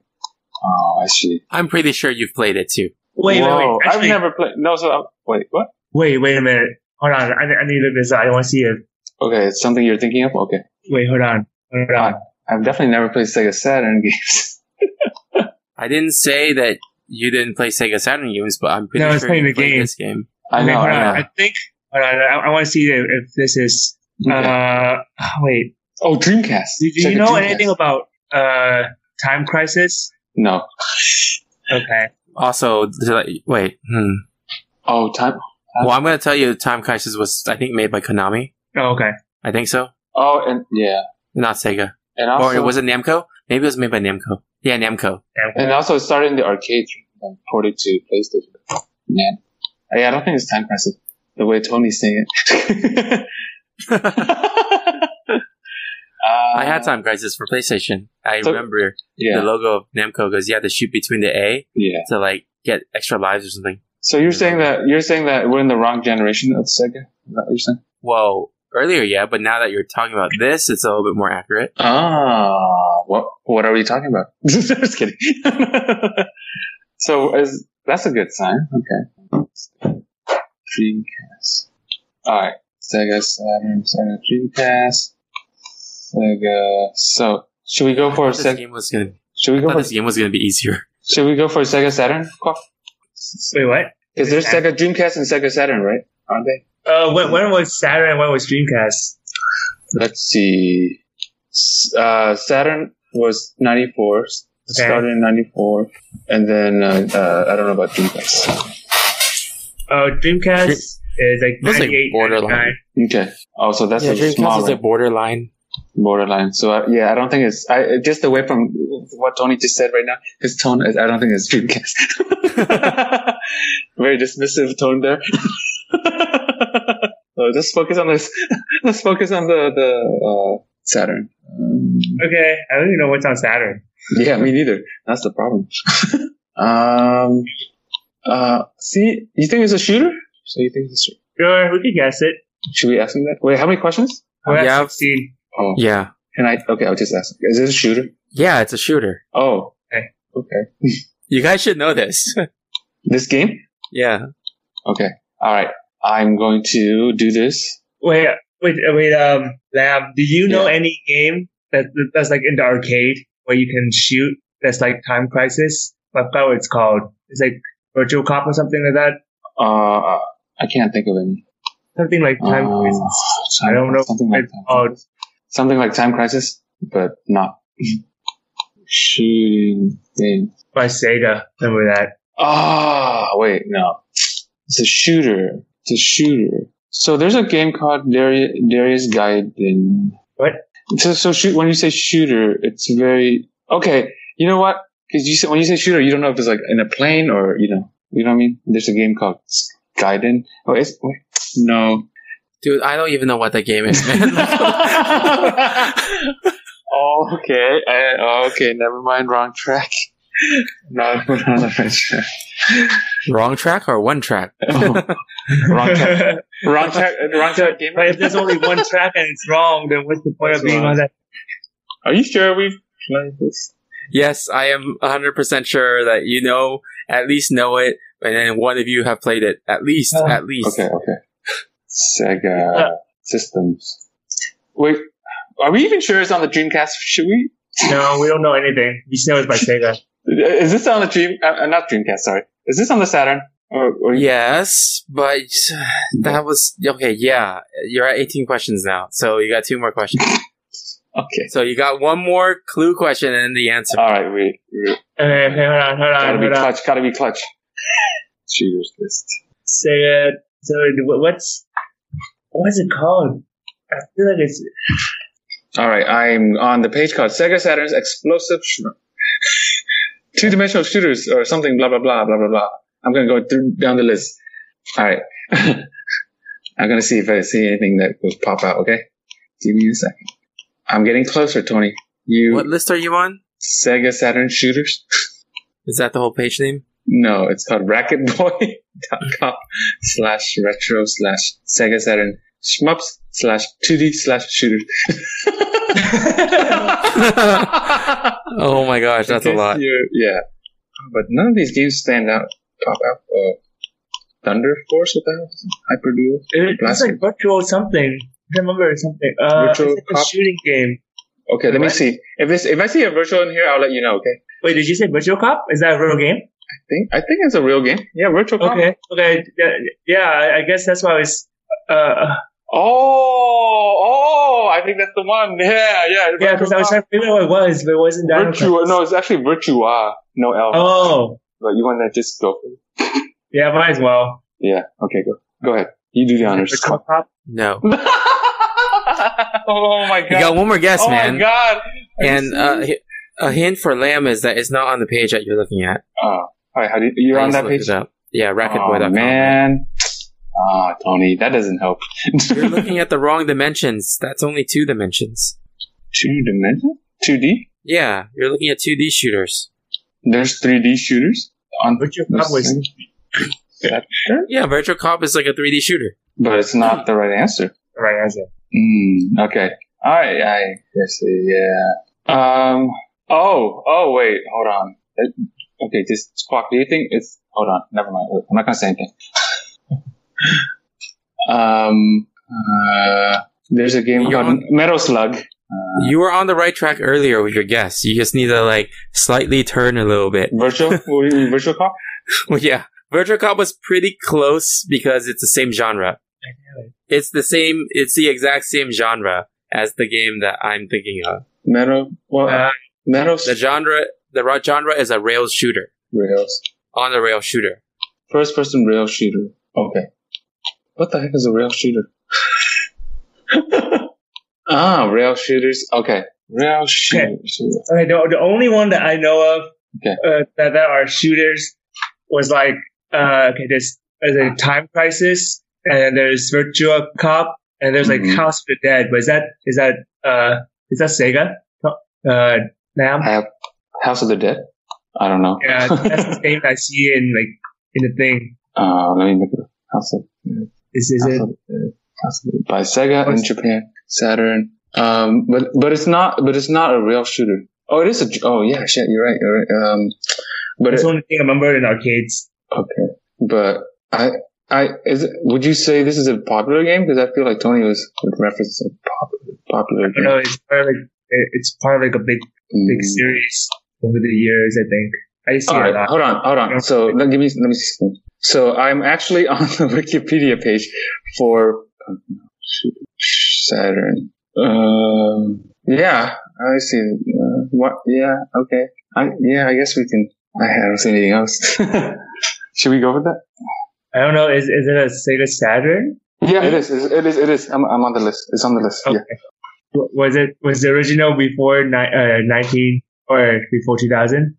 S3: Oh, I see.
S2: I'm pretty sure you've played it too.
S8: "Wait, wait,
S3: Whoa,
S8: wait. Actually,
S3: I've never played. No, so I'm, wait, what?
S8: Wait, wait a minute. Hold on. I, I need to look this up. I want to see it.
S3: Okay, it's something you're thinking of. Okay,
S8: Wait, hold on. Hold on.
S3: I've definitely never played Sega Saturn games.
S2: I didn't say that you didn't play Sega Saturn games, but I'm pretty
S8: No, I
S2: sure
S8: was playing
S2: you
S8: the
S2: played
S8: game.
S2: this game.
S3: I
S8: Wait,
S3: know. I
S8: hold on.
S3: know.
S8: I think. Hold on. I, I want to see if, if this is.
S3: Okay.
S8: Uh, wait.
S3: oh, Dreamcast.
S8: Do, do
S3: Sega
S8: you know
S3: Dreamcast.
S8: anything about uh Time Crisis?
S3: No.
S8: Okay.
S2: Also, to let you- wait. Hmm.
S3: Oh, time.
S2: Well, I'm going to tell you, Time Crisis was, I think, made by Konami.
S8: Oh, okay.
S2: I think so.
S3: Oh, and yeah,
S2: Not Sega.
S3: and
S8: Oh,
S3: also,
S2: or was it Namco? Maybe it was made by Namco. Yeah, Namco.
S3: and also it started in the arcade and ported to PlayStation. Yeah, yeah. I don't think it's time crisis. The way Tony's saying Uh, it.
S2: I had
S8: Uh,
S2: Time Crisis for PlayStation. I
S3: So-
S2: remember the
S3: Yeah,
S2: logo of Namco goes, you have to shoot between the A
S3: yeah.
S2: to like get extra lives or something.
S3: So you're saying that you're saying that we're in the wrong generation of Sega. Is that what you're saying?
S2: Well, earlier, yeah, but now that you're talking about this, it's a little bit more accurate.
S3: Ah, what what are we talking about? Just kidding. so is that's a good sign. Okay. Dreamcast. All right. Sega Saturn, Sega Dreamcast, Sega. So should we go for
S2: This
S3: Sega?
S2: game was gonna.
S3: Should we
S2: I
S3: go
S2: thought
S3: for
S2: this game was gonna be easier.
S3: Should we go for Sega Saturn?
S8: Wait, what?
S3: Because there's Sega Dreamcast and Sega Saturn, right? Aren't they?
S8: Uh, when, when was Saturn and when was Dreamcast?
S3: Let's see. S- Uh, Saturn was 94. Started in 94. And then, uh, uh, I don't know about Dreamcast.
S8: Uh, Dreamcast is like
S2: Looks like
S8: 98,
S2: borderline.
S8: 99.
S3: Okay. Oh, so that's
S2: yeah,
S3: a
S2: Dreamcast is
S3: smaller
S2: a borderline.
S3: borderline. So uh, yeah, I don't think it's I uh, just away from what Tony just said right now. His tone, is, I don't think it's Dreamcast. Very dismissive tone there. so just focus on this. Let's focus on the the uh, Saturn. Um,
S8: Okay, I don't even know what's on Saturn.
S3: yeah, me neither. That's the problem. um, uh, see, you think it's a shooter? So you think it's a shooter?
S8: Sure, we could guess it.
S3: Should we ask him that? Wait, how many questions?
S8: We're
S2: Yeah.
S8: at 16.
S3: Oh,
S2: Yeah.
S3: Can I? Okay, I'll just ask. Is this a shooter?
S2: Yeah, it's a shooter.
S3: Oh,
S8: Okay.
S3: Okay.
S2: You guys should know this.
S3: This game?
S2: yeah.
S3: Okay. All right. I'm going to do this.
S8: Wait, wait, uh, wait, um, Lab, do you know
S3: Yeah.
S8: any game that that's like in the arcade where you can shoot that's like Time Crisis? I forgot what it's called. It's like Virtual Cop or something like that.
S3: Uh, I can't think of any.
S8: Something like Time
S3: Uh,
S8: Crisis.
S3: time-
S8: I don't know.
S3: Something like
S8: It's
S3: time.
S8: called.
S3: Something like time crisis, but not shooting game.
S8: by Sega. Remember that?
S3: Ah, wait, no. It's a shooter. It's a shooter. So there's a game called Darius, Darius Gaiden.
S8: What?
S3: So, so shoot, when you say shooter, it's very, okay, you know what? Cause you say, when you say shooter, you don't know if it's like in a plane or, you know, you know what I mean? There's a game called Gaiden. Oh, it's, wait, no.
S2: Dude, I don't even know what that game is, man.
S3: oh, okay. I- oh, okay. Never mind. Wrong track. No, we're not on the right track.
S2: Wrong track or one track?
S3: Oh, wrong track. Wrong track. Wrong track. Game.
S8: but if there's only one track and it's wrong, then what's the point
S3: That's
S8: of being
S3: wrong.
S8: on that?
S3: Are you sure we've played this?
S2: yes, I am 100% sure that you know, at least know it, and then one of you have played it. At least,
S8: Oh.
S2: at least.
S3: Okay. Okay. Sega systems. Wait. Are we even sure it's on the Dreamcast? Should we?
S8: No, we don't know anything. We just know it's by Sega.
S3: Is this on the Dream? Uh, uh, not Dreamcast. Sorry. Is this on the Saturn? Or, or
S2: Yes, but that was okay. Yeah, you're at 18 questions now, so you got two more questions.
S3: Okay.
S2: so you got one more clue question and then the answer.
S3: All right. We, we
S8: Okay, okay, hold on, hold
S3: gotta
S8: on,
S3: be
S8: hold on.
S3: clutch. Gotta be clutch. Cheaters list.
S8: Sega. So wh- what's what's it called? I feel like it's
S3: All right, I'm on the page called Sega Saturn's Explosive Shrimp. Two dimensional shooters or something, blah, blah, blah, blah, blah, blah. I'm going to go through, down the list. All right. I'm going to see if I see anything that will pop out, okay? Give me a second. I'm getting closer, Tony. You
S2: What list are you on?
S3: Sega Saturn shooters?
S2: Is that the whole page name?
S3: No, it's called racketboy.com slash retro slash Sega Saturn shmups slash 2D slash shooters.
S2: oh my gosh, that's a
S3: Because
S2: lot.
S3: you're- Yeah. But none of these games stand out, pop out. Uh, Thunder Force, what the hell is it? Hyper Duel?
S8: it- it's like virtual something. I can't remember something. Uh,
S3: Virtual
S8: it's like a
S3: Cop?
S8: shooting game.
S3: Okay, let me
S8: What?
S3: see. If this, if I see a virtual in here, I'll let you know, okay?
S8: Wait, did you say Virtual Cop? Is that a real game?
S3: I think, I think it's a real game. Yeah, Virtual Cop.
S8: Okay, okay, yeah, yeah. I- I guess that's why I was. Uh,
S3: Oh, oh, I think that's the one. Yeah, yeah.
S8: yeah, because I was trying to figure out what it was, but it wasn't that.
S3: Virtua, no, it's actually Virtua, no L.
S8: Oh,
S3: But you want to just go for it.
S8: yeah, might as well.
S3: Yeah, okay, go. Go ahead. You do the honors.
S8: Virtual Cop.
S2: No,
S3: oh my god.
S2: you got one more guess,
S3: oh
S2: man.
S3: my god. Are you
S2: And uh, hi- a hint for Lamb is that it's not on the page that you're looking at.
S3: Oh, all right. How do you, you're
S2: I
S3: on
S2: just
S3: that
S2: looked it
S3: page?
S2: up. Yeah,
S3: Oh,
S2: racketboy.com.
S3: man. Ah, Tony, that doesn't help.
S2: You're looking at the wrong dimensions. That's only two dimensions.
S3: Two dimension? 2D?
S2: Yeah, you're looking at 2D shooters.
S3: There's 3D shooters on
S8: Virtual
S3: the
S8: Cop was.
S3: same-
S2: Yeah, Virtual Cop is like a 3D shooter.
S3: but it's not the right answer.
S8: the right answer.
S3: Mm, okay. All right. I guess, uh, yeah. Um, oh, oh, wait, hold on. Uh, Okay, just squawk. Do you think it's, hold on, never mind. Wait, I'm not going to say anything. um, uh, there's a game
S2: You're
S3: called
S2: on-
S3: Metal Slug.
S2: You were on the right track earlier with your guess. You just need to like slightly turn a little bit.
S3: Virtual? virtual cop?
S2: Well, yeah, Virtual Cop was pretty close because it's the same genre. It's the same. It's the exact same genre as the game that I'm thinking of.
S3: Metal, well,
S8: Uh,
S3: metal
S2: The genre, the ra- genre is a rail shooter
S3: rails.
S2: on a rail shooter.
S3: First person rail shooter.
S7: Okay. What the heck is a rail shooter? ah, rail shooters. Okay. Rail shooters.
S8: Okay, the, the only one that I know of
S7: Okay.
S8: uh, that that are shooters was like uh, okay, there's there's a time crisis and there's Virtua Cop and there's like
S7: Mhm.
S8: House of the Dead. But is that is that uh is that Sega? Uh, now
S7: I have House of the Dead. I don't know.
S8: yeah, that's the name I see in like in the thing.
S7: uh, let me look it up. House of
S8: Is is it?
S7: House of the Dead. House of the Dead. by Sega in
S8: What's-
S7: Japan, Saturn. Um, but but it's not but it's not a real shooter. Oh, it is a. Oh yeah, shit. You're right. You're right. Um, but
S8: That's
S7: it,
S8: the only thing I remember in arcades.
S7: okay. But I I is it, would you say this is a popular game? Because I feel like Tony was would reference a pop, popular
S8: I
S7: game.
S8: don't know. It's part of like it- it's part of like a big big
S7: Mm.
S8: series over the years. I think I used to
S7: All
S8: see it a
S7: right,
S8: lot.
S7: hold on, hold on. So let, give me, let me. see. So I'm actually on the Wikipedia page for oh, shoot, Saturn. Um, yeah, I see. Uh, what? Yeah, okay. I, yeah, I guess we can. I don't see anything else. Should we go with that?
S8: I don't know. Is is it a Sega Saturn?
S7: Yeah, Oh. it is. It is. It is. I'm, I'm on the list. It's on the list.
S8: Okay.
S7: Yeah.
S8: W- Was it was the original before ni- uh, nineteen or before two thousand?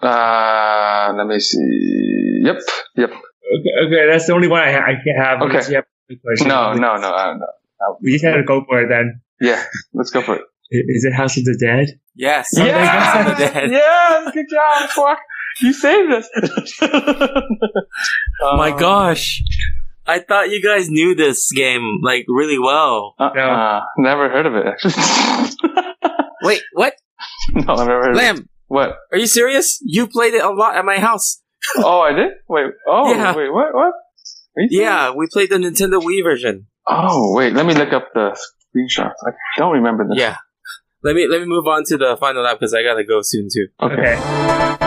S7: Uh, let me see. Yep. Yep.
S8: Okay, okay, that's the only one I, ha- I can have.
S7: Okay.
S8: unless you have a question.
S7: No, no, no, uh, no.
S8: We just had to go for it then.
S7: Yeah. Let's go for it.
S8: I- Is it House of the Dead?
S2: Yes.
S8: Yes!
S2: House of the Dead.
S7: Yes, good job, Quark. You saved us. Um,
S2: Oh my gosh. I thought you guys knew this game like really well.
S7: Uh, uh, never heard of it. actually.
S2: Wait, what?
S7: no, I've never heard of it.
S2: Lamb,
S7: What?
S2: are you serious? You played it a lot at my house.
S7: Oh, I did? Wait. Oh,
S2: Yeah.
S7: wait, what? What? Are you serious?
S2: Yeah, we played the Nintendo Wii version.
S7: Oh, wait. Let me look up the screenshots. I don't remember this.
S2: Yeah. Let me let me move on to the final lap because I gotta go soon too.
S7: Okay.
S8: Okay.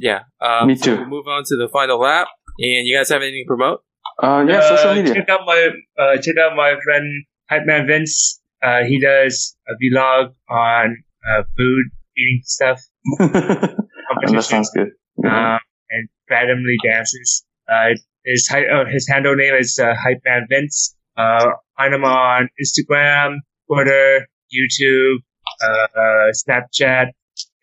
S2: Yeah. Um,
S7: Me
S2: so
S7: too.
S2: we'll move on to the final lap. And you guys have anything to promote?
S7: Uh, yeah,
S8: Uh,
S7: social media.
S8: Check out my uh, check out my friend Hype Man Vince. Uh, he does a vlog on uh, food eating stuff
S7: that sounds good.
S8: um, and randomly dances. Uh, his hy- oh, his handle name is uh, Hype Man Vince. Uh, find him on Instagram, Twitter, YouTube, uh, uh, Snapchat,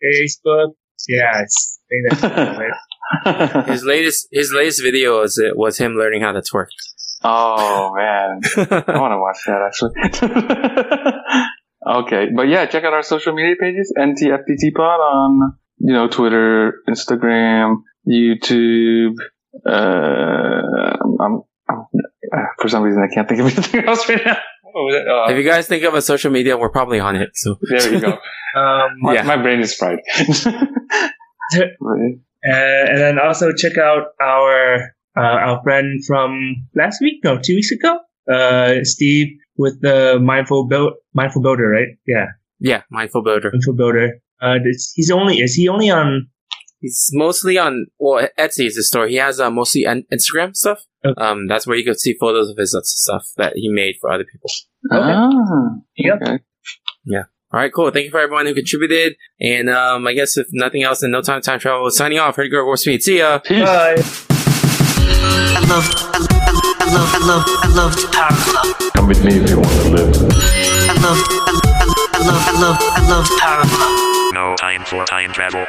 S8: Facebook. Yeah, it's- I think that's about it.
S2: His latest his latest video was was him learning how to twerk.
S7: oh, man. I want to watch that actually. okay, but yeah, check out our social media pages: NTFPT Pod on you know Twitter, Instagram, YouTube. Uh, I'm, I'm, uh, for some reason, I can't think of anything else right now. What was it? Uh,
S2: if you guys think of a social media, we're probably on it. So
S7: there you go.
S8: Um,
S7: My,
S2: Yeah.
S7: my brain is fried.
S8: and, and then also check out our uh, our friend from last week, no, two weeks ago, uh, Steve with the mindful build, mindful builder, right? Yeah,
S2: yeah, mindful builder.
S8: mindful builder. Uh, this- he's only is he only on
S2: He's mostly on well Etsy is the store. He has uh, mostly an Instagram stuff.
S8: Okay.
S2: Um, that's where you could see photos of his uh, stuff that he made for other people.
S7: Ah,
S8: Yep.
S7: okay.
S2: All right, cool. Thank you for everyone who contributed. And um, I guess if nothing else, in no time, time travel. Signing off. Hurdy, girl, war speed. See ya.
S7: Peace.
S8: Bye.
S4: I love, I love, I love, I love, I love to talk.
S10: Come with me if you want to live.
S4: I love, I love, I love, I love, I love to talk.
S11: No time for time travel.